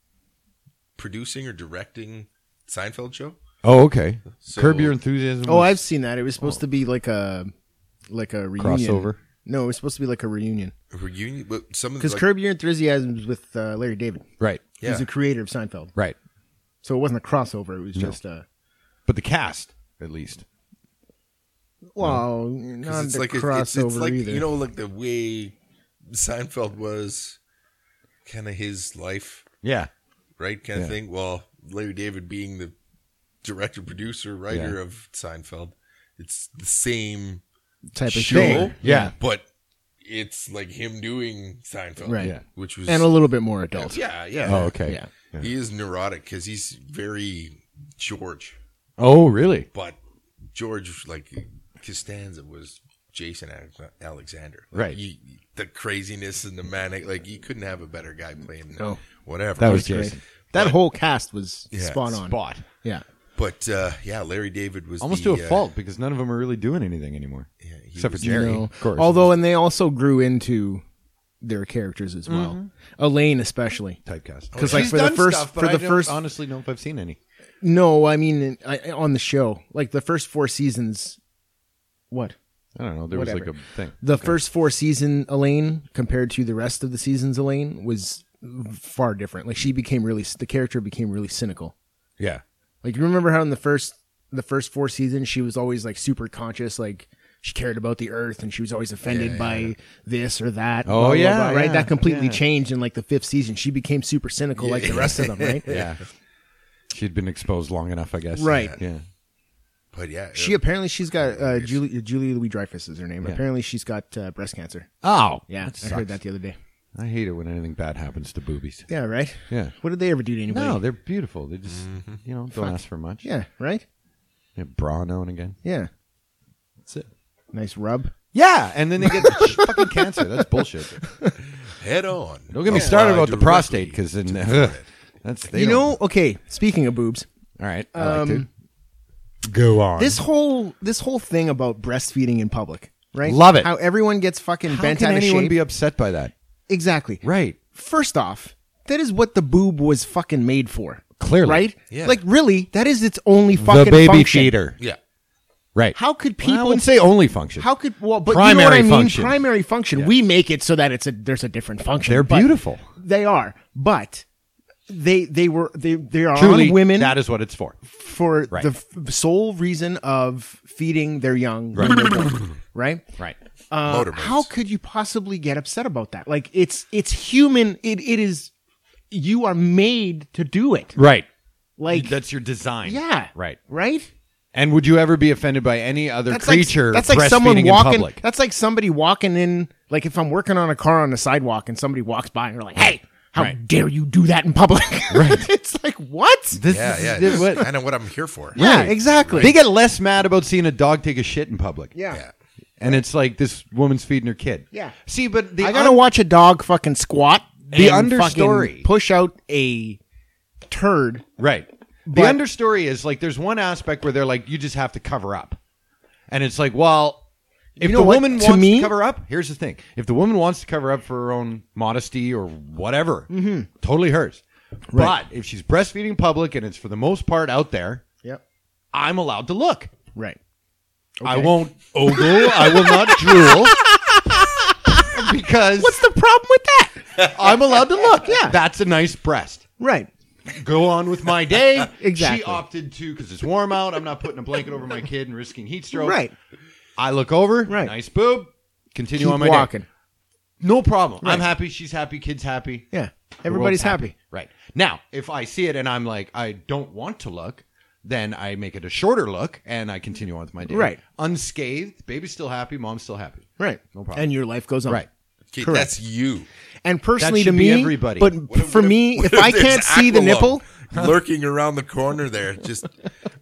C: producing or directing Seinfeld show.
B: <clears throat> Oh, okay.
C: So-
B: Curb your enthusiasm.
A: Oh,
B: was
A: I've seen that. It was supposed to
C: oh.
A: be like a like a reunion.
B: crossover.
A: No, it was supposed to be like a reunion
C: A reunion, but some of the
A: because
C: like,
A: Curb Your Enthusiasm was with uh, Larry David,
B: Right.
A: who's
C: yeah,
A: the creator of Seinfeld.
B: Right.
A: So it wasn't a crossover. It was
B: No.
A: just a
B: But the cast, at least.
A: well,
C: 'cause
A: not
C: it's
A: a
C: like it-
A: crossover
C: it's, it's like
A: either.
C: you know, like the way Seinfeld was, kind of his life,
B: Yeah.
C: right, kind of
B: Yeah.
C: thing. Well, Larry David being the director, producer, writer of Seinfeld, it's the same
A: type of
C: show,
A: thing,
B: Yeah.
C: but it's like him doing Seinfeld,
A: Right.
B: Yeah.
C: Which was
A: and a little bit more adult.
C: yeah, yeah.
B: Oh, okay.
A: Yeah.
C: He is neurotic because he's very George,
B: Oh, really?
C: but George like Costanza was Jason Ale- Alexander, Like,
B: Right.
C: you- the craziness and the manic, like you couldn't have a better guy playing
A: No.
C: whatever.
B: That was
A: That's great.
B: Jason.
A: That whole cast was
C: Yeah,
A: spot on.
B: Bought.
A: Yeah,
C: but uh, yeah, Larry David was
B: Almost
C: the,
B: to a
C: uh,
B: fault because none of them are really doing anything anymore.
C: yeah, he
B: Except for
C: was-
B: Jerry,
A: No.
B: of course.
A: Although, and they also grew into their characters as well. Elaine, especially.
B: typecast.
A: Oh, 'Cause, like, for the first- for the first-
B: honestly know if I've seen any.
A: No, I mean I, I- on the show, like the first four seasons. What?
B: I don't know. There was
A: Whatever.
B: like a thing.
A: The first four season Elaine compared to the rest of the seasons Elaine was far different. Like she became really the character became really cynical.
B: Yeah.
A: Like you remember how in the first the first four seasons she was always like super conscious, like she cared about the earth and she was always offended by this or that.
B: Oh, yeah,
A: right.
B: yeah,
A: that completely
B: yeah.
A: changed in like the fifth season. She became super cynical, like the rest of them, right?
B: <laughs> Yeah. She'd been exposed long enough, I guess.
A: Right.
B: Yeah.
C: But yeah,
A: She apparently she's got uh, Julie Julie Louis Dreyfus is her name. Apparently she's got uh, breast cancer.
B: Oh.
A: Yeah,
B: That
A: I
B: sucks.
A: heard that the other day.
B: I hate it when anything bad happens to boobies.
A: Yeah, right.
B: Yeah.
A: What did they ever do to anybody?
B: Mm-hmm. No, they're beautiful. They just, you know, don't ask for much.
A: Yeah, right.
B: Yeah, bra known again.
A: Yeah.
B: That's it.
A: Nice rub.
B: Yeah, and then
A: <laughs>
B: they get fucking cancer. That's bullshit.
C: Head on.
B: Don't get
A: Oh,
B: me
C: Apply
B: started about the
C: directly
B: prostate because
C: to
B: then <laughs>
C: the forehead.
B: that's they
A: you
B: don't-
A: know, okay, speaking of boobs,
B: All right, I like
A: um,
B: to go on.
A: this whole this whole thing about breastfeeding in public, right?
B: Love it.
A: How everyone gets fucking
B: How
A: bent
B: can
A: out of
B: anyone
A: shape.
B: be upset by that?
A: exactly.
B: Right.
A: First off, that is what the boob was fucking made for.
B: Clearly.
A: Right?
C: Yeah.
A: Like really, that is its only fucking function.
C: Yeah.
B: Right.
A: How could
B: Well, I
A: people
B: wouldn't say only function.
A: How could well? But you know what
B: Primary
A: I mean.
B: function.
A: Primary function. We make it so that it's a there's a different function.
B: They're
A: but-
B: beautiful.
A: They are, but they they were they they are
B: Truly,
A: on women
B: That is what it's for.
A: for
B: Right.
A: the f- sole reason of feeding their young. when they're born, Right.
B: Right.
A: Uh,
C: Motorboats.
A: how could you possibly get upset about that? Like it's it's human. It it is. You are made to do it.
B: Right.
A: Like
B: That's your design.
A: yeah.
B: Right.
A: Right.
B: And would you ever be offended by any other creature
A: Like, that's like someone
B: breastfeeding
A: walking.
B: in public?
A: That's like somebody walking in. Like if I'm working on a car on the sidewalk and somebody walks by and they're like, "Hey, how
B: Right.
A: dare you do that in public?" <laughs> Right. it's like what?
B: This
C: Yeah,
B: is-
C: yeah.
B: this
C: This
B: is what-
C: kind of what I'm here for.
A: Yeah, exactly.
B: They get less mad about seeing a dog take a shit in public.
A: yeah.
C: Yeah.
B: And it's like this woman's feeding her kid.
A: Yeah.
B: See, but the
A: I gotta
B: un-
A: watch a dog fucking squat.
B: The
A: and
B: understory.
A: fucking push out a turd.
B: Right. the
A: But-
B: understory is like there's one aspect where they're like, you just have to cover up. And it's like, well, if
A: know
B: the
A: what?
B: woman
A: To
B: wants
A: me-
B: to cover up, here's the thing. If the woman wants to cover up for her own modesty or whatever,
A: Mm-hmm.
B: totally hers. But if she's breastfeeding in public and it's for the most part out there,
A: Yep.
B: I'm allowed to look.
A: Right.
B: I won't ogle. I will not
A: <laughs>
B: drool. Because
A: What's the problem with that?
B: I'm allowed to look.
A: Yeah.
B: That's a nice breast.
A: <laughs> Right.
B: Go on with
A: <laughs>
B: my day.
A: Exactly.
B: She opted to because it's warm out. I'm not putting a blanket over my kid and risking heat stroke.
A: Right.
B: I look over.
A: Right.
B: Nice boob. Continue
A: Keep
B: on my
A: walking.
B: day. No problem. I'm
A: Right.
B: happy. She's happy. Kid's happy.
A: Yeah.
B: The
A: Everybody's
B: world's
A: happy.
B: Right. Now, if I see it and I'm like, I don't want to look, then I make it a shorter look and I continue on with my day.
A: Right.
B: Unscathed. Baby's still happy. Mom's still happy.
A: Right.
B: No problem.
A: And your life goes on.
B: Right.
C: Okay,
A: Correct.
C: that's you.
A: And personally,
B: should
A: to
B: be
A: me,
B: everybody.
A: But
C: What if-
A: for
C: what
B: <laughs>
C: if-
A: me,
C: <laughs> what
A: if I
C: there's
A: can't see the
C: Aqualung
A: nipple,
C: <laughs> lurking around the corner
A: <laughs>
C: there, just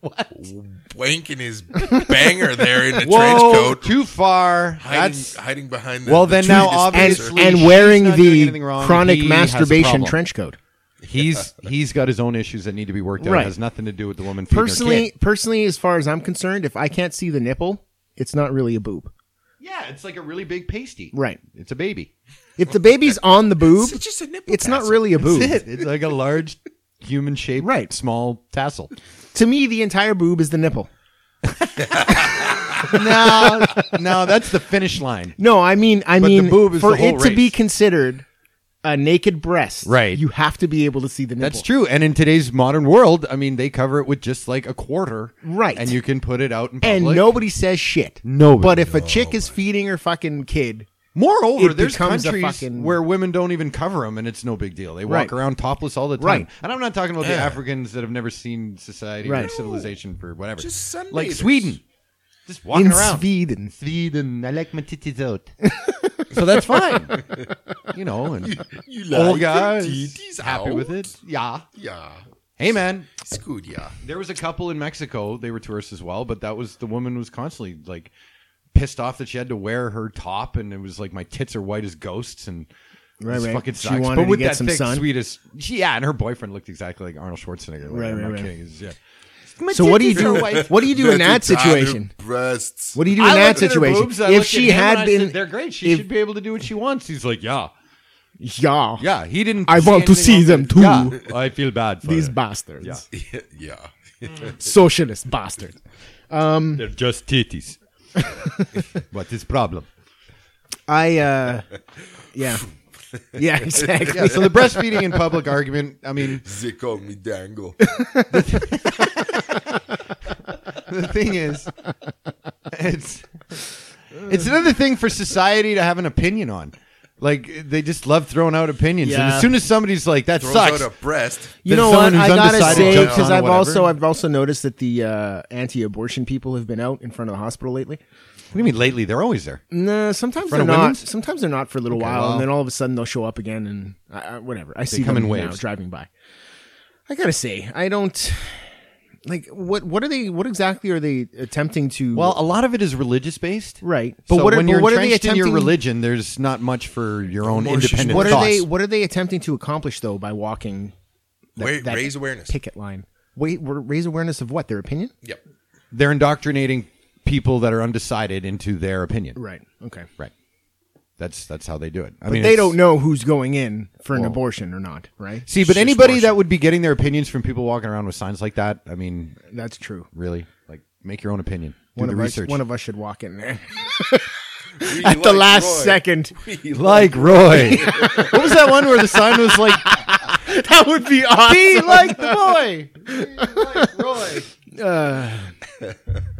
C: wanking his banger there in a trench coat,
B: Too far.
C: hiding,
B: That's
C: hiding behind the
B: Well,
C: the
B: then
C: tree
B: now
A: and,
C: dispenser.
B: obviously-
A: and
B: she's
A: wearing
B: not doing
A: the
B: anything wrong.
A: chronic
B: He has a
A: masturbation
B: problem.
A: trench coat.
B: <laughs> he's he's got his own issues that need to be worked out.
A: Right.
B: It has nothing to do with the woman. feeding her
A: Personally,
B: kid.
A: personally, as far as I'm concerned, if I can't see the nipple, it's not really a boob.
B: yeah, it's like a really big pasty.
A: Right.
B: It's a baby.
A: If the baby's on the boob,
C: It's just a nipple
A: it's not
C: tassel.
A: really a boob.
B: That's it. It's like a large human shaped
A: Right.
B: small tassel.
A: To me, the entire boob is the nipple.
B: <laughs> no, no, that's the finish line.
A: No, I mean, I
B: But the
A: mean,
B: boob is
A: for
B: the whole
A: it to be
B: race.
A: considered a naked breast,
B: Right.
A: You have to be able to see the nipple.
B: That's true. And in today's modern world, I mean, they cover it with just like a quarter.
A: Right.
B: And you can put it out in public.
A: And nobody says shit.
B: Nobody.
A: But if a chick is feeding her fucking kid,
B: Moreover,
A: It
B: there's
A: becomes a
B: countries
A: fucking-
B: where women don't even cover them, and it's no big deal. They walk
A: Right.
B: around topless all the time.
A: Right.
B: And I'm not talking about the
C: Yeah.
B: Africans that have never seen society or
A: Right.
B: civilization for whatever.
C: Just
B: like
C: sunbathers.
B: Sweden, just walking
A: in
B: around.
A: Sweden,
B: Sweden, I like my titties out.
A: <laughs>
B: so that's fine, you know. And
C: You like
B: old guys
C: your titties
B: happy
C: out?
B: with it. Yeah.
C: Yeah,
B: Hey man,
C: it's good. Yeah,
B: there was a couple in Mexico. They were tourists as well, but that was the woman was constantly like pissed off that she had to wear her top, and it was like my tits are white as ghosts, and
A: Right,
B: this
A: right.
B: fucking
A: She
B: sucks.
A: wanted
B: but
A: to
B: with
A: get
B: that
A: some
B: thick,
A: sun.
B: sweetest, yeah, and her boyfriend looked exactly like Arnold Schwarzenegger. Like,
A: Right,
B: I'm
A: right,
B: not
A: right.
B: kidding. He's- yeah.
A: So what do you do? What do you do in that
C: That's a tiny
A: situation?
C: Breasts.
A: What do you do in
B: I
A: that
B: looked at her
A: situation?
B: boobs, I
A: if
B: looked at
A: she
B: him, and
A: had
B: I
A: been,
B: said, they're great. She
A: if-
B: should be able to do what she wants. He's like, yeah,
A: yeah,
B: yeah. He didn't.
A: I want to
B: anything
A: see
B: else.
A: them too.
B: Yeah, I feel bad for
A: these
B: her.
A: bastards,
B: Yeah.
C: <laughs> yeah,
A: Hmm. socialist bastards.
B: <laughs> They're
A: <laughs>
B: just titties. what is problem?
A: I, uh,
B: <laughs>
A: yeah, yeah, exactly.
B: Yeah. So the breastfeeding in public argument. I mean,
C: they call
A: <laughs>
C: me dangle.
B: the thing is, it's it's another thing for society to have an opinion on. Like they just love throwing out opinions, and
A: Yeah.
B: as soon as somebody's like, "That
C: Throws
B: sucks,"
C: out a breast.
A: You
B: Then
A: know
B: someone
A: what?
B: who's
A: I gotta
B: undecided
A: say
B: jumps
A: because
B: on or
A: I've
B: whatever.
A: also I've also noticed that the uh, anti-abortion people have been out in front of the hospital lately.
B: what do you mean? Lately, they're always there.
A: No, sometimes
B: front
A: they're not.
B: of women's?
A: Sometimes they're not for a little while,
B: well.
A: and then all of a sudden they'll show up again, and I, I, whatever. I see
B: come
A: them
B: in
A: now
B: waves.
A: driving by. I gotta say, I don't. Like what? What are they? What exactly are they attempting to?
B: Well, a lot of it is religious based.
A: right.
B: But
A: So
B: what, when
A: but
B: you're
A: what
B: entrenched in your
A: attempting-
B: religion, there's not much for your own
C: Well, it's just-
B: independent
A: What are
B: thoughts.
A: they? What are they attempting to accomplish though by walking? that-
C: Wait,
A: that
C: raise awareness.
A: Picket line. Wait, we're- raise awareness of what? Their opinion.
C: Yep.
B: They're indoctrinating people that are undecided into their opinion.
A: Right. Okay.
B: Right. That's that's how they do it. I
A: But
B: mean,
A: they
B: it's-
A: don't know who's going in for an abortion or not, right?
B: See, but anybody that would be getting their opinions from people walking around with signs like that, I mean,
A: That's true.
B: really, like make your own opinion. Do
A: One
B: the
A: of us.
B: research. <laughs>
A: One of us should walk in there
C: We
A: at the
C: like
A: last
C: Roy.
A: second.
C: We
B: like Roy. what was that one where the sign was like,
A: <laughs> that would be awesome.
B: <laughs> "Be like the boy"? <laughs>
C: like Roy.
B: <laughs>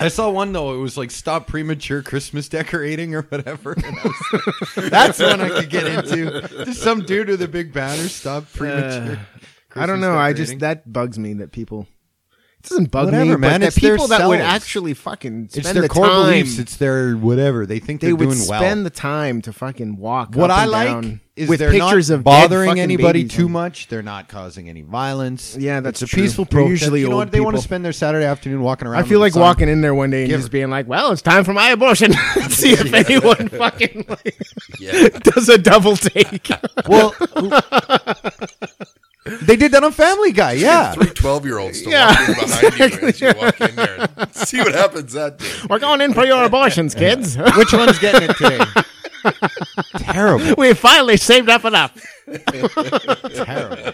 B: I saw one though. It was like stop premature Christmas decorating or whatever. <laughs> And I was like, That's one I could get into. Just some dude with a big banner. Stop premature.
A: Uh, I don't
B: Christmas
A: know. I just
B: decorating.
A: that bugs me that people. It doesn't bug me,
B: Whatever,
A: man.
B: man,
A: But
B: it's
A: the
B: their
A: people that would
B: selves.
A: actually fucking spend
B: it's their
A: the
B: core
A: time.
B: beliefs. It's their whatever they think
A: they
B: are
A: would
B: doing well.
A: spend the time to fucking walk.
B: what
A: up
B: I
A: and
B: like
A: down
B: is
A: with
B: they're
A: pictures
B: not
A: of dead
B: bothering
A: fucking
B: anybody
A: babies
B: too
A: on-
B: much. They're not causing any violence.
A: Yeah, that's
B: it's a
A: true.
B: peaceful
A: They're
B: protest.
A: usually
B: you know
A: old
B: what? They want to
A: people.
B: spend their Saturday afternoon walking around.
A: I feel
B: with
A: like
B: a sign.
A: walking in there one day and
B: Give
A: just
B: her.
A: being like, "Well, it's time for my
B: <laughs>
A: abortion." <laughs> See if anyone fucking like, <laughs>
C: Yeah.
A: does a double
B: <laughs>
A: take.
B: Well, they did that on Family Guy. Yeah,
C: Three 12 year olds to
A: Yeah,
C: walk in behind you as you walk in there. and See what happens
A: <laughs>
C: that day.
A: We're going in for your abortions, kids.
B: <laughs> which one's getting it <laughs> today? terrible,
A: <laughs> we finally saved up enough.
B: terrible,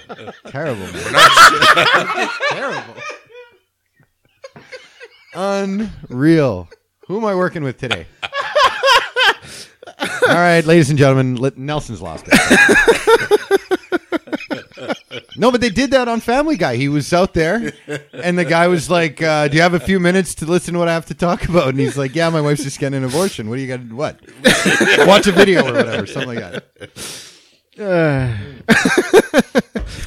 B: terrible, man. terrible. Unreal. Who am I working with today? All right, ladies and gentlemen, let, Nelson's lost it. no, but they did that on Family Guy. He was out there, and the guy was like, uh, "Do you have a few minutes to listen to what I have to talk about?" And he's like, "Yeah, my wife's just getting an abortion. What do you got? to What? Watch a video or whatever, something like that."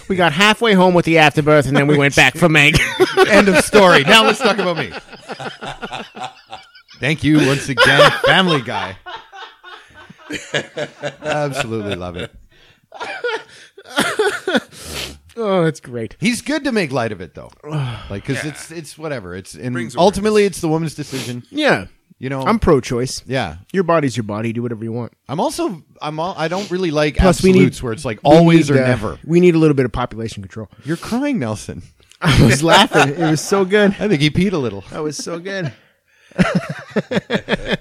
A: We got halfway home with the afterbirth, and then we went back for <laughs> Meg.
B: End of story. Now let's talk about me. Thank you once again, Family Guy. Absolutely love it.
A: oh, that's great.
B: He's good to make light of it though, like because it's it's whatever. It's and
C: Brings
B: ultimately it's the woman's decision.
A: Yeah,
B: You know,
A: I'm pro-choice.
B: yeah.
A: Your body's your body. Do whatever you want.
B: I'm also I'm all, I don't really like
A: Plus, we
B: absolutes
A: need-
B: where it's like always
A: We need,
B: or
A: uh,
B: never.
A: We need a little bit of population control.
B: You're crying, Nelson.
A: I was laughing. <laughs> It was so good.
B: I think he peed a little.
A: That was so good.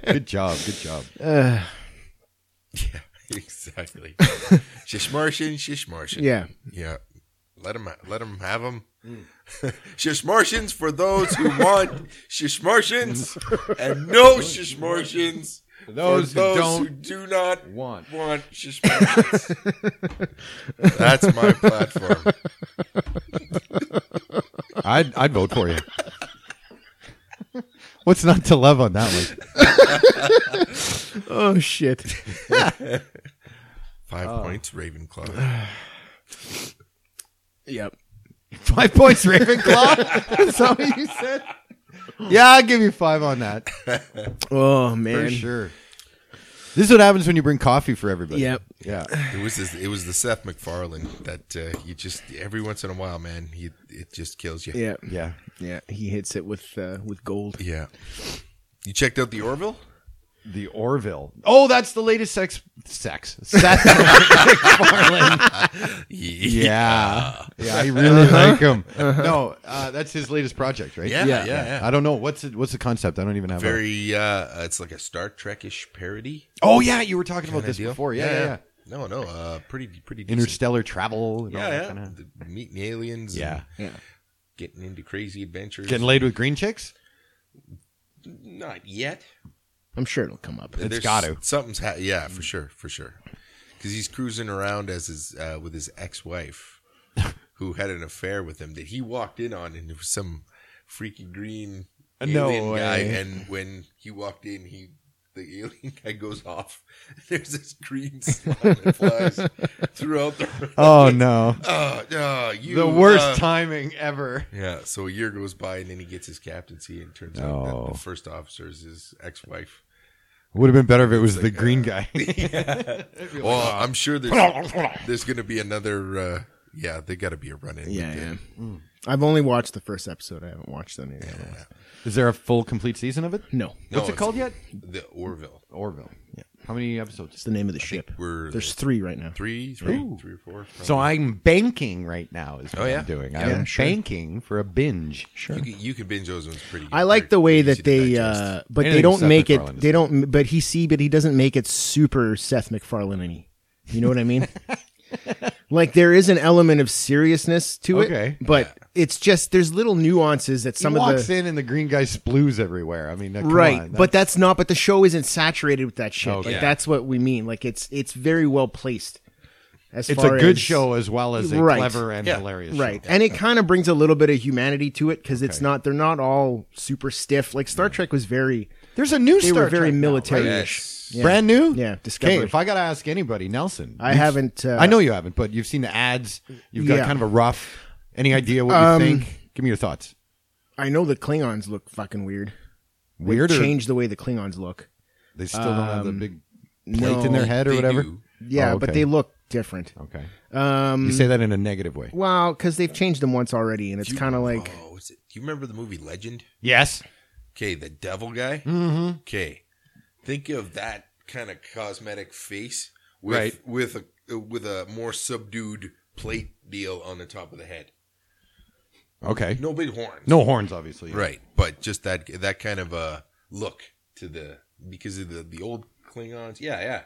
B: Good job, good job.
C: Yeah, exactly. shish Martian, shish Martian.
A: Yeah.
C: Yeah. Let them, let them have them.
B: Mm.
C: <laughs> shish Martians for those who want shish Martians and no shish Martians. For
B: those who don't
C: do not
B: want.
C: want shish
B: <laughs>
C: Martians. That's
A: <laughs>
C: my platform.
B: I'd I'd vote for you. What's not to love on that one?
A: Oh shit.
C: Five
B: Oh.
C: points,
A: <laughs>
C: Ravenclaw.
A: <laughs> Yep.
B: Five points, Ravenclaw. <laughs> That's all you said. Yeah, I'll give you five on that
A: Oh
B: for
A: man.
B: sure. This is what happens when you bring coffee for everybody.
A: Yep.
B: Yeah.
C: <sighs> It was this, it was the Seth MacFarlane that uh, you just every once in a while, man, you, it just kills you.
A: Yeah.
B: Yeah.
A: Yeah. He hits it with uh, with gold.
C: Yeah. You checked out the Orville?
B: The Orville. Oh, that's the latest sex. Sex. <laughs> Seth MacFarlane. Yeah. Yeah, I really like him. No, uh, that's his latest project, right?
C: Uh-huh. Yeah, yeah, yeah.
B: I don't know what's it, what's the concept. I don't even have. a-
C: Very, uh, it's like a Star Trekish parody.
B: oh yeah, you were talking about
C: kinda
B: this
C: deal.
B: before. Yeah, yeah. yeah.
C: No, no, uh, pretty, pretty. decent.
B: Interstellar travel. And all
C: Yeah,
B: that
C: yeah.
B: kinda-
C: The- meeting aliens. and
B: Yeah.
C: getting into crazy adventures.
B: Getting laid with green chicks.
C: Not yet.
A: I'm sure it'll come up.
C: There's-
B: gotta.
C: Something's ha- yeah, for sure, for sure. Because he's cruising around as his uh, with his ex-wife, who had an affair with him that he walked in on, and it was some freaky green
B: Uh, No
C: alien guy.
B: way.
C: And when he walked in, he the alien guy goes off. <laughs> There's this green <laughs> slime that flies throughout the.
B: Oh no.
C: Oh, oh, you,
B: the worst
C: uh,
B: timing ever.
C: Yeah, so a year goes by and then he gets his captaincy and turns out
B: Oh.
C: that the first officer is his ex-wife.
B: Would have been better if it was the green guy. <laughs>
C: Well, I'm sure there's there's going to be another. Uh, yeah, they got to be a run
A: <laughs>
C: in.
A: Yeah. Yeah. I've only watched the first episode. I haven't watched any of the other ones.
B: Is there a full complete season of it?
A: No,
C: No,
B: What's it
C: it's-
B: called yet?
C: The Orville.
B: Orville. Yeah. How many episodes?
A: it's the name of the ship.
C: We're
A: There's three right now.
C: three, three, three or four.
B: So I'm banking right now is what
C: Oh, yeah?
B: I'm doing.
C: Yeah,
B: I'm
A: sure.
B: banking for a binge.
A: Sure.
C: You could, you could binge those ones pretty. Good.
A: I like
C: They're
A: the way
C: easy
A: that
C: to
A: they,
C: digest.
A: uh, but
B: Anything
A: they don't
B: Seth
A: make
B: MacFarlane
A: it.
B: is
A: They don't. But he see, but he doesn't make it super Seth MacFarlane. any. You know what I
B: <laughs>
A: mean? like there is an element of seriousness to it,
B: Okay.
A: but it's just there's little nuances that some
B: he
A: of the
B: walks in and the green guy splues everywhere. I mean, uh, come
A: right
B: on,
A: but that's not but the show isn't saturated with that shit
B: Okay.
A: like
C: Yeah.
A: that's what we mean like it's it's very well placed as
B: it's a
A: far
B: good
A: as-
B: show as well as a
A: Right.
B: clever and
C: Yeah.
B: hilarious.
A: right
B: show.
A: and it kind of brings a little bit of humanity to it because it's not they're not all super stiff like star trek was very
B: There's a new
A: they
B: Star
A: were very
B: Trek now,
A: military
B: right?
C: Yes.
A: Yeah.
B: Brand new?
A: Yeah,
B: Okay,
A: Discovery.
B: if I got to ask anybody, Nelson.
A: I
B: you've-
A: haven't, uh,
B: I know you haven't, but you've seen the ads. You've got
A: Yeah.
B: kind of a rough. Any idea what you
A: Um,
B: think? Give me your thoughts.
A: i know the klingons look fucking weird
B: Weird
A: they
B: or-
A: changed the way the klingons look
B: They still don't have the big plate
A: no.
B: in their head or
C: They
B: whatever?
C: do.
A: yeah
B: Oh,
A: but
B: okay.
A: they look different
B: Okay.
A: um
B: You say that in a negative way.
A: well because they've changed them once already and it's kind of like
C: Oh, what's it? Do you remember the movie Legend?
B: Yes.
C: Okay, the devil guy.
B: Hmm?
C: Mm-hmm. Okay, think of that kind of cosmetic face with
B: Right.
C: with a with a more subdued plate deal on the top of the head.
B: Okay.
C: No big horns.
B: No horns, obviously.
C: Right, but just that that kind of uh, look to the because of the the old Klingons. Yeah, yeah.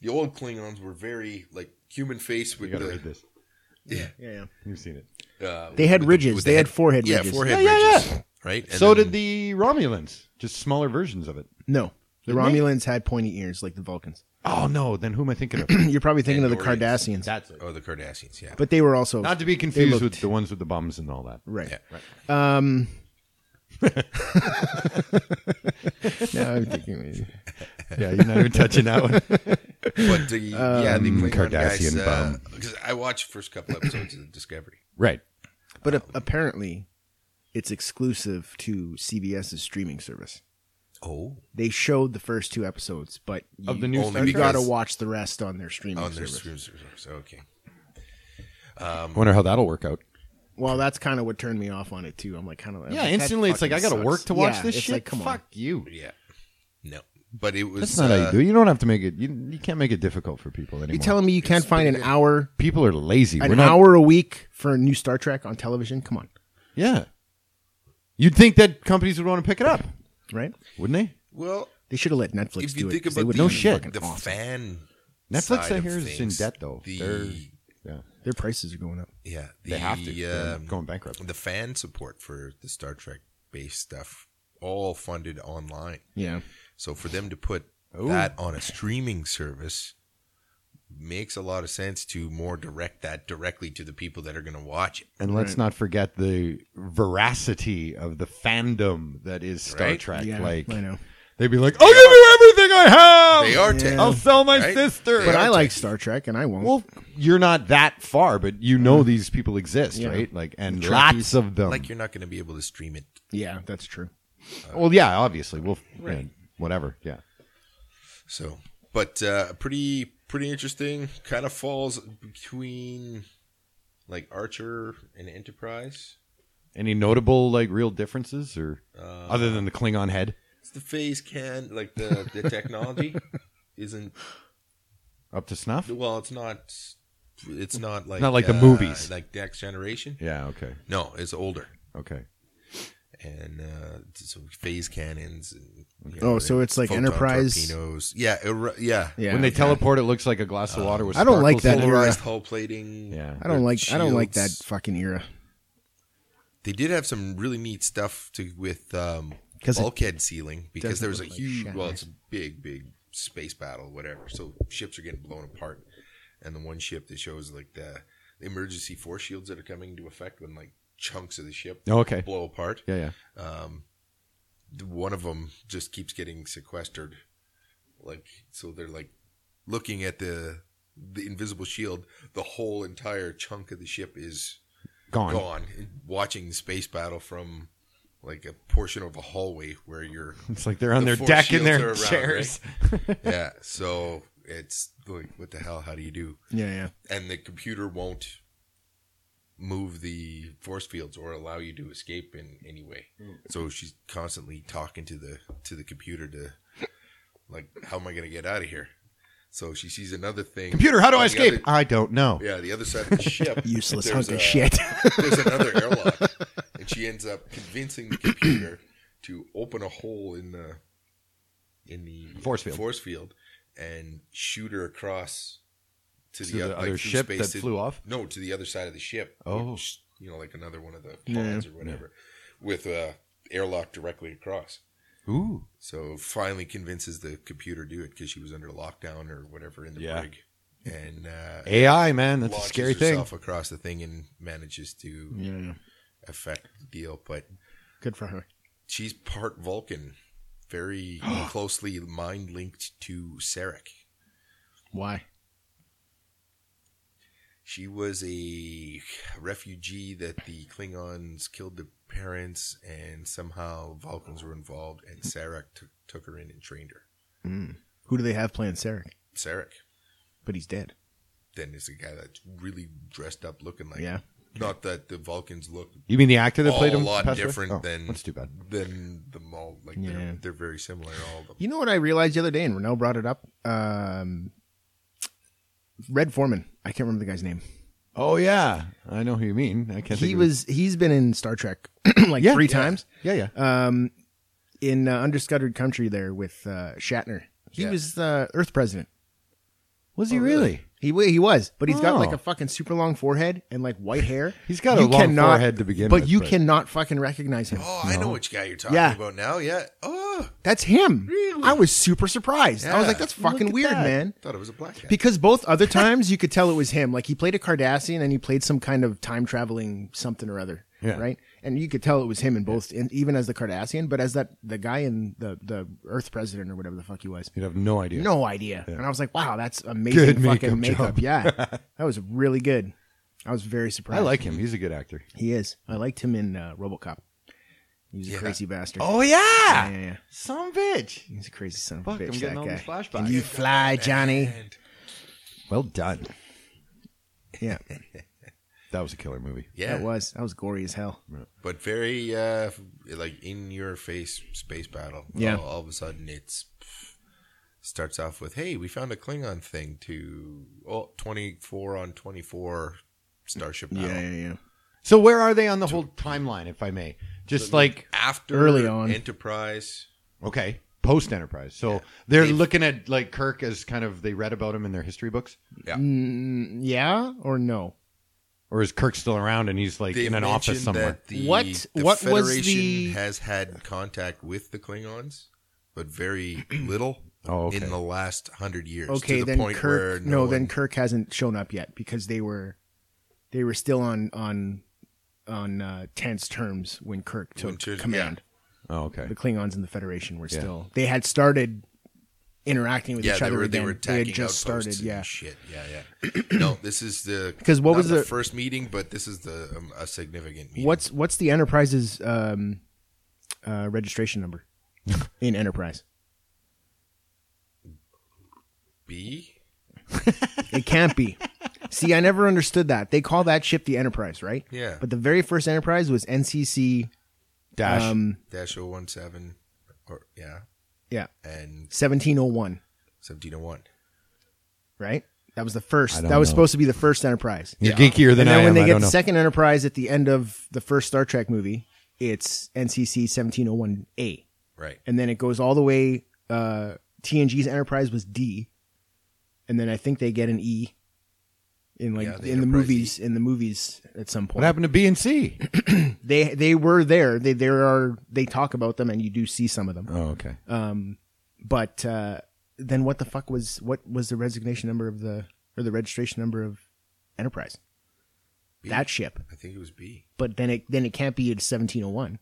C: The old Klingons were very like human face with
B: You got to
C: the
B: read this.
A: yeah, yeah.
B: You've seen it.
C: Uh,
A: They had
C: with the-
A: ridges.
C: with the
A: They had forehead
C: yeah,
A: ridges.
C: forehead
B: Yeah, yeah,
C: ridges. Right. And
B: so
C: then-
B: did the Romulans, just smaller versions of it.
A: no the
B: Didn't they?
A: romulans had pointy ears like the vulcans <clears throat>
B: Oh no! Then who am I thinking
C: <clears throat>
B: of?
A: You're probably thinking of the
C: Andorians.
A: Cardassians,
B: That's it.
C: oh the Cardassians. Yeah.
A: but they were also
B: Not to be confused
A: looked-
B: with the ones with the bums and all that.
A: right. <laughs>
C: Yeah.
A: Um, yeah, I'm thinking.
B: <laughs> Yeah, you're not even touching that one.
C: But the, yeah, the
B: Um,
C: Klingon
B: Cardassian
C: guys. uh 'cause I watched the first couple episodes of Discovery.
B: <laughs> Right.
A: But a- apparently, it's exclusive to CBS's streaming service.
C: Oh,
A: They showed the first two episodes, but you,
B: Of the new
C: Only
B: Star
A: you
B: Trek.
C: because-
A: got to watch the rest on their streaming
C: on their
A: service.
C: service. Okay. Um,
B: I wonder how that'll work out.
A: Well, that's kind of what turned me off on it too. I'm like, kind of
B: Yeah, instantly it's like I got to work to watch this
A: it's
B: shit.
A: Like, come
B: Fuck you.
C: Yeah. No, but it was.
B: That's not how
C: uh,
B: you do. it. You don't have to make it. You, you can't make it difficult for people
A: on,
B: anymore.
A: you telling me you can't find an hour,
B: people are lazy. We're
A: an
B: not.
A: hour a week for a new Star Trek on television? Come on,
B: Yeah. You'd think that companies would want to pick it up,
A: right?
B: wouldn't they?
C: Well,
A: They should have let Netflix
C: if you
A: do
C: think
A: it. 'cause they
C: about
A: would
C: the,
A: have
B: No
A: been
B: shit.
A: fucking
C: the
A: awesome.
C: fan
B: Netflix,
C: side
B: I
C: of
B: hear, is in
C: things,
B: debt, though.
C: The,
B: They're- Yeah.
A: Their prices are going up.
C: yeah, the,
B: They have to. They're
C: um,
B: going bankrupt.
C: The fan support for the Star Trek based stuff, all funded online.
A: Yeah.
C: So for them to put that on a streaming service makes a lot of sense to more direct that directly to the people that are going to watch it.
B: And let's not forget the veracity of the fandom that is Star
C: Right?
B: Trek.
A: Yeah,
B: like
A: I know.
B: they'd be like, "I'll give you everything I have.
C: They are tech.
B: I'll sell my
C: Right?
B: sister."
C: They
A: But
C: are
A: I like
C: taking-
A: Star Trek, and I won't.
B: well, you're not that far, but you know Mm. these people exist,
A: Yeah.
B: right? Like, and
A: Trekkies.
B: lots of them.
C: Like you're not going to be able to stream it.
A: yeah, that's true.
B: well, yeah, obviously, we'll yeah, whatever. Yeah,
C: So, but uh, pretty pretty interesting. Kind of falls between like Archer and Enterprise.
B: Any notable like real differences, or
C: Um,
B: other than the Klingon head?
C: It's the phase can like the the
B: <laughs>
C: technology isn't
B: Up to snuff?
C: well. It's not. It's not like uh,
B: Not like the movies.
C: like Next Generation.
B: Yeah. Okay.
C: No, it's older
B: Okay.
C: and uh, so phase cannons. And, you
A: Oh, so it's like
C: photon
A: Enterprise?
C: torpedoes. Yeah, er- yeah, Uh,
A: Yeah.
B: When they teleport, it looks like a glass of water with.
A: I don't like
B: sparkles
A: that
B: all over it.
C: Polarized hull plating.
B: Yeah.
A: I don't like. I don't like that
C: Shields.
A: fucking era.
C: They did have some really neat stuff to with um,
A: 'Cause it
C: bulkhead sealing because
A: doesn't
C: there was a
A: look like
C: huge,
A: shit.
C: well, it's a big, big space battle, whatever. So ships are getting blown apart, and the one ship that shows like the emergency force shields that are coming into effect when like chunks of the ship
B: Oh, okay.
C: blow apart. um,
B: Yeah. Yeah.
C: the- one of them just keeps getting sequestered. Like so, they're like looking at the the invisible shield. The whole entire chunk of the ship is
B: Gone.
C: gone. Watching the space battle from like a portion of a hallway
B: <laughs>
C: where you're.
B: It's like they're on their
C: The four
B: deck in
C: shields
B: their
C: are around,
B: chairs.
C: yeah, so it's like, what the hell? How do you do?
A: Yeah, yeah.
C: And the computer won't move the force fields or allow you to escape in any way.
B: Hmm.
C: So she's constantly talking to the to the computer to like, how am I going to get out of here? So she sees another thing.
B: Computer, how do
C: on
B: I
C: the
B: escape?
C: other-
B: I don't know.
C: yeah, the other side of the
B: <laughs>
C: ship.
A: Useless hunk
C: there's
A: of <laughs>
C: a-
A: shit.
C: there's another airlock, and she ends up convincing the computer to open a hole in the in the
B: Force field.
C: force field and shoot her across to,
B: To
C: the,
B: the
C: oth- like,
B: other
C: through
B: ship that
C: to-
B: flew off?
C: No, to the other side of the ship.
B: Oh.
C: which, you know, like another one of the pods or whatever, with a airlock directly across.
B: Ooh.
C: So finally convinces the computer to do it because she was under lockdown or whatever in the
B: Yeah.
C: brig, and uh,
B: AI, man, that's a
C: launches
B: scary thing.
C: herself across the thing and manages to
A: yeah,
C: affect the deal. But
A: good for her.
C: she's part Vulcan,
A: <gasps>
C: very closely mind linked to Sarek.
A: Why?
C: She was a refugee that the Klingons killed the parents, and somehow Vulcans were involved, and Sarek took took her in and trained her.
A: Who do they have playing Sarek?
C: Sarek
A: But he's dead.
C: then is a guy that's really dressed up looking like.
A: Yeah.
C: Not that the Vulcans look
B: You mean the actor that
C: all
B: played
C: a
B: him?
C: lot
B: passed away?
C: different
B: Oh,
C: than
B: That's too bad.
C: than the mall. Like
A: Yeah.
C: they're, they're very similar. All of them.
A: You know what I realized the other day, and Renell brought it up. Um, Red Foreman. I can't remember the guy's name.
B: Oh yeah, I know who you mean. I can't. think
A: He
B: of-
A: was. He's been in Star Trek <clears throat> like
B: Yeah.
A: three
B: Yeah.
A: times.
B: Yeah, yeah.
C: Uh,
A: Um, in uh, Underscuttered Country there with uh, Shatner. He
C: Yeah.
A: was uh, Earth president.
B: was
C: oh,
B: he really?
A: He wa- he was, but he's got
B: Oh.
A: like a fucking super long forehead and like white hair.
B: He's got a long forehead to begin
A: but
B: with,
A: you
B: but-
A: cannot fucking recognize him.
C: Oh, I know which guy you're talking
A: Yeah.
C: about now. Yeah. Oh,
A: That's him.
C: Really?
A: I was super surprised. I was
C: Yeah.
A: like, that's
B: Look
A: fucking
B: at
A: weird,
B: that.
A: man.
C: thought it was a black guy.
A: Because both
B: <laughs>
A: other times you could tell it was him. Like he played a Cardassian and he played some kind of time traveling something or other.
B: Yeah.
A: Right? And you could tell it was him in both and even as the Cardassian, but as that the guy in the, the Earth president or whatever the fuck he was.
B: You'd have no idea.
A: No idea. And I was like, wow, that's amazing
B: Good
A: fucking makeup.
B: makeup job.
A: Yeah.
B: <laughs>
A: that was really good. I was very
B: I
A: surprised.
B: like him. He's a good actor.
A: He is. I liked him in uh, RoboCop. He was a
C: Yeah.
A: crazy bastard.
B: Oh, yeah,
A: Yeah, yeah, yeah.
B: some bitch.
A: He's a crazy son of
B: Fuck,
A: a
B: I'm
A: bitch,
B: getting
A: that
B: all
A: guy.
B: these flashbacks.
A: Can you fly, Johnny?
C: And
B: Well done.
C: <laughs>
A: Yeah,
B: That was a killer movie.
C: yeah,
A: that was. That was gory as hell.
C: but very uh, like in your face space battle.
A: Yeah.
C: All, all of a sudden, it's starts off with, "Hey, we found a Klingon thing to oh, 24 on twenty four starship battle."
A: yeah.
B: So where are they on the whole timeline, if I may? Just like
C: After
A: Early on.
C: Enterprise,
B: okay, post Enterprise. So they're
C: They've-
B: looking at like Kirk as kind of they read about him in their history books,
A: Mm, yeah or no?
B: or is Kirk still around and he's like
C: they
B: in an office
C: mentioned
B: somewhere?
C: that the,
A: What-
C: the
A: what was
C: Federation
A: the-
C: has had contact with the Klingons, but very little.
B: Oh, okay.
C: In the last hundred years,
A: Okay,
C: to the
A: then
C: point where
A: Kirk. No,
C: one-
A: then Kirk hasn't shown up yet because they were, they were still on on, on uh, tense terms when Kirk took
C: When Kirk-
A: command.
B: Oh, okay.
A: The Klingons and the Federation were still. They had started interacting with
C: yeah,
A: each
C: they
A: other.
C: were they
A: again.
C: were
A: had
C: attacking
A: just started.
C: outposts and
A: Yeah,
C: shit. Yeah,
A: <clears throat>
C: yeah. no, this is the
A: 'Cause what
C: not
A: was
C: the
A: the-
C: first meeting, but this is the um, a significant meeting.
A: What's what's the Enterprise's um, uh, registration
B: <laughs>
A: number in Enterprise?
C: B?
A: It can't be. See, I never understood that. They call that ship the Enterprise, right?
C: Yeah.
A: But the very first Enterprise was NCC
B: Dash.
A: um,
C: Dash 017 or yeah,
A: yeah
C: and
A: 1701,
C: 1701.
A: right? That was the
B: I
A: first.
B: don't
A: That was
B: know.
A: supposed to be the first Enterprise.
B: You're geekier than
A: and then
B: I
A: when
B: am.
A: they
B: I
A: get
B: don't
A: the
B: know.
A: second Enterprise at the end of the first Star Trek movie, it's NCC 1701A,
C: Right.
A: and then it goes all the way. Uh, TNG's Enterprise was D, and then I think they get an E in like
C: Yeah, the
A: in the
C: Enterprise
A: movies in the movies at some point.
B: what happened to B and <coughs> C?
A: they they were there. They there are they talk about them, and you do see some of them.
B: Oh, okay.
A: But uh, then what the fuck was what was the resignation number of the or the registration number of Enterprise? That ship.
C: I think it was B.
A: But then it then it can't be at seventeen oh one.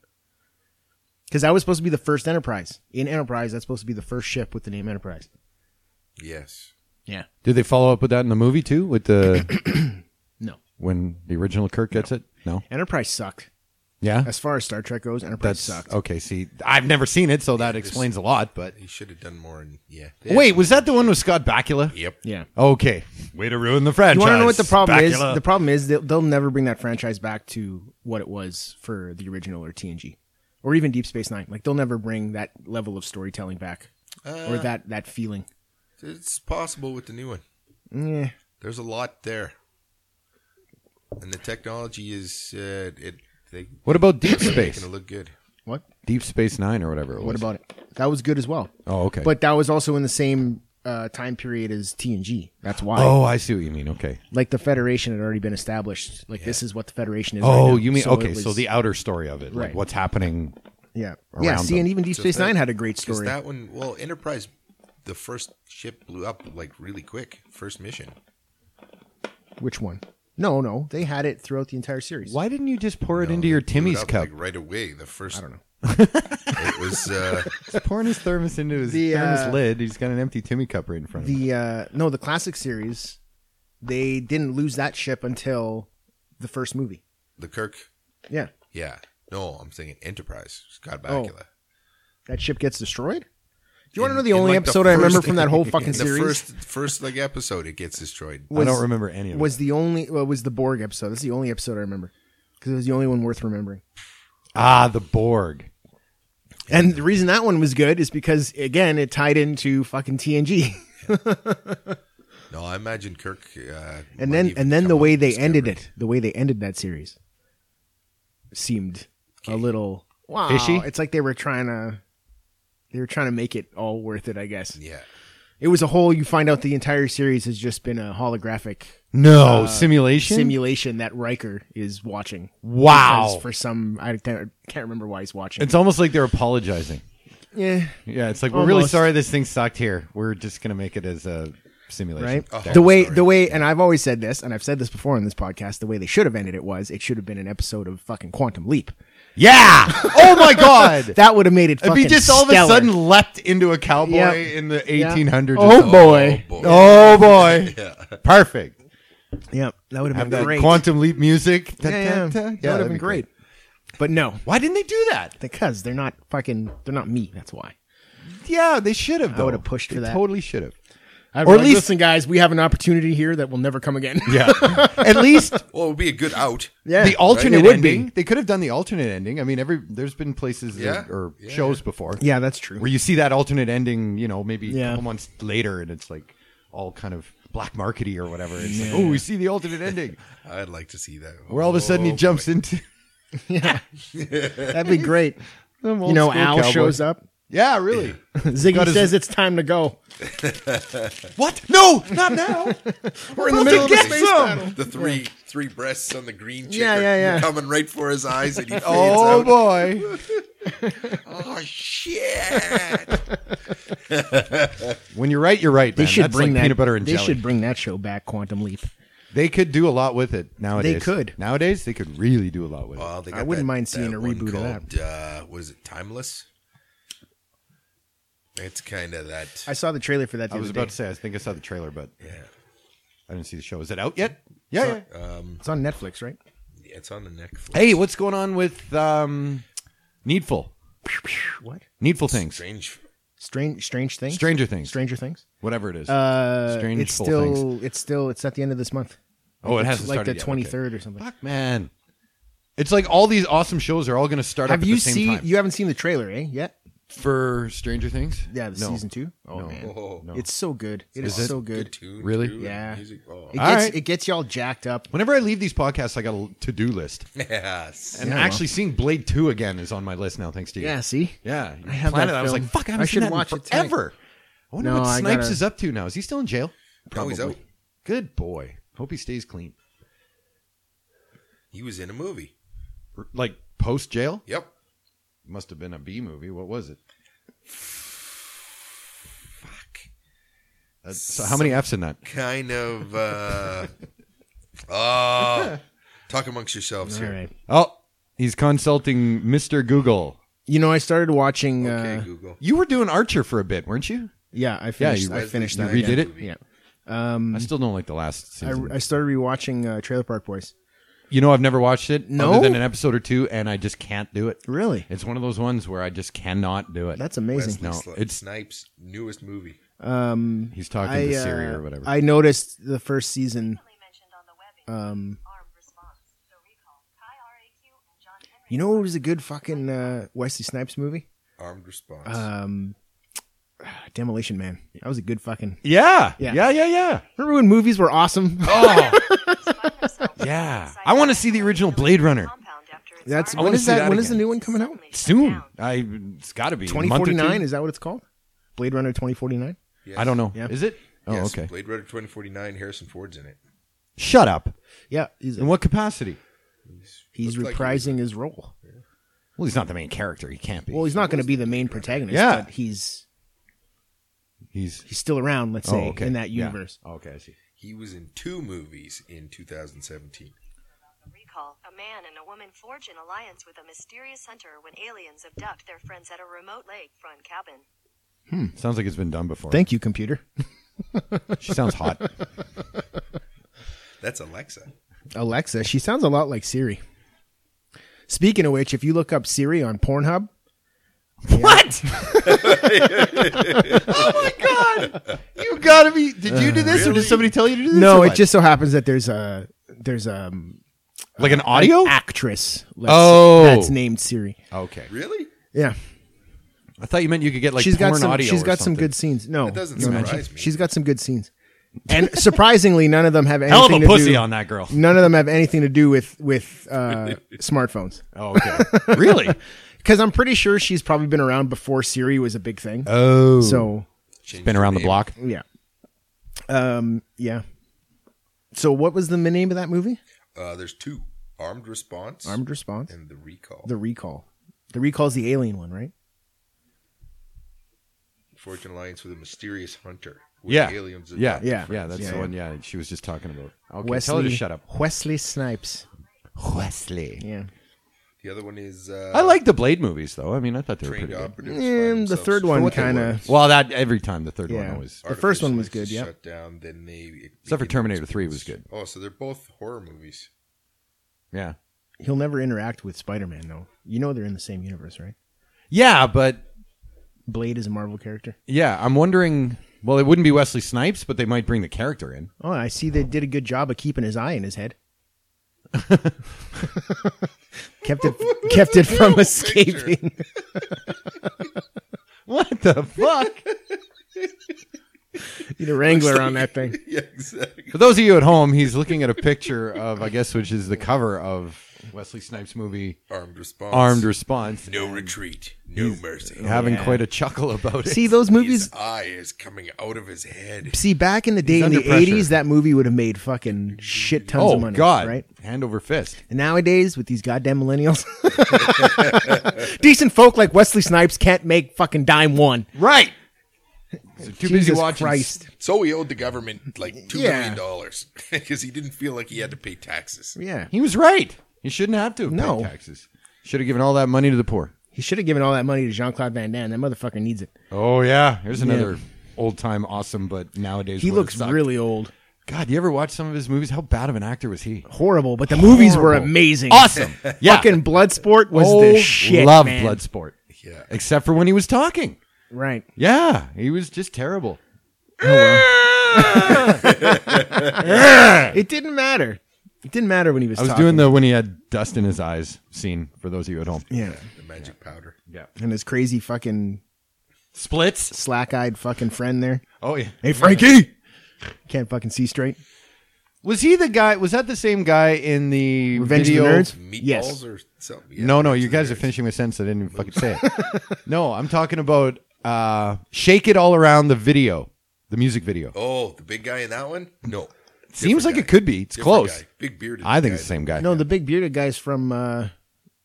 A: Because that was supposed to be the first Enterprise. In Enterprise, that's supposed to be the first ship with the name Enterprise.
C: Yes.
A: Yeah.
B: Did they follow up with that in the movie too? With the
A: No.
B: <coughs> when the original Kirk gets it? No.
A: Enterprise sucked.
B: Yeah.
A: As far as Star Trek goes, Enterprise
B: That's
A: sucked.
B: okay. See, I've never seen it, so that explains a lot. But
C: He should have done more. And yeah.
A: Oh,
B: wait, was that the one with Scott Bakula?
C: Yep.
A: Yeah.
B: Okay, way to ruin the franchise.
A: You want to know what the problem is?
B: Bakula.
A: The problem is they'll, they'll never bring that franchise back to what it was for the original or TNG, or even Deep Space Nine. Like they'll never bring that level of storytelling back,
B: Uh,
A: or that that feeling.
C: It's possible with the new one.
A: Yeah.
C: There's a lot there, and the technology is uh, it. They
B: what about Deep
C: making
B: Space?
C: it look good.
A: What?
B: Deep Space Nine or whatever. It was.
A: What about it? That was good as well.
B: Oh, okay.
A: But that was also in the same uh, time period as TNG. That's why.
B: oh, I see what you mean. Okay.
A: Like the Federation had already been established. Like this is what the Federation is. right
B: Oh,
A: now.
B: you mean
A: So
B: okay?
A: it was-
B: So the outer story of it, like
A: Right.
B: what's happening.
A: yeah yeah.
B: around
A: See,
B: them.
A: and even Deep Space Nine had a great
C: Because
A: story.
C: that one, well, Enterprise, the first ship blew up like really quick. First mission.
A: Which one? No, no, they had it throughout the entire series.
B: Why didn't you just pour it into your
C: Blew it
B: Timmy's
C: up,
B: cup?
C: like, right away. The first. I
A: don't know.
C: <laughs> it was. Uh,
B: He's <laughs> pouring his thermos into his
A: The,
B: thermos
A: uh,
B: lid. He's got an empty Timmy cup right in front of him.
A: the uh no the classic series they didn't lose that ship until the first movie
C: the Kirk.
A: yeah
C: Yeah. No, I'm thinking Enterprise. Scott
A: Oh.
C: Bakula.
A: that ship gets destroyed do you want to
C: In-
A: know the
C: in,
A: only
C: like, the
A: episode i remember
C: first-
A: from
C: <laughs>
A: that whole fucking
C: in
A: series
C: The first, first like episode, it gets destroyed.
B: I
A: was-
B: don't remember any of
A: was
B: it.
A: the only well, it was the borg episode that's the only episode i remember because it was the only one worth remembering
B: Ah, the Borg.
A: and the reason that one was good is because again it tied into fucking tng <laughs>
C: No, I imagine Kirk. Uh,
A: and
C: might
A: then
C: even
A: and then
C: come
A: the
C: up
A: way
C: with
A: they ended
C: Discovery.
A: it the way they ended that series seemed a little wow
B: Fishy?
A: it's like they were trying to they were trying to make it all worth it i guess
C: Yeah.
A: it was a whole you find out the entire series has just been a holographic
B: No simulation.
A: simulation that Riker is watching
B: wow.
A: Because for some I can't, can't remember why he's watching
B: It's almost like they're apologizing.
A: yeah
B: Yeah, it's like we're really
A: Almost.
B: sorry this thing sucked here. We're just gonna make it as a simulation.
A: right
C: Oh,
A: the way
C: sorry.
A: the way and I've always said this and I've said this before on this podcast the way they should have ended it was it should have been an episode of fucking Quantum Leap
B: Yeah. Oh
A: <laughs>
B: my god.
A: that would have made it
B: If
A: fucking
B: he just all of a
A: stellar.
B: sudden leapt into a cowboy
A: Yep.
B: in the
A: Yeah.
B: 1800s.
A: Oh, boy.
C: Oh, boy.
B: Oh boy. Perfect.
A: Yep, that would have
B: Have
A: been
B: that
A: great.
B: quantum leap music.
A: yeah, yeah. that would have
B: that'd
A: been
B: be
A: great. But no,
B: Why didn't they do that?
A: because they're not fucking. They're not me. That's why.
B: Yeah, they should have.
A: I would've pushed for
B: They
A: that.
B: Totally should have.
A: I've
B: Or at
A: like,
B: least-
A: listen, guys, we have an opportunity here that will never come again.
B: Yeah. <laughs> At least
C: Well, it would be a good out.
A: <laughs> yeah,
B: the alternate
A: It would be.
B: ending. They could have done the alternate ending. I mean, every there's been places
C: Yeah.
B: that- or
C: Yeah,
B: shows before
A: Yeah, that's true. <laughs>
B: where you see that alternate ending. You know, maybe a
A: Yeah.
B: couple months later, and it's like all kind of black markety or whatever. It's like, oh, we see the alternate ending
C: I'd like to see that.
B: where all of a sudden he
C: Oh,
B: jumps into <laughs>
A: That'd be great.
B: some
A: you
B: old
A: know,
B: school
A: Al
B: cowboy.
A: shows up.
B: Yeah, really.
A: Ziggy
B: his-
A: says it's time to go.
B: <laughs> what? No, not <laughs> now.
A: We're in the middle
B: middle of
A: of
B: a
A: the
B: Get space
A: space
B: some!
A: battle.
C: The three three breasts on the green chick
A: Yeah,
C: are
A: yeah, yeah.
C: coming right for his
A: <laughs>
C: eyes, and he fades
B: oh
C: out.
B: boy.
C: Oh shit!
B: When you're right, you're right.
A: They
B: man.
A: should
B: That's
A: bring
B: like
A: that.
B: peanut butter and
A: they
B: jelly.
A: should bring that show back. Quantum Leap.
B: They could do a lot with it nowadays.
A: could.
B: Nowadays, they could really do a lot with it.
C: <laughs> Well, they
A: I
C: got
A: wouldn't
C: that-
A: mind seeing
C: that
A: a
C: one
A: reboot of
C: called, Uh, what is it? Timeless. It's kind of that.
A: I saw the trailer for that. The
B: I was
A: other
B: about
A: day.
B: to say, I think I saw the trailer, but
C: yeah.
B: I didn't see the show. Is it out yet? Yeah. yeah.
A: It's on Netflix, right?
C: It's on the Netflix.
B: Hey, what's going on with um, Needful?
A: What?
B: Needful things.
C: Strange.
A: Strange, strange things.
B: Stranger Things.
A: Stranger Things.
B: Whatever it is.
A: Uh,
B: Strange
A: it's
B: full
A: still.
B: things.
A: It's still. It's at the end of this month.
B: oh, it
A: It's
B: hasn't
A: like
B: started
A: the
B: yet.
A: twenty third or something.
B: Okay. Fuck, man. It's like all these awesome shows are all going to start up
A: Have
B: at
A: you
B: the same
A: seen?
B: time.
A: You haven't seen the trailer, eh? Yet?
B: For Stranger Things?
A: Yeah, the
B: No.
A: season two. Oh
B: No.
A: man,
C: Oh,
B: No.
A: it's so good. It is,
B: Is it?
A: so good.
C: good tune.
B: Really?
C: too, and
A: Yeah.
C: Music. Oh.
A: It
B: All
A: gets
B: right.
A: it gets y'all jacked up.
B: Whenever I leave these podcasts, I got a to do list.
C: <laughs> Yes.
B: And actually, seeing Blade 2 again is on my list now, thanks to you.
A: Yeah, see,
B: Yeah. You
A: I have
B: planned
A: that
B: it. I was
A: film.
B: like, fuck, I haven't
A: I
B: seen
A: should
B: that in
A: watch it tonight.
B: forever. I wonder
A: No,
B: what
A: I
B: Snipes
A: gotta-
B: is up to now. Is he still in jail?
C: No, he's out.
B: Good boy. Hope he stays clean.
C: He was in a movie.
B: R- Like post jail?
C: Yep.
B: Must have been a B movie. What was it?
C: Fuck.
B: That's, so how many F's in that?
C: Kind of. uh Oh. Talk amongst yourselves
A: all
C: here.
A: right.
B: Oh, he's consulting Mr. Google.
A: You know, I started watching.
C: Okay,
A: uh,
C: Google.
B: You were doing Archer for a bit, weren't you?
A: yeah, I finished.
B: you-
A: I finished
B: you
A: that.
B: redid
A: again.
B: it?
A: Yeah,
B: I still don't like the last
A: Mm. I,
B: season.
A: I started rewatching uh, Trailer Park Boys.
B: You know, I've never watched it
A: No?
B: other than an episode or two, and I just can't do it.
A: Really?
B: It's one of those ones where I just cannot do it.
A: That's amazing.
B: No,
C: Sli-
B: it's-
C: Snipes' newest movie.
A: Um,
B: He's talking
A: I,
B: to Siri
A: uh,
B: or whatever.
A: I noticed the first season.
F: mentioned on the web
A: Um,
F: armed response, the recall, Kai RAQ, and John Henry.
A: you know what was a good fucking uh, Wesley Snipes movie?
C: Armed Response.
B: Uh,
A: Um, <sighs> Demolition Man. That was a good fucking.
B: yeah,
A: Yeah.
B: yeah, yeah, yeah,
A: <laughs>
B: yeah.
A: Remember when movies were awesome? <laughs>
B: Oh,
F: Find themselves
B: <laughs> yeah.
F: inside
B: I want to
F: the
B: see the original Blade Runner
F: compound after its
A: That's
F: armed
B: I
A: when
B: wanna
A: is
B: see
A: that?
B: that
A: when is
B: again.
A: the new one coming out?
F: suddenly shut
B: soon.
F: down.
B: I it's got to be a month or
A: Twenty
B: two.
A: forty nine is that what it's called? Blade Runner twenty forty nine.
C: Yes.
B: I don't know.
A: Yeah.
B: Is it? Oh,
C: Yes,
B: okay.
C: Blade Runner 2049, Harrison Ford's in it.
B: Shut up.
A: Yeah, he's
B: In what capacity?
A: he's
C: Looks like
A: reprising his role.
B: Well, he's not the main character. He can't be.
A: Well, he's not going to be the main protagonist.
B: Yeah.
A: but he's
B: he's.
A: he's still around. Let's say
B: oh, okay.
A: in that
B: Yeah.
A: universe.
B: Oh, okay, I see.
C: He was in two movies in 2017.
F: The recall, a man and a woman forge an alliance with a mysterious hunter when aliens abduct their friends at a remote lakefront cabin.
B: Sounds like it's been done before.
A: Thank you, computer. <laughs>
B: she sounds <laughs> hot.
C: That's Alexa.
A: Alexa, she sounds a lot like Siri. Speaking of which, if you look up Siri on Pornhub,
B: What? <laughs> oh my god! You gotta be. Did you do this, or did somebody tell you to do this?
A: no,
B: or
A: it
B: what?
A: just so happens that there's a there's a um,
B: like ah. an audio.
A: actress. Let's
B: Oh.
A: say, that's named Siri.
B: okay,
C: Really?
A: Yeah,
B: I thought you meant you could get like
A: she's got
B: porn
A: some
B: audio.
A: she's
B: or
A: got some
B: something.
A: good scenes. No,
C: That doesn't
A: no, no,
C: surprise me.
A: She's got some good scenes, and <laughs> surprisingly, none of them have anything
B: Hell of a
A: to
B: pussy
A: do.
B: on that girl.
A: None of them have anything to do with with uh,
C: <laughs>
A: smartphones.
B: Oh, okay. <laughs> really?
A: Because I'm pretty sure she's probably been around before Siri was a big thing.
B: Oh,
A: so
C: She's
B: been around the block.
A: Yeah. Um. Yeah. So what was the name of that movie?
C: Uh, there's two Armed Response
A: Armed Response.
C: and The Recall.
A: The Recall. The Recall's the alien one, right?
C: Forge an alliance with a mysterious hunter. With
B: Yeah.
C: Aliens. that-
B: Yeah.
A: Yeah.
B: Yeah. That's
A: Yeah,
B: the
A: yeah.
B: one. Yeah. She was just talking about. Okay. Tell her to shut up.
A: Wesley Snipes.
B: Wesley.
A: Yeah.
C: The other one is. Uh,
B: I like the Blade movies though. I mean, I thought they were
C: trained
B: pretty good.
C: operatives. find
A: And the
C: themselves
A: third one
C: what they
A: kind
C: were.
A: of.
B: Well, that every time the third one
A: Yeah.
B: always.
A: The first one was good,
C: Artificial
A: yeah.
C: Shut down. Then they.
B: Except for Terminator 3 was good.
C: Oh, so they're both horror movies. <laughs>
B: Yeah.
A: He'll never interact with Spider-Man though. You know they're in the same universe, right?
B: Yeah, but
A: Blade is a Marvel character.
B: yeah, I'm wondering. Well, it wouldn't be Wesley Snipes, but they might bring the character in.
A: Oh, I see. They did a good job of keeping his eye in his
B: <laughs>
A: head. kept it, kept it from escaping.
B: <laughs> What the fuck?
A: Need a wrangler on that thing.
C: yeah,
B: <laughs>
C: exactly.
B: For those of you at home, he's looking at a picture of, I guess, which is the cover of Wesley Snipes' movie
C: Armed Response.
B: Armed Response,
C: No retreat. No mercy.
B: having
A: yeah.
B: quite a chuckle about it.
A: See those movies.
C: His eye is coming out of his head.
A: See, back in the day, in
B: under
A: the
B: pressure.
A: eighties, that movie would have made fucking shit tons
B: oh
A: of money.
B: God!
A: Right?
B: Hand over fist.
A: And nowadays, with these goddamn millennials, <laughs> decent folk like Wesley Snipes can't make fucking dime one.
B: Right. So too busy
A: Jesus
B: watching.
A: Christ.
C: So he owed the government like two
A: Yeah.
C: million dollars <laughs> because he didn't feel like he had to pay taxes.
A: Yeah,
B: He was right. He shouldn't have to have
A: No.
B: paid taxes. Should have given all that money to the poor.
A: he should have given all that money to Jean Claude Van Damme. That motherfucker needs it.
B: Oh yeah, here's another old time awesome, but nowadays
A: He
B: would have
A: looks
B: sucked.
A: really old,
B: God, you ever watch some of his movies? How bad of an actor was he?
A: horrible, but the movies were
B: Horrible.
A: amazing.
B: <laughs> Awesome. Yeah.
A: Fucking Bloodsport was
B: oh,
A: the shit.
B: Love
A: man.
B: Bloodsport.
C: Yeah.
B: Except for when he was talking.
A: Right.
B: Yeah, he was just terrible.
A: It didn't matter. It didn't matter when he was.
B: I was
A: talking.
B: doing the when he had dust in his eyes scene for those of you at home.
A: yeah,
C: The magic powder.
A: and his crazy fucking
B: Splits.
A: slack-eyed fucking friend there.
B: Oh yeah.
A: Hey, Frankie! Can't fucking see straight.
B: Was he the guy? Was that the same guy in the
A: Revenge of the
B: video?
A: Nerds?
C: Meatballs
A: Yes.
C: or something. Yeah,
B: No, no,
C: that's
B: you guys are
C: hilarious.
B: finishing my sentence. I didn't even fucking say it.
A: <laughs>
B: no, I'm talking about uh, "Shake It All Around" the video, the music video.
C: Oh, the big guy in that one? No.
B: Seems
C: Different
B: like
C: guy.
B: it could be. It's
C: Different
B: close.
C: guy. Big bearded.
B: I think
C: guy,
B: it's the same guy.
A: No, the big bearded guy's from uh,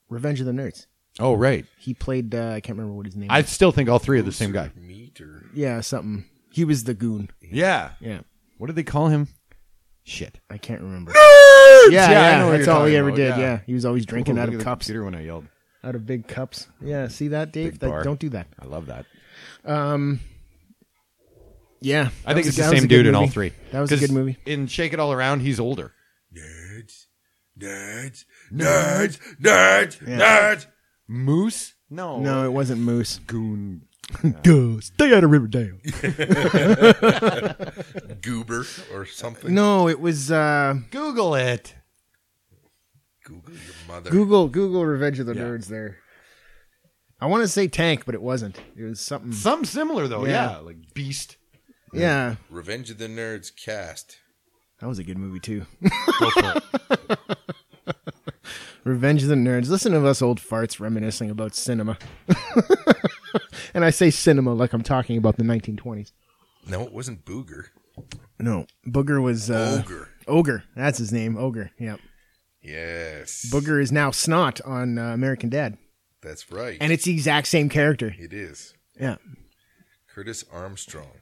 A: Revenge of the Nerds.
B: Oh, right.
A: He played, uh, I can't remember what his name
B: I
A: was.
B: still think all three are the same guy.
C: though. Meat or
A: Yeah, something. He was the goon.
B: Yeah.
A: Yeah,
B: What did they call him? Shit.
A: I can't remember. Yeah,
B: Yeah, I
A: yeah,
B: know what
A: that's
B: you're
A: all he
B: talking
A: ever
B: about,
A: did.
B: yeah.
A: Yeah. he was always drinking
B: Ooh,
A: out
B: look at
A: of
B: the
A: cups,
B: Computer when I yelled.
A: out of big cups. Yeah, see that, Dave?
B: Big
A: That-
B: bar.
A: don't do that.
B: I love that.
A: Yeah,
B: I
A: that was-
B: think it's
A: that
B: the
A: was a
B: same
A: good
B: dude in all
A: movie.
B: three.
A: That was a
B: 'Cause
A: good movie.
B: In Shake It All Around, he's older.
C: nerds. nerds, nerds, nerds, nerds.
B: Moose? No.
A: No, it wasn't Moose.
B: Goon.
A: <laughs> Duh, stay out of Riverdale.
C: Goober or something.
A: No, it was uh,
B: Google it.
C: Google your mother.
A: Google. Google Revenge of the Nerds. There, I want to say Tank, but it wasn't. It was something.
B: Some similar though, yeah.
A: Yeah.
B: Like Beast.
A: Yeah,
C: Revenge of the Nerds cast.
A: that was a good movie too. <laughs>
B: Go for it.
A: Revenge of the Nerds. Listen to us old farts reminiscing about cinema. <laughs> and I say cinema like I'm talking about the 1920s.
C: No, it wasn't Booger.
A: No, Booger was uh,
C: Ogre.
A: Ogre. That's his name. Ogre. Yeah.
C: Yes.
A: Booger is now Snot on uh, American Dad,
C: That's right.
A: and it's the exact same character.
C: it is.
A: Yeah.
C: Curtis Armstrong.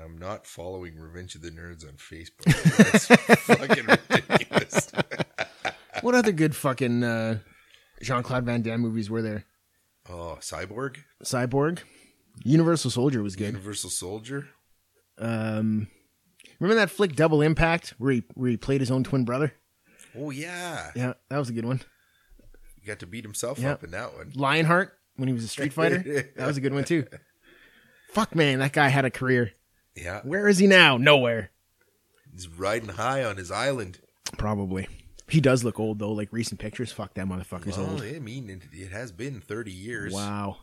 C: I'm not following Revenge of the Nerds on Facebook. That's
A: <laughs>
C: fucking ridiculous.
A: What other good fucking uh, Jean Claude Van Damme movies were there?
C: Oh, Cyborg?
A: Cyborg, Universal Soldier was good.
C: Universal Soldier?
A: Um, remember that flick Double Impact where he where he played his own twin brother?
C: Oh, yeah.
A: Yeah, that was a good one.
C: He got to beat himself
A: Yeah.
C: up in that one.
A: Lionheart when he was a Street Fighter. <laughs> that was a good one too. Fuck man, that guy had a career.
C: Yeah.
A: Where is he now? Nowhere.
C: He's riding high on his island.
A: Probably. He does look old though. Like recent pictures. Fuck that motherfucker's
C: Oh,
A: old.
C: I mean, it, it has been 30 years. <laughs>
A: Wow.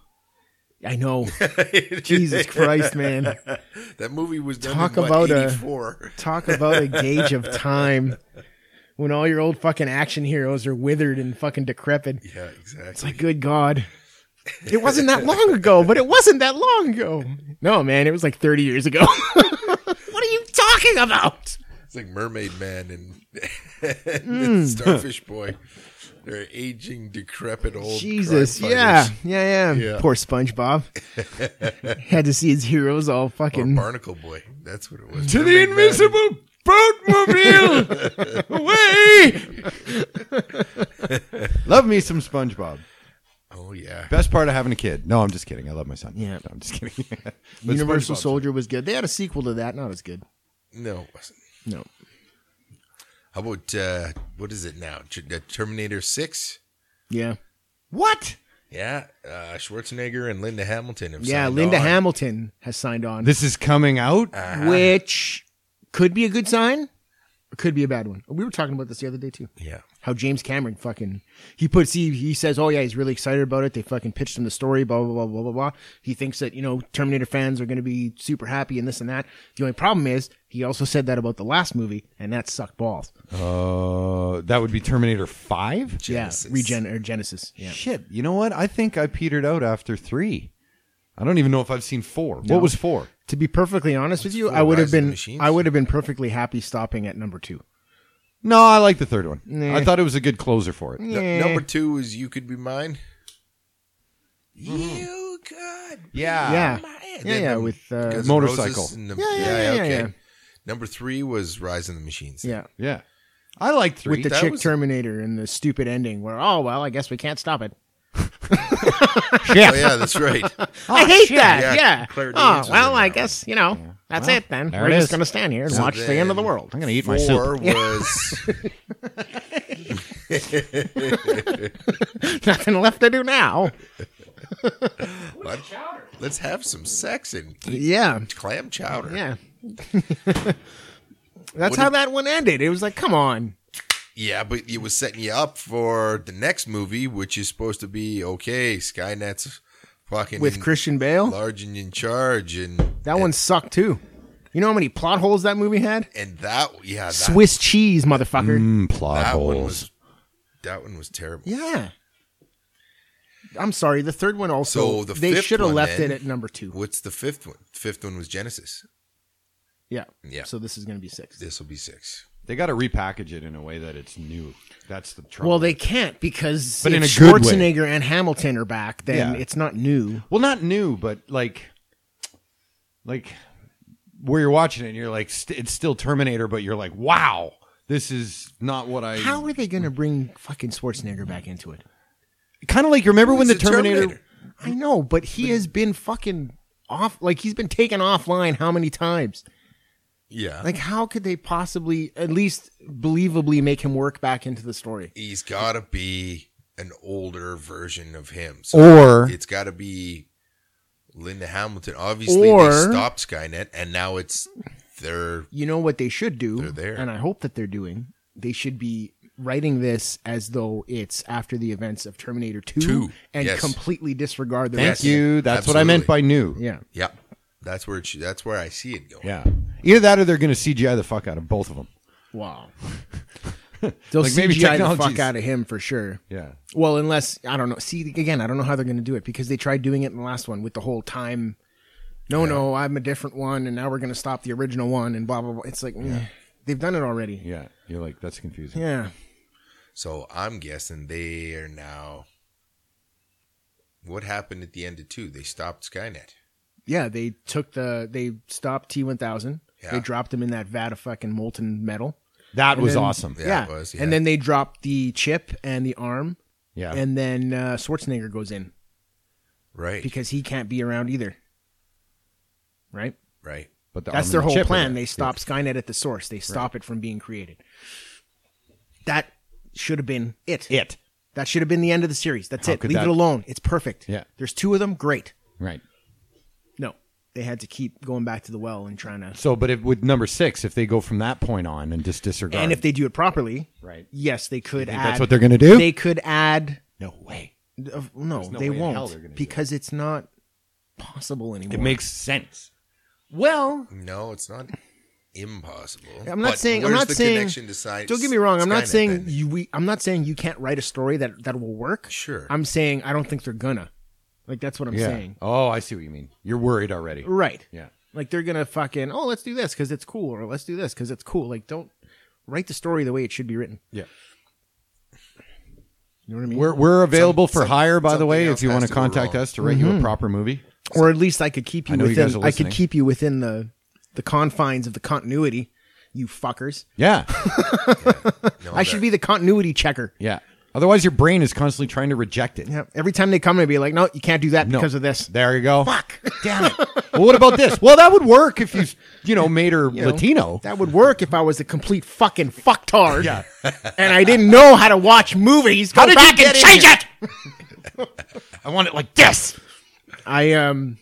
A: I know. <laughs> Jesus Christ, man.
C: That movie was done
A: Talk
C: in, what,
A: about a-
C: 84.
A: Talk about a gauge of time when all your old fucking action heroes are withered and fucking decrepit.
C: <laughs> Yeah, exactly.
A: It's like, good God. It wasn't that long ago, but it wasn't that long ago. No, man, it was like 30 years ago. <laughs> what are you talking about?
C: It's like Mermaid Man and, <laughs>
A: Hmm.
C: and Starfish Boy. They're aging, decrepit old.
A: Jesus.
C: crime
A: Yeah,
C: fighters.
A: yeah, yeah.
C: Yeah.
A: Poor
C: <laughs>
A: SpongeBob. Had to see his heroes all
C: Or
A: fucking.
C: Barnacle Boy. That's what it was.
B: to the
C: Mermaid Man.
B: invincible boatmobile.
C: <laughs>
B: Away. love me some SpongeBob.
C: Oh, yeah.
B: Best part of having a kid. No, I'm just kidding. I love my son.
A: Yeah.
B: No, I'm just kidding. <laughs> But
A: Universal
B: SpongeBob's-
A: Soldier was good. They had a sequel to that, not as good.
C: No, it wasn't.
A: No.
C: How about, uh, what is it now? Ter- the Terminator 6?
A: Yeah.
B: What?
C: Yeah. Uh, Schwarzenegger and Linda Hamilton have
A: Yeah,
C: signed
A: Linda
C: on.
A: Hamilton has signed on,
B: This is coming out.
C: Uh-huh.
A: which could be a good sign, or could be a bad one. We were talking about this the other day, too.
C: Yeah.
A: how James Cameron fucking he puts he he says, Oh yeah, he's really excited about it. They fucking pitched him the story, blah blah blah blah blah blah. He thinks that, you know, Terminator fans are gonna be super happy and this and that. The only problem is he also said that about the last movie, and that sucked balls.
B: Uh, that would be Terminator Five.
A: Yeah. Regen or Genesis. Yeah.
B: Shit. You know what? I think I petered out after three. I don't even know if I've seen four. What was four?
A: To be perfectly honest with you,
C: for
A: I would have
C: Rise of the
A: been
C: Machines?
A: I would have been perfectly happy stopping at number two.
B: No, I like the third one.
A: Nah.
B: I thought it was a good closer for it.
C: N- number two is You Could Be Mine.
A: Mm-hmm.
C: You could.
B: Yeah.
A: Yeah.
C: Mine.
A: Yeah,
C: And
A: yeah,
C: then
A: with
C: Guns
A: uh,
C: N'
B: Motorcycle.
C: Roses and the-
A: Yeah, yeah, yeah, yeah, yeah.
C: Number three was Rise of the Machines.
A: yeah.
B: Yeah. I like three.
A: With the
C: That
A: chick
C: was-
A: Terminator and the stupid ending where, oh well, I guess we can't stop it.
C: Oh, yeah, that's
A: <laughs>
C: right.
B: Ah,
A: I hate that.
C: Oh, Yeah,
A: Yeah.
C: Claire Danes
A: oh
C: was
A: well,
C: in
A: I
C: that
A: guess you know that's
B: Well,
A: it. Then
B: there
A: we're
B: it
A: just
B: is.
A: gonna stand here and watch the
C: then-
A: end of the world.
B: I'm gonna eat my soup.
A: <laughs>
C: Four was
A: <laughs> Nothing left to do now.
C: let, us have some sex and eat
A: Yeah,
C: clam chowder.
A: yeah. <laughs> that's
C: What
A: how
C: did-
A: that one ended. It was like, come on.
C: Yeah, but it was setting you up for the next movie, which is supposed to be okay. Skynet's fucking
A: With Christian Bale,
C: large and in charge, and
A: that one sucked too. You know how many plot holes that movie had?
C: and that yeah, that,
A: Swiss cheese, motherfucker.
B: Mm, plot
C: that
B: holes.
C: one was that one was terrible.
A: Yeah. I'm sorry. The third one also.
C: So the
A: they
C: fifth
A: should have
C: one,
A: left
C: then-
A: it at number two.
C: What's the fifth one? Fifth one was Genesis.
A: Yeah.
C: Yeah.
A: So this is gonna be six.
C: This will be six.
B: They got to repackage it in a way that it's new. That's the trouble.
A: Well, they can't because
B: But
A: if
B: in a good way.
A: Schwarzenegger and Hamilton are back, then
B: Yeah.
A: it's not new.
B: well, not new, but like, like where you're watching it, and you're like, st- it's still Terminator, but you're like, wow, this is not what I.
A: How are they going to bring fucking Schwarzenegger back into it?
B: Kind of like you remember when the
C: It's a
B: Terminator,
A: I know, but he has been fucking off. Like he's been taken offline how many times?
C: Yeah.
A: Like, how could they possibly, at least believably, make him work back into the story?
C: he's got to be an older version of him. So
B: Or
C: it's got to be Linda Hamilton. Obviously,
A: Or-
C: they stopped Skynet, and now it's their.
A: You know what they should do?
C: They're there.
A: And I hope that they're doing. They should be writing this as though it's after the events of Terminator 2,
C: Two,
A: and
C: yes.
A: completely disregard the
C: Thank
A: rest.
B: thank you. That's what I meant by new.
A: Yeah.
C: Yeah, that's where it, sh- that's where I see it going.
B: Yeah. Either that or they're going to CGI the fuck out of both of them.
A: Wow. They'll
B: Like,
A: maybe
B: maybe
A: CGI the fuck
B: technologies-
A: out of him for sure.
B: Yeah.
A: Well, unless I don't know. See again, I don't know how they're going to do it because they tried doing it in the last one with the whole time. No, no, I'm a different one, and now we're going to stop the original one, and blah blah blah. It's like eh, they've done it already.
B: Yeah. You're like, that's confusing.
A: Yeah,
C: So I'm guessing they are now. What happened at the end of two? They stopped Skynet.
A: yeah. They took the they stopped T1000.
C: Yeah.
A: They dropped him in that vat of fucking molten metal.
B: That was
A: then-
B: awesome.
C: Yeah, it was, yeah.
A: and then they dropped the chip and the arm,
B: Yeah.
A: and then uh, Schwarzenegger goes in
C: Right.
A: because he can't be around either. Right.
C: right.
B: but the
A: That's
B: arm
A: their
B: and
A: whole
B: chip are
A: plan.
B: there.
A: They stop Skynet at the source. They stop it from being created. That should have been it.
B: it.
A: That should have been the end of the series. That's
B: How
A: it.
B: could
A: Leave
B: that-
A: it alone. It's perfect.
B: Yeah.
A: There's two of them. Great.
B: Right.
A: No, they had to keep going back to the well and trying to.
B: So, but if, with number six, if they go from that point on and just disregard,
A: And if they do it properly,
B: right,
A: yes, they could
B: think
A: add.
B: that's what they're gonna do?
A: They could add.
B: no way,
A: uh, no,
B: no
A: they
B: way in hell they're
A: won't
B: gonna do
A: because it's not possible anymore.
B: it makes sense. Well,
C: No, it's not impossible.
A: I'm not
C: But
A: saying. I'm
C: where's
A: not
C: the
A: saying.
C: Connection to sci-
A: don't get me wrong. I'm not
C: Skynet
A: saying
C: then?
A: you. We, I'm not saying you can't write a story that that will work.
C: Sure.
A: I'm saying I don't think they're gonna. Like that's what I'm
B: yeah.
A: saying.
B: Oh, I see what you mean. You're worried already.
A: Right.
B: Yeah.
A: Like they're gonna fucking oh let's do this because it's cool or let's do this because it's cool. Like don't write the story the way it should be written.
B: Yeah.
A: You know what I mean?
B: We're we're available for
C: some-
B: hire, by the
C: something
B: way,
C: else
B: if you
C: has
B: want to
C: to go
B: contact
C: wrong.
B: us to write
A: Mm-hmm.
B: you a proper movie.
A: or at least I could keep
B: I
A: you
B: know you
A: within.
B: guys are
A: I could
B: listening.
A: keep you within the the confines of the continuity. You fuckers!
B: Yeah,
C: No,
A: I should be the continuity checker.
B: <laughs> yeah. Otherwise, your brain is constantly trying to reject it.
A: Yeah. Every time they come, and be like, "No, you can't do that
B: No.
A: because of this."
B: There you go. Fuck. Damn it. <laughs> well, what about this? Well, that would work if you, <laughs> you know, made her
A: You know,
B: Latino.
A: <laughs> that would work if I was a complete fucking fucktard.
B: Yeah.
A: and I didn't know how to watch movies. Go
B: did you
A: back
B: get
A: and
B: in
A: change
B: here?
A: it.
B: I want it like this.
A: I um,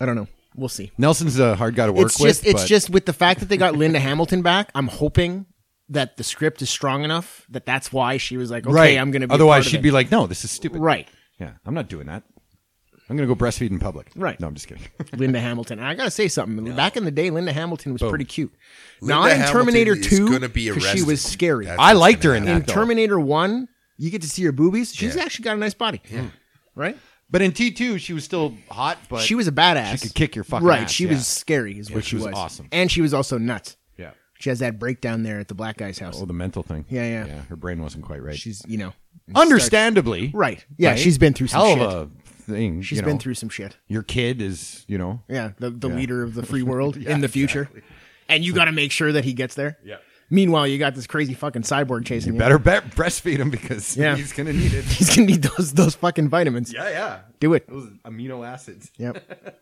A: I don't know. We'll see.
B: Nelson's a hard guy to work
A: it's
B: with.
A: just it's
B: but-
A: just with the fact that they got Linda <laughs> Hamilton back. I'm hoping that the script is strong enough that that's why she was like, okay,
B: right.
A: I'm gonna. Be a
B: Otherwise,
A: part of
B: she'd
A: it.
B: be like, no, this is stupid.
A: right,
B: Yeah, I'm not doing that. I'm gonna go breastfeed in public.
A: Right.
B: No, I'm just kidding.
A: Linda Hamilton. And I gotta say something. Back in the day, Linda Hamilton was pretty cute.
C: Linda
A: Not in
C: Hamilton
A: Terminator
C: is
A: Two
C: gonna be
A: 'cause she
C: arrested.
A: was scary.
C: That's
B: I
C: what's
B: liked
C: gonna
B: her in
A: in
B: that. though.
A: Terminator One, you get to see her boobies. She's actually got a nice body. Hmm. Right.
B: But in T2, she was still hot. But
A: she was a badass.
B: she could kick your fucking
A: right.
B: ass,
A: She
B: yeah.
A: was scary, is what
B: she
A: she
B: was
A: was.
B: awesome.
A: and she was also nuts.
B: Yeah.
A: She has that breakdown there at the black guy's house.
B: Oh, the mental thing.
A: Yeah, yeah.
B: Yeah. Her brain wasn't quite right.
A: She's you know and she
B: understandably
A: starts- right. Yeah, she's been through some
B: hell
A: shit.
B: of a thing.
A: She's
B: you know.
A: been through some shit.
B: Your kid is, you know.
A: Yeah, the the leader of the
B: <laughs>
A: free world in the future, and you got to make sure that he gets there. Yeah. Meanwhile, you got this crazy fucking cyborg chasing you.
B: Better be- breastfeed him because
A: Yeah.
B: he's gonna need it.
A: <laughs> He's gonna need those those fucking vitamins.
B: Yeah, yeah.
A: Do it.
B: Those amino acids. <laughs>
A: Yep.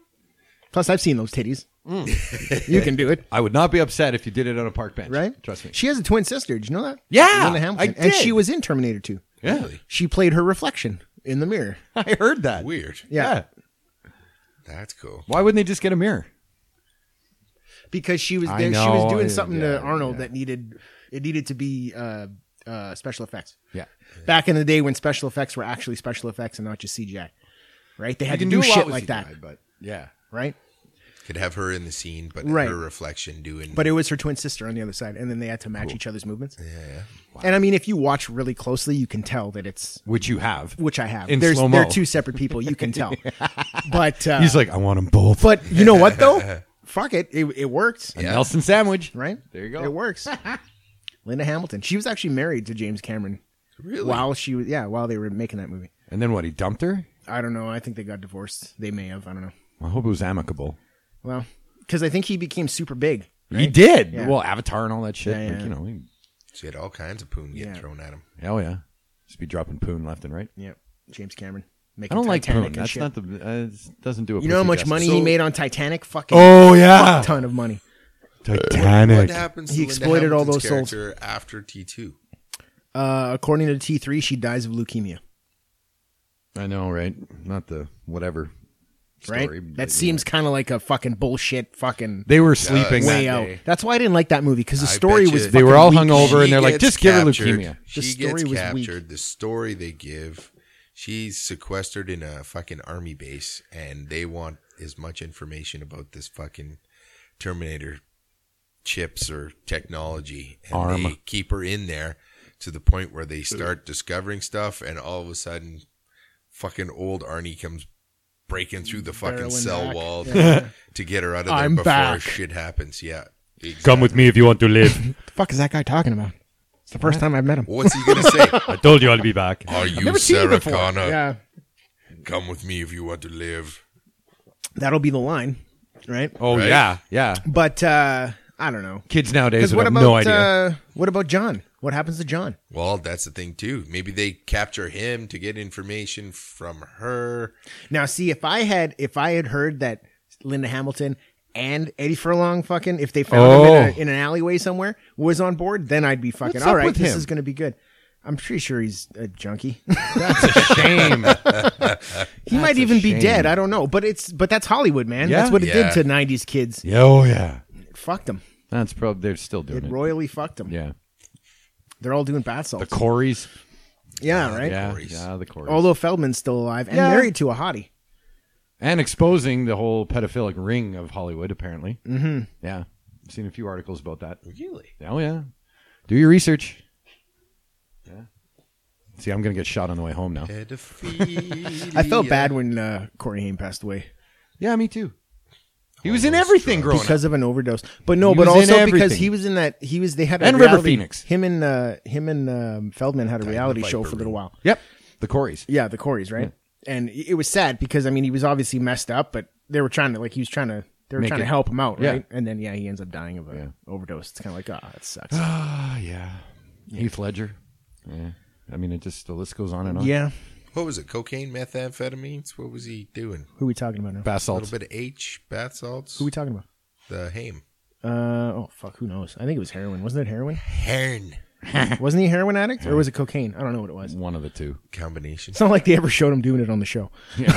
A: Plus, I've seen those titties. <laughs> you can do it,
B: I would not be upset if you did it on a park bench.
A: right?
B: Mm. Trust me.
A: She has a twin sister. Did you know that?
B: Yeah,
A: Linda Hamilton,
B: I
A: and
B: did.
A: she was in Terminator Two.
B: Yeah.
A: She played her reflection in the
B: <laughs>
A: mirror. <laughs>
B: I heard that.
C: Weird.
A: Yeah.
C: That's cool.
B: Why wouldn't they just get a mirror?
A: because she was
B: I
A: there, she
B: know,
A: was
B: I-
A: doing something
B: yeah,
A: to Arnold
B: yeah.
A: that needed it needed to be uh, uh, special effects.
B: Yeah.
A: Back in the day when special effects were actually special effects and not just CGI, right? They had to
B: can
A: do
B: a lot
A: shit
B: with
A: like that,
B: CGI, but yeah.
A: right?
C: Could have her in the scene, but
A: Right.
C: her reflection doing.
A: But it was her twin sister on the other side, and then they had to match each other's movements.
C: yeah, yeah.
A: And I mean, if you watch really closely, you can tell that it's
B: Which you have.
A: which I have.
B: In
A: There's
B: slow-mo.
A: they're two separate people. You can
B: <laughs>
A: tell, but uh,
B: He's like, I want them both.
A: but you know what
B: <laughs>
A: though? Fuck it, it, it worked,
B: A Nelson sandwich.
A: right?
B: There you go.
A: It works. Linda Hamilton. She was actually married to James Cameron.
C: Really?
A: while she was yeah while they were making that movie
B: And then what? He dumped her?
A: i don't know i think they got divorced they may have i don't know
B: I hope it was amicable.
A: well because i think he became super big
B: He did.
A: Yeah.
B: Well, Avatar and all that shit.
A: Yeah,
B: but,
A: yeah.
B: you know, he,
C: She had all kinds of poon getting
A: Yeah.
C: thrown at him.
B: hell yeah. Just be dropping poon left and right.
A: yep james cameron
B: I
A: making
B: don't like
A: titanic
B: poon.
A: and
B: That's
A: shit.
B: not the. Uh, it doesn't do it.
A: you know how much money he made on titanic fucking
B: Oh yeah.
A: ton of money
B: Titanic.
C: What happens?
A: He
C: to Linda
A: exploited all
C: Hamilton's
A: those souls.
C: character after T two.
A: Uh, according to T three, she dies of leukemia.
B: I know, right? Not the whatever.
A: Right?
B: Story, but,
A: that
B: yeah.
A: seems kind of like a fucking bullshit fucking
B: They were sleeping
A: way
B: that
A: out.
B: day.
A: That's why I didn't like that movie because the
C: I
A: story
C: bet
A: was.
C: you-
B: They were
A: fucking
B: all
A: weak.
B: hungover and they're
C: She
B: like,
C: gets
B: just give her
C: captured.
B: leukemia.
C: She
A: The
C: gets
A: story was weak.
C: captured. The story they give. She's sequestered in a fucking army base, and they want as much information about this fucking Terminator chips or technology, and
B: Arm.
C: they keep her in there to the point where they start discovering stuff, and all of a sudden, fucking old Arnie comes breaking through the fucking
A: Barreling
C: cell
A: back.
C: wall to, to get her out of there
A: I'm
C: before
A: back.
C: shit happens. Yeah.
G: Come with me if you want to live.
A: The fuck is that guy talking about? It's the first time I've met him.
C: What's he gonna say?
G: I told you I'll be back.
C: Are you
A: Never seen him
C: Sarah
A: before.
C: Connor?
A: Yeah,
C: Come with me if you want to live.
A: that'll be the line, right?
B: <laughs> Oh
C: Right?
B: yeah, yeah.
A: But uh, I don't know.
B: Kids nowadays
A: Because
B: would
A: what
B: have
A: about
B: no idea.
A: uh, what about John? What happens to John?
C: Well, that's the thing too. Maybe they capture him to get information from her.
A: Now, see if I had if I had heard that Linda Hamilton and Eddie Furlong fucking if they found him in,
B: Oh.
A: a, in an alleyway somewhere was on board, then I'd be fucking
B: What's
A: all
B: up
A: right.
B: with
A: this
B: him?"
A: is going to be good. I'm pretty sure he's a junkie. <laughs> uh,
B: <laughs> Shame.
A: he might
B: a
A: even be
B: shame.
A: dead. I don't know. But it's but that's Hollywood, man.
B: Yeah?
A: That's what it
C: Yeah.
A: did to '90s kids.
B: yeah, oh yeah.
A: It fucked them.
B: That's probably they're still doing
A: It
B: it.
A: royally fucked them.
B: Yeah,
A: They're all doing bath salts.
B: the Corys.
A: yeah, right.
B: Yeah,
C: Corys.
B: yeah, the Corys.
A: Although Feldman's still alive and
B: Yeah.
A: married to a hottie.
B: and exposing the whole pedophilic ring of Hollywood, apparently. Mm-hmm. Yeah, I've seen a few articles about that.
C: Really?
B: Oh yeah, do your research. Yeah. See, I'm gonna get shot on the way home now.
A: <laughs>
C: Pedophilia.
A: I felt bad when uh, Corey Haim passed away.
B: Yeah, me too. He was in everything growing up.
A: because of an overdose. But no,
B: He
A: but
B: was in
A: also because
B: everything.
A: he was in that he was they had a
B: And River
A: reality-
B: Phoenix.
A: Him and uh, him and um, Feldman had a reality show
C: Viper
A: for a little while.
B: Yep, the Corys.
A: Yeah, the Corys, right? And it was sad because I mean he was obviously messed up, but they were trying to like he was trying to they were
B: Make
A: trying
B: it-
A: to help him out,
B: Yeah.
A: right? And then yeah, he ends up dying of a overdose. It's kind of like ah, that
B: <sighs>
A: sucks.
B: Ah, yeah. Heath Ledger. Yeah. I mean, it just the list goes on and on.
A: yeah,
C: What was it? Cocaine, methamphetamines? What was he doing?
A: who we talking about now?
B: Bath
C: A
B: salts.
C: little bit of H, bath salts.
A: Who we talking about?
C: the Haim.
A: Uh oh fuck, who knows? I think it was heroin. Wasn't it heroin?
C: Hern
A: Wasn't he a heroin addict or was it cocaine? I don't know what it was.
B: One of the two.
A: <laughs>
C: combination.
A: It's not like they ever showed him doing it on the show.
B: <laughs> He's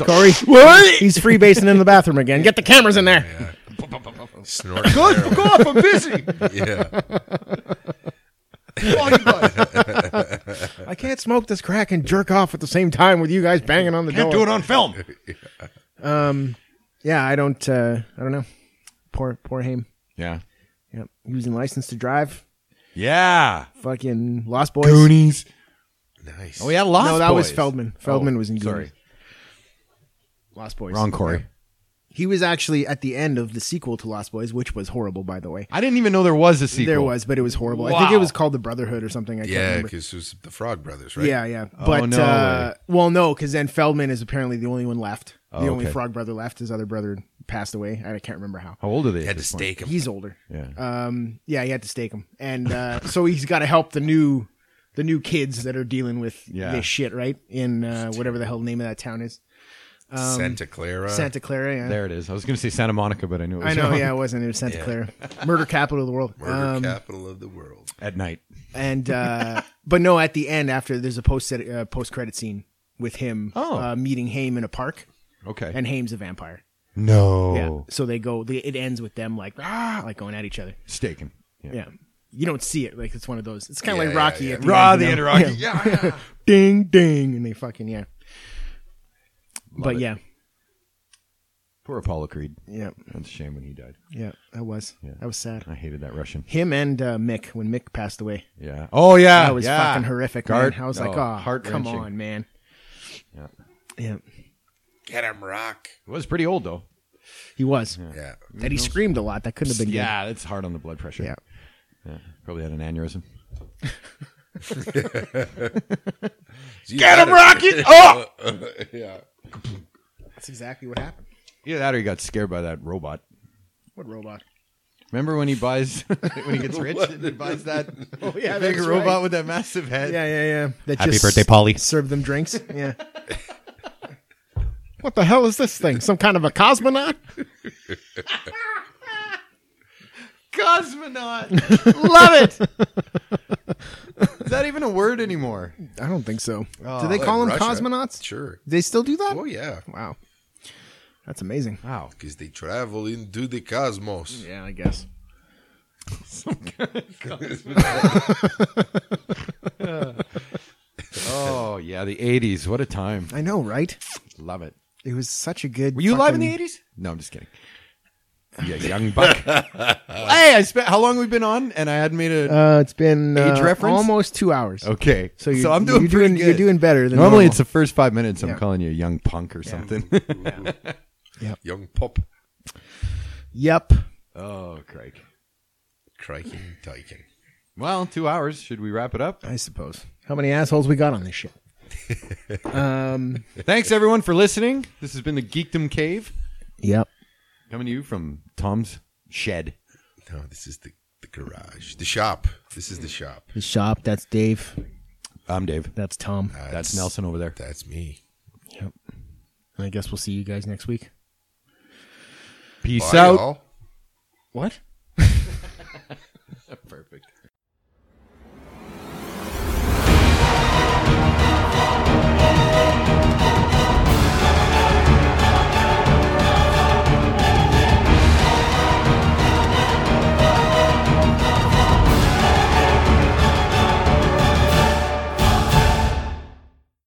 B: like, <laughs>
A: Corey, He's freebasing in the bathroom again. Get the cameras in there.
C: Snort. Go, go off, I'm busy. yeah.
A: I can't smoke this crack and jerk off at the same time with you guys banging on the door. Um,
B: on <laughs> film.
A: Yeah, I don't. Uh, I don't know. Poor, poor Haim.
B: Yeah.
A: Yep. Using license to drive.
B: Yeah.
A: Fucking Lost Boys.
B: Goonies.
C: Nice.
B: Oh, yeah. Lost
A: No, that was
B: Boys.
A: Feldman. Feldman
B: Oh,
A: was in Goonies.
B: Sorry.
A: Lost Boys.
B: Wrong Corey.
A: He was actually at the end of the sequel to Lost Boys, which was horrible, by the way.
B: I didn't even know there was a sequel.
A: There was, but it was horrible. I think it
B: Wow.
A: was called The Brotherhood or something. I can't
C: Yeah,
A: remember.
C: because it was the Frog Brothers, right?
A: Yeah, yeah. But
B: Oh, no
A: uh, well, no, because then Feldman is apparently the only one left. The
B: Oh,
A: only
B: okay.
A: Frog brother left. His other brother passed away. and I can't remember how.
B: How old are they? Uh, at
C: Had to
B: this point?
C: stake him.
A: He's older.
B: Yeah.
A: Um. Yeah, he had to stake him, and uh, <laughs> so he's got to help the new, the new kids that are dealing with
B: Yeah.
A: this shit, right? In uh, whatever the hell the name of that town is,
C: Santa
A: Um,
C: Clara.
A: Santa Clara. Yeah.
B: Uh, There it is. I was going to say Santa Monica, but I knew it was
A: I
B: <laughs>
A: know.
B: wrong.
A: Yeah, it wasn't. It was Santa Clara, murder capital of the world.
C: Murder
A: um,
C: capital of the world.
B: At night.
A: and uh, <laughs> but no, at the end after there's a post uh, post credit scene with him
B: Oh.
A: uh, meeting Haim in a park,
B: Okay.
A: and Haim's a vampire.
B: no.
A: Yeah. So they go. They, it ends with them like ah, like going at each other.
B: Staking.
A: Yeah. You don't see it. Like it's one of those. It's kind of
C: Yeah,
A: like
C: yeah,
A: Rocky.
C: yeah.
A: At the end, you know? Yeah.
C: Yeah. yeah.
A: <laughs> Ding ding, and they fucking yeah. but
B: it.
A: yeah,
B: Poor Apollo Creed.
A: yeah,
B: That's a shame when he died.
A: yeah. That was that was sad.
B: I hated that Russian.
A: Him and uh, Mick when Mick passed away.
B: Yeah. Oh yeah.
A: That was
B: yeah.
A: fucking horrific.
B: Guard-
A: man. I was
B: no,
A: like, oh, come
B: heart-wrenching.
A: on, man. Yeah.
C: Get him, Rock.
B: It was pretty old though.
A: he was.
C: Yeah.
A: That he screamed a lot. That couldn't have been. good.
B: Yeah, that's hard on the blood pressure.
A: Yeah.
B: Yeah, Probably had an aneurysm.
C: Get
B: <laughs>
C: him, <laughs> Rocket.
A: that's exactly what happened.
B: Either that or he got scared by that robot.
A: What
B: <laughs>
A: robot?
B: Remember when he buys <laughs> when he gets rich and he buys that
A: Oh yeah,
B: big
A: that's
B: robot
A: right.
B: with that massive head?
A: Yeah, yeah, yeah. That
G: Happy
A: just
G: birthday, Polly.
A: Serve them drinks. <laughs> Yeah. what the hell is this thing? Some kind of a cosmonaut?
B: Schmanaut. Love it. Is that even a word anymore?
A: <laughs> I don't think so.
B: Oh,
A: do they
C: Like
A: call them
C: Russia.
A: cosmonauts?
C: Sure.
A: They still do that?
C: Oh yeah,
A: Wow, that's amazing.
B: Wow.
C: because they travel into the cosmos.
A: Yeah, I guess.
B: Oh yeah, the '80s. What a time.
A: I know, right?
B: Love it.
A: It was such a good.
B: Were you alive in the
A: fucking-
B: '80s? No, I'm just kidding. Yeah, young buck. hey, I spent how long we been on, and I hadn't made a.
A: Uh, it's been
B: Age
A: uh,
B: reference?
A: almost two hours.
B: okay,
A: So, you,
B: I'm doing
A: you're
B: pretty
A: doing
B: good.
A: you're doing better than
B: Normally,
A: normal.
B: it's the first five minutes. I'm
A: Yeah.
B: calling you a young punk or something.
A: <laughs> Yeah.
C: Young pop,
A: yep.
B: oh, crike.
C: criking, tyking.
B: Well, two hours. Should we wrap it up?
A: I suppose. How many assholes we got on this shit? um.
B: Thanks everyone for listening. This has been the Geekdom Cave
A: Yep.
B: coming to you from Tom's shed.
C: No, this is the the garage, the shop. This is the
B: Hmm.
C: shop.
A: The shop. That's Dave.
B: I'm Dave.
A: That's Tom.
B: That's Nelson over there.
C: That's me.
A: And I guess we'll see you guys next week.
B: Peace
C: Bye,
B: out.
C: y'all.
A: What?
B: Perfect.